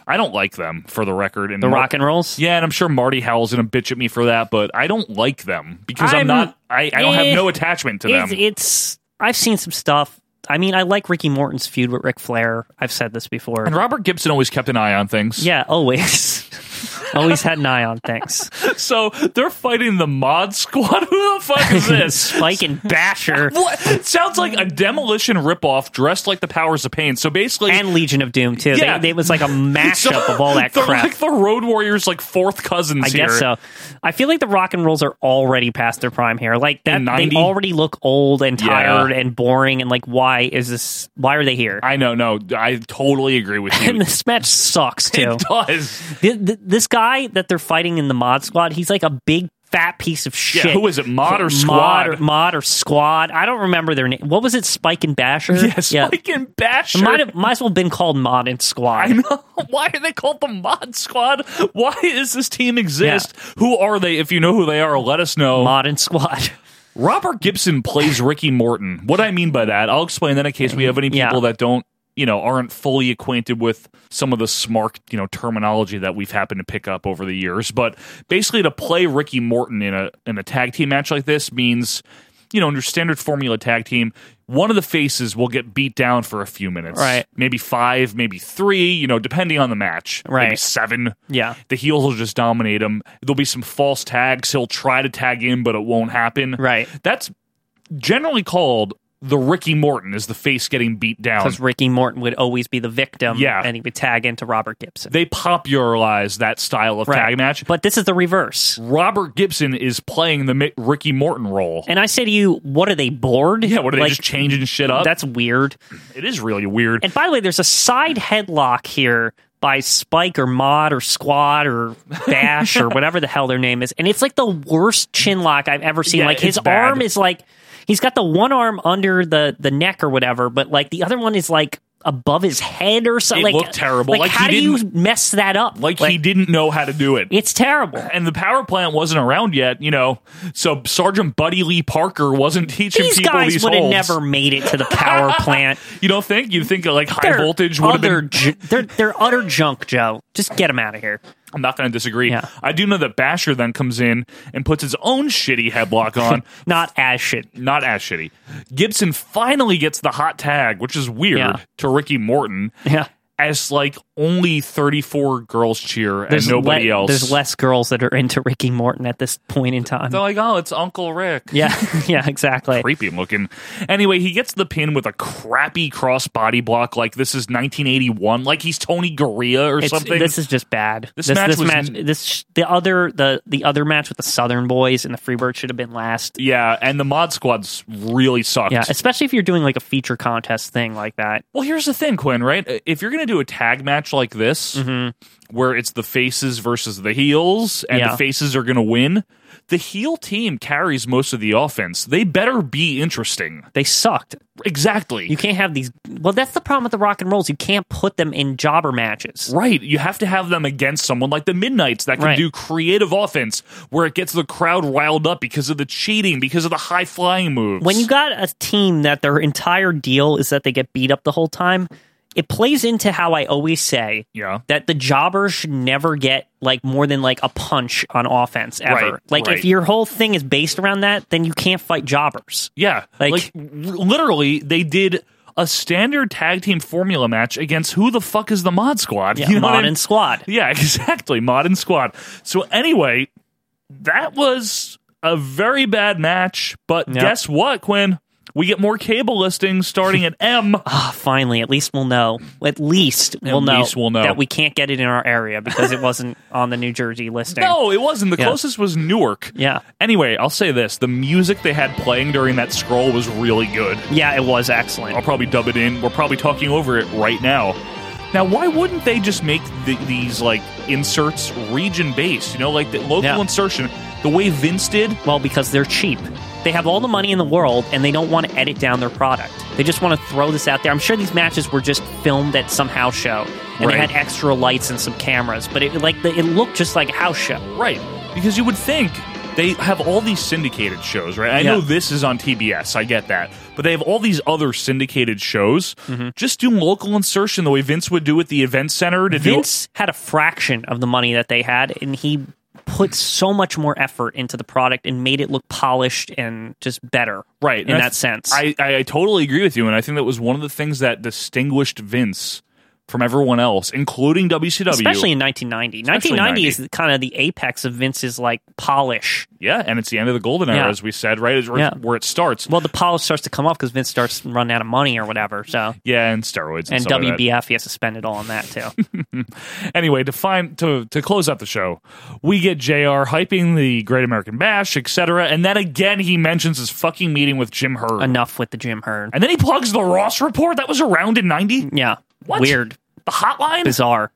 A: I don't like them for the record. And
B: the
A: Mar-
B: rock and rolls.
A: Yeah, and I'm sure Marty Howell's gonna bitch at me for that, but I don't like them because I'm,
B: I'm-
A: not. I, I don't
B: Eh,
A: have no attachment to
B: It's,
A: them.
B: it's I've seen some stuff. I mean, I like Ricky Morton's feud with Ric Flair. I've said this before.
A: and Robert Gibson always kept an eye on things.
B: yeah, always. Always had an eye on things.
A: So they're fighting the Mod Squad. Who the fuck is this?
B: Spike and Basher.
A: what? It sounds like a demolition ripoff dressed like the Powers of Pain. So basically,
B: and Legion of Doom too.
A: Yeah.
B: They, they- it was like a mashup
A: So
B: of all that
A: they're
B: crap.
A: Like the Road Warriors, like fourth cousins.
B: I guess
A: here.
B: so. I feel like the rock and rolls are already past their prime here. Like that,
A: In
B: they
A: 90?
B: already look old and
A: Yeah.
B: tired and boring. And like, why is this? Why are they here?
A: I know. No, I totally agree with you.
B: And this match sucks too.
A: It does.
B: Th- th- this guy that they're fighting in the mod squad, he's like a big fat piece of shit.
A: who is it, Mod or
B: Mod
A: Squad?
B: or- Mod or, Squad. I don't remember their name. What was it? Spike and Basher.
A: Yes, Spike and Basher.
B: It might have might as well have been called Mod and Squad.
A: I know. Why are they called the Mod Squad? Why does this team exist? Who are they? If you know who they are, let us know.
B: Mod and Squad.
A: Robert Gibson plays Ricky Morton. What I mean by that, I'll explain that in case we have any people that don't, you know, aren't fully acquainted with some of the smart, you know, terminology that we've happened to pick up over the years. But basically, to play Ricky Morton in a in a tag team match like this means, you know, in your standard formula tag team, one of the faces will get beat down for a few minutes,
B: Right.
A: Maybe five, maybe three, you know, depending on the match, Maybe
B: Right.
A: seven.
B: Yeah.
A: The heels will just dominate him. There'll be some false tags. He'll try to tag in, but it won't happen.
B: Right.
A: That's generally called the Ricky Morton is the face getting beat down.
B: Because Ricky Morton would always be the victim.
A: Yeah.
B: and he would tag into Robert Gibson.
A: They popularize that style of
B: Right.
A: tag match.
B: But this is the reverse.
A: Robert Gibson is playing the Mi- Ricky Morton role.
B: And I say to you, what are they bored?
A: Yeah, what are they just changing shit up?
B: That's weird.
A: It is really weird.
B: And by the way, there's a side headlock here by Spike or Mod or Squad or Bash or whatever the hell their name is, and it's like the worst chin lock I've ever seen.
A: Yeah,
B: like his
A: it's bad.
B: arm is like he's got the one arm under the the neck or whatever, but like the other one is like above his head or something.
A: It
B: like,
A: looked terrible.
B: Like,
A: Like, he
B: how do you
A: didn't-
B: mess that up?
A: like, he Uh, didn't know how to do it.
B: It's terrible.
A: and the power plant wasn't around yet, you know. So Sergeant Buddy Lee Parker wasn't teaching
B: These
A: people
B: guys
A: these
B: would have
A: holds.
B: never made it to the power plant.
A: You don't think? You think like high
B: They're
A: voltage would have
B: utter
A: been?
B: ju- they're they're utter junk, Joe. Just get them out of here.
A: I'm not going to disagree. I do know that Basher then comes in and puts his own shitty headlock on.
B: Not as shit.
A: Not as shitty. Gibson finally gets the hot tag, which is weird,
B: Yeah.
A: to Ricky Morton.
B: Yeah.
A: As like only 34 girls cheer and nobody
B: le-
A: else.
B: There's less girls that are into Ricky Morton at this point in time.
A: They're like, oh, it's Uncle Rick.
B: yeah, yeah, exactly.
A: creepy looking. Anyway, he gets the pin with a crappy cross body block. Like this is 1981. Like he's Tony Garea or
B: It's-
A: something.
B: This is just bad.
A: This
B: this
A: match was-
B: match, this the other the the other match with the Southern Boys and the Freebird should have been last.
A: yeah, and the mod squads really sucked.
B: Yeah, especially if you're doing like a feature contest thing like that.
A: Well, here's the thing, Quinn, right? Uh, If you're going to do a tag match like this, where it's the faces versus the heels and
B: Mm-hmm. Yeah.
A: the faces are going to win, the heel team carries most of the offense. They better be interesting.
B: They sucked.
A: Exactly.
B: You can't have these. Well, that's the problem with the Rock and Rolls. You can't put them in jobber matches.
A: Right. You have to have them against someone like the Midnights that can
B: Right.
A: do creative offense where it gets the crowd riled up because of the cheating, because of the high flying moves.
B: When you got a team that their entire deal is that they get beat up the whole time, it plays into how I always say
A: Yeah.
B: that the jobber should never get like more than like a punch on offense ever.
A: Right,
B: like
A: right.
B: if your whole thing is based around that, then you can't fight jobbers.
A: Yeah.
B: Like-
A: r- literally, they did a standard tag team formula match against who the fuck is the Mod Squad?
B: Yeah, Mod and Squad.
A: Yeah, exactly. Mod and Squad. So, anyway, that was a very bad match. But
B: Yep.
A: guess what, Quinn? We get more cable listings starting at M.
B: Ah, finally, at least we'll know. At least we'll know.
A: least we'll know.
B: that we can't get it in our area because it wasn't on the New Jersey listing.
A: No, it wasn't. The
B: Yeah.
A: closest was Newark.
B: Yeah.
A: Anyway, I'll say this: the music they had playing during that scroll was really good.
B: Yeah, it was excellent.
A: I'll probably dub it in. We're probably talking over it right now. Now, why wouldn't they just make the, these like inserts region based? You know, like the local
B: Yeah.
A: insertion, the way Vince did.
B: Well, because they're cheap. They have all the money in the world and they don't want to edit down their product. They just want to throw this out there. I'm sure these matches were just filmed at some house show and they
A: Right.
B: had extra lights and some cameras, but it like the, it looked just like a house show.
A: Right. Because you would think they have all these syndicated shows, right? I
B: Yeah.
A: know this is on TBS, I get that. But they have all these other syndicated shows.
B: Mm-hmm.
A: Just do local insertion the way Vince would do at the event center to do
B: Vince had a fraction of the money that they had and he put so much more effort into the product and made it look polished and just better.
A: right
B: In
A: and I
B: that
A: th-
B: sense.
A: I, I, I totally agree with you and i think that was one of the things that distinguished vince from everyone else, including WCW.
B: Especially in 1990.
A: Especially
B: 1990 is kind of the apex of Vince's like polish.
A: yeah, and it's the end of the golden era,
B: Yeah.
A: as we said, right? Is where,
B: Yeah.
A: where it starts.
B: Well, the polish starts to come off because Vince starts running out of money or whatever. So
A: Yeah, and steroids and,
B: and
A: stuff like that.
B: WBF, he has to spend it all on that too.
A: Anyway, to find to to close out the show, we get Jr. hyping the Great American Bash, etc., and then again he mentions his fucking meeting with Jim Herd.
B: Enough with the Jim Herd,
A: and then he plugs the Ross report that was around in '90.
B: Yeah,
A: What?
B: weird,
A: The hotline.
B: bizarre.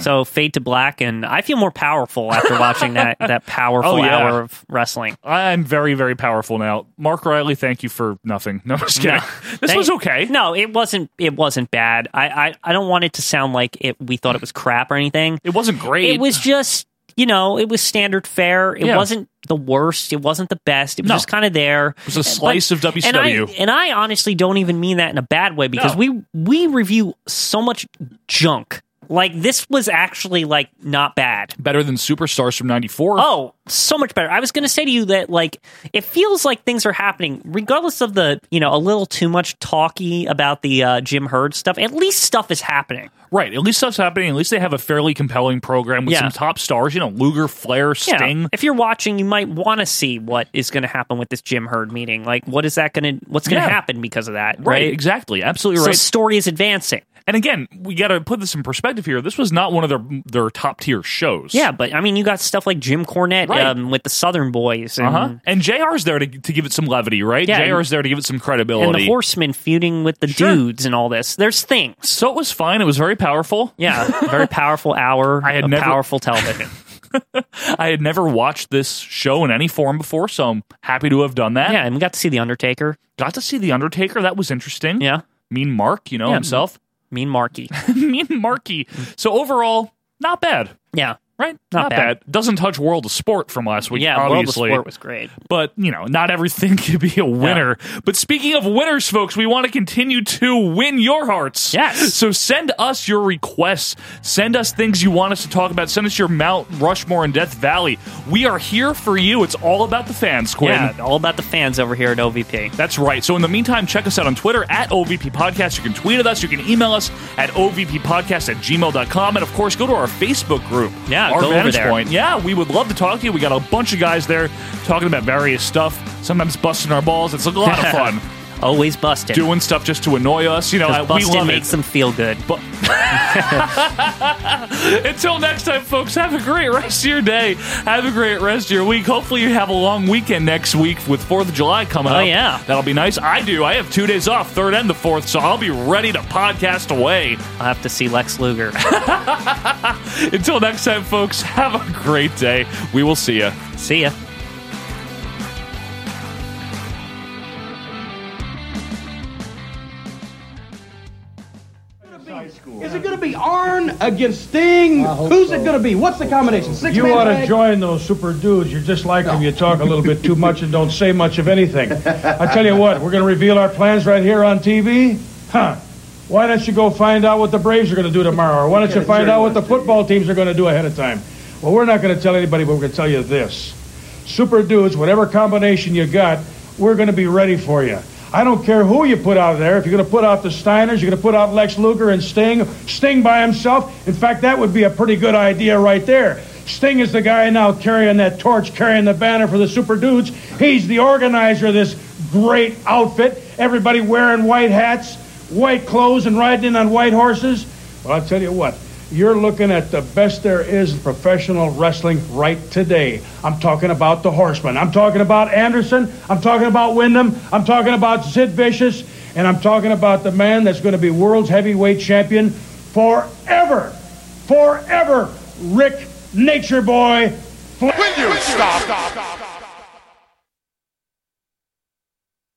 B: So fade to black, and I feel more powerful after watching that that powerful
A: Oh, yeah.
B: hour of wrestling.
A: I'm very very powerful now. Mark Riley, thank you for nothing. No, I'm just kidding. This
B: Thank-
A: was okay.
B: No, it wasn't. It wasn't bad. I, I I don't want it to sound like it. We thought it was crap or anything.
A: It wasn't great.
B: It was just you know it was standard fare. It
A: Yeah.
B: wasn't the worst. It wasn't the best. It was
A: No.
B: just kind of there. It
A: was a slice of
B: And I,
A: WCW.
B: and I honestly don't even mean that in a bad way because
A: No.
B: we we review so much junk. Like this was actually like not bad.
A: Better than Superstars from '94.
B: Oh, so much better. I was going to say to you that like it feels like things are happening regardless of the, you know, a little too much talky about the uh, Jim Herd stuff. At least stuff is happening.
A: Right. At least stuff's happening. At least they have a fairly compelling program with
B: Yeah.
A: some top stars. You know, Luger, Flair,
B: Yeah.
A: Sting.
B: If you're watching, you might want to see what is going to happen with this Jim Herd meeting. Like what is that going to what's going to
A: Yeah.
B: happen because of that,
A: Right,
B: right?
A: exactly. Absolutely
B: So
A: right.
B: story is advancing.
A: And again, we got to put this in perspective here. This was not one of their their top tier shows.
B: Yeah, but I mean you got stuff like Jim Cornette
A: Right.
B: um, with the Southern Boys and
A: Uh huh. And JR's there to, to give it some levity, right?
B: Mm-hmm. Yeah,
A: JR's there to give it some credibility.
B: and the horsemen feuding with the dudes and all this. There's things.
A: So it was fine. It was very powerful.
B: Yeah, very powerful hour. I
A: had
B: of
A: never-
B: powerful television.
A: I had never watched this show in any form before, so I'm happy to have done that.
B: Yeah, and we got to see the Undertaker.
A: Got to see the Undertaker. That was interesting.
B: Yeah,
A: Mean Mark, you know
B: Yeah.
A: himself.
B: Mean Marky.
A: mean Marky. So overall, not bad.
B: Yeah,
A: Right?
B: Not bad.
A: Doesn't touch World of Sport from last week.
B: yeah.
A: obviously.
B: World of Sport was great.
A: but you know, not everything can be a winner. But speaking of winners, folks, we want to continue to win your hearts. Yes. So send us your requests. Send us things you want us to talk about. Send us your Mount Rushmore and Death Valley. We are here for you. It's all about the fans, Quinn.
B: Yeah, all about the fans over here at OVP.
A: That's right. So in the meantime, check us out on Twitter at OVP Podcast. You can tweet at us. You can email us at OVP Podcast at gmail.com. And of course, go to our Facebook group.
B: Yeah,
A: our
B: go over
A: Vantage
B: there.
A: Point. Yeah, we would love to talk to you. We got a bunch of guys there talking about various stuff, sometimes busting our balls. It's a lot of fun.
B: Always busted.
A: Doing stuff just to annoy us. You know, I- we
B: busted
A: love
B: makes
A: it.
B: them feel good.
A: But Until next time, folks, have a great rest of your day. Have a great rest of your week. Hopefully, you have a long weekend next week with 4th of July coming
B: Oh,
A: up.
B: yeah.
A: That'll be nice. I do. I have two days off, 3rd and the 4th, so I'll be ready to podcast away.
B: I'll have to see Lex Luger.
A: Until next time, folks, have a great day. We will see you.
B: see ya.
J: Is it going to be Arn against Sting? Who's it going to be? What's the combination? Six
P: You
J: man
P: ought to
J: tag?
P: join those super dudes. You're just like them. You talk a little bit too much and don't say much of anything. I tell you what, we're going to reveal our plans right here on TV. Huh. Why don't you go find out what the Braves are going to do tomorrow? Or why don't you find out what the football teams are going to do ahead of time? Well, we're not going to tell anybody, but we're going to tell you this. Super dudes, whatever combination you got, we're going to be ready for you. I don't care who you put out there. If you're going to put out the Steiners, you're going to put out Lex Luger and Sting. Sting by himself. In fact, that would be a pretty good idea right there. Sting is the guy now carrying that torch, carrying the banner for the Super Dudes. He's the organizer of this great outfit. Everybody wearing white hats, white clothes, and riding in on white horses. Well, I'll tell you what. You're looking at the best there is in professional wrestling right today. I'm talking about the Horsemen. I'm talking about Anderson. I'm talking about Wyndham. I'm talking about Sid Vicious. And I'm talking about the man that's going to be world's heavyweight champion forever. Forever. Rick Nature Boy. Fla-
I: Will you stop?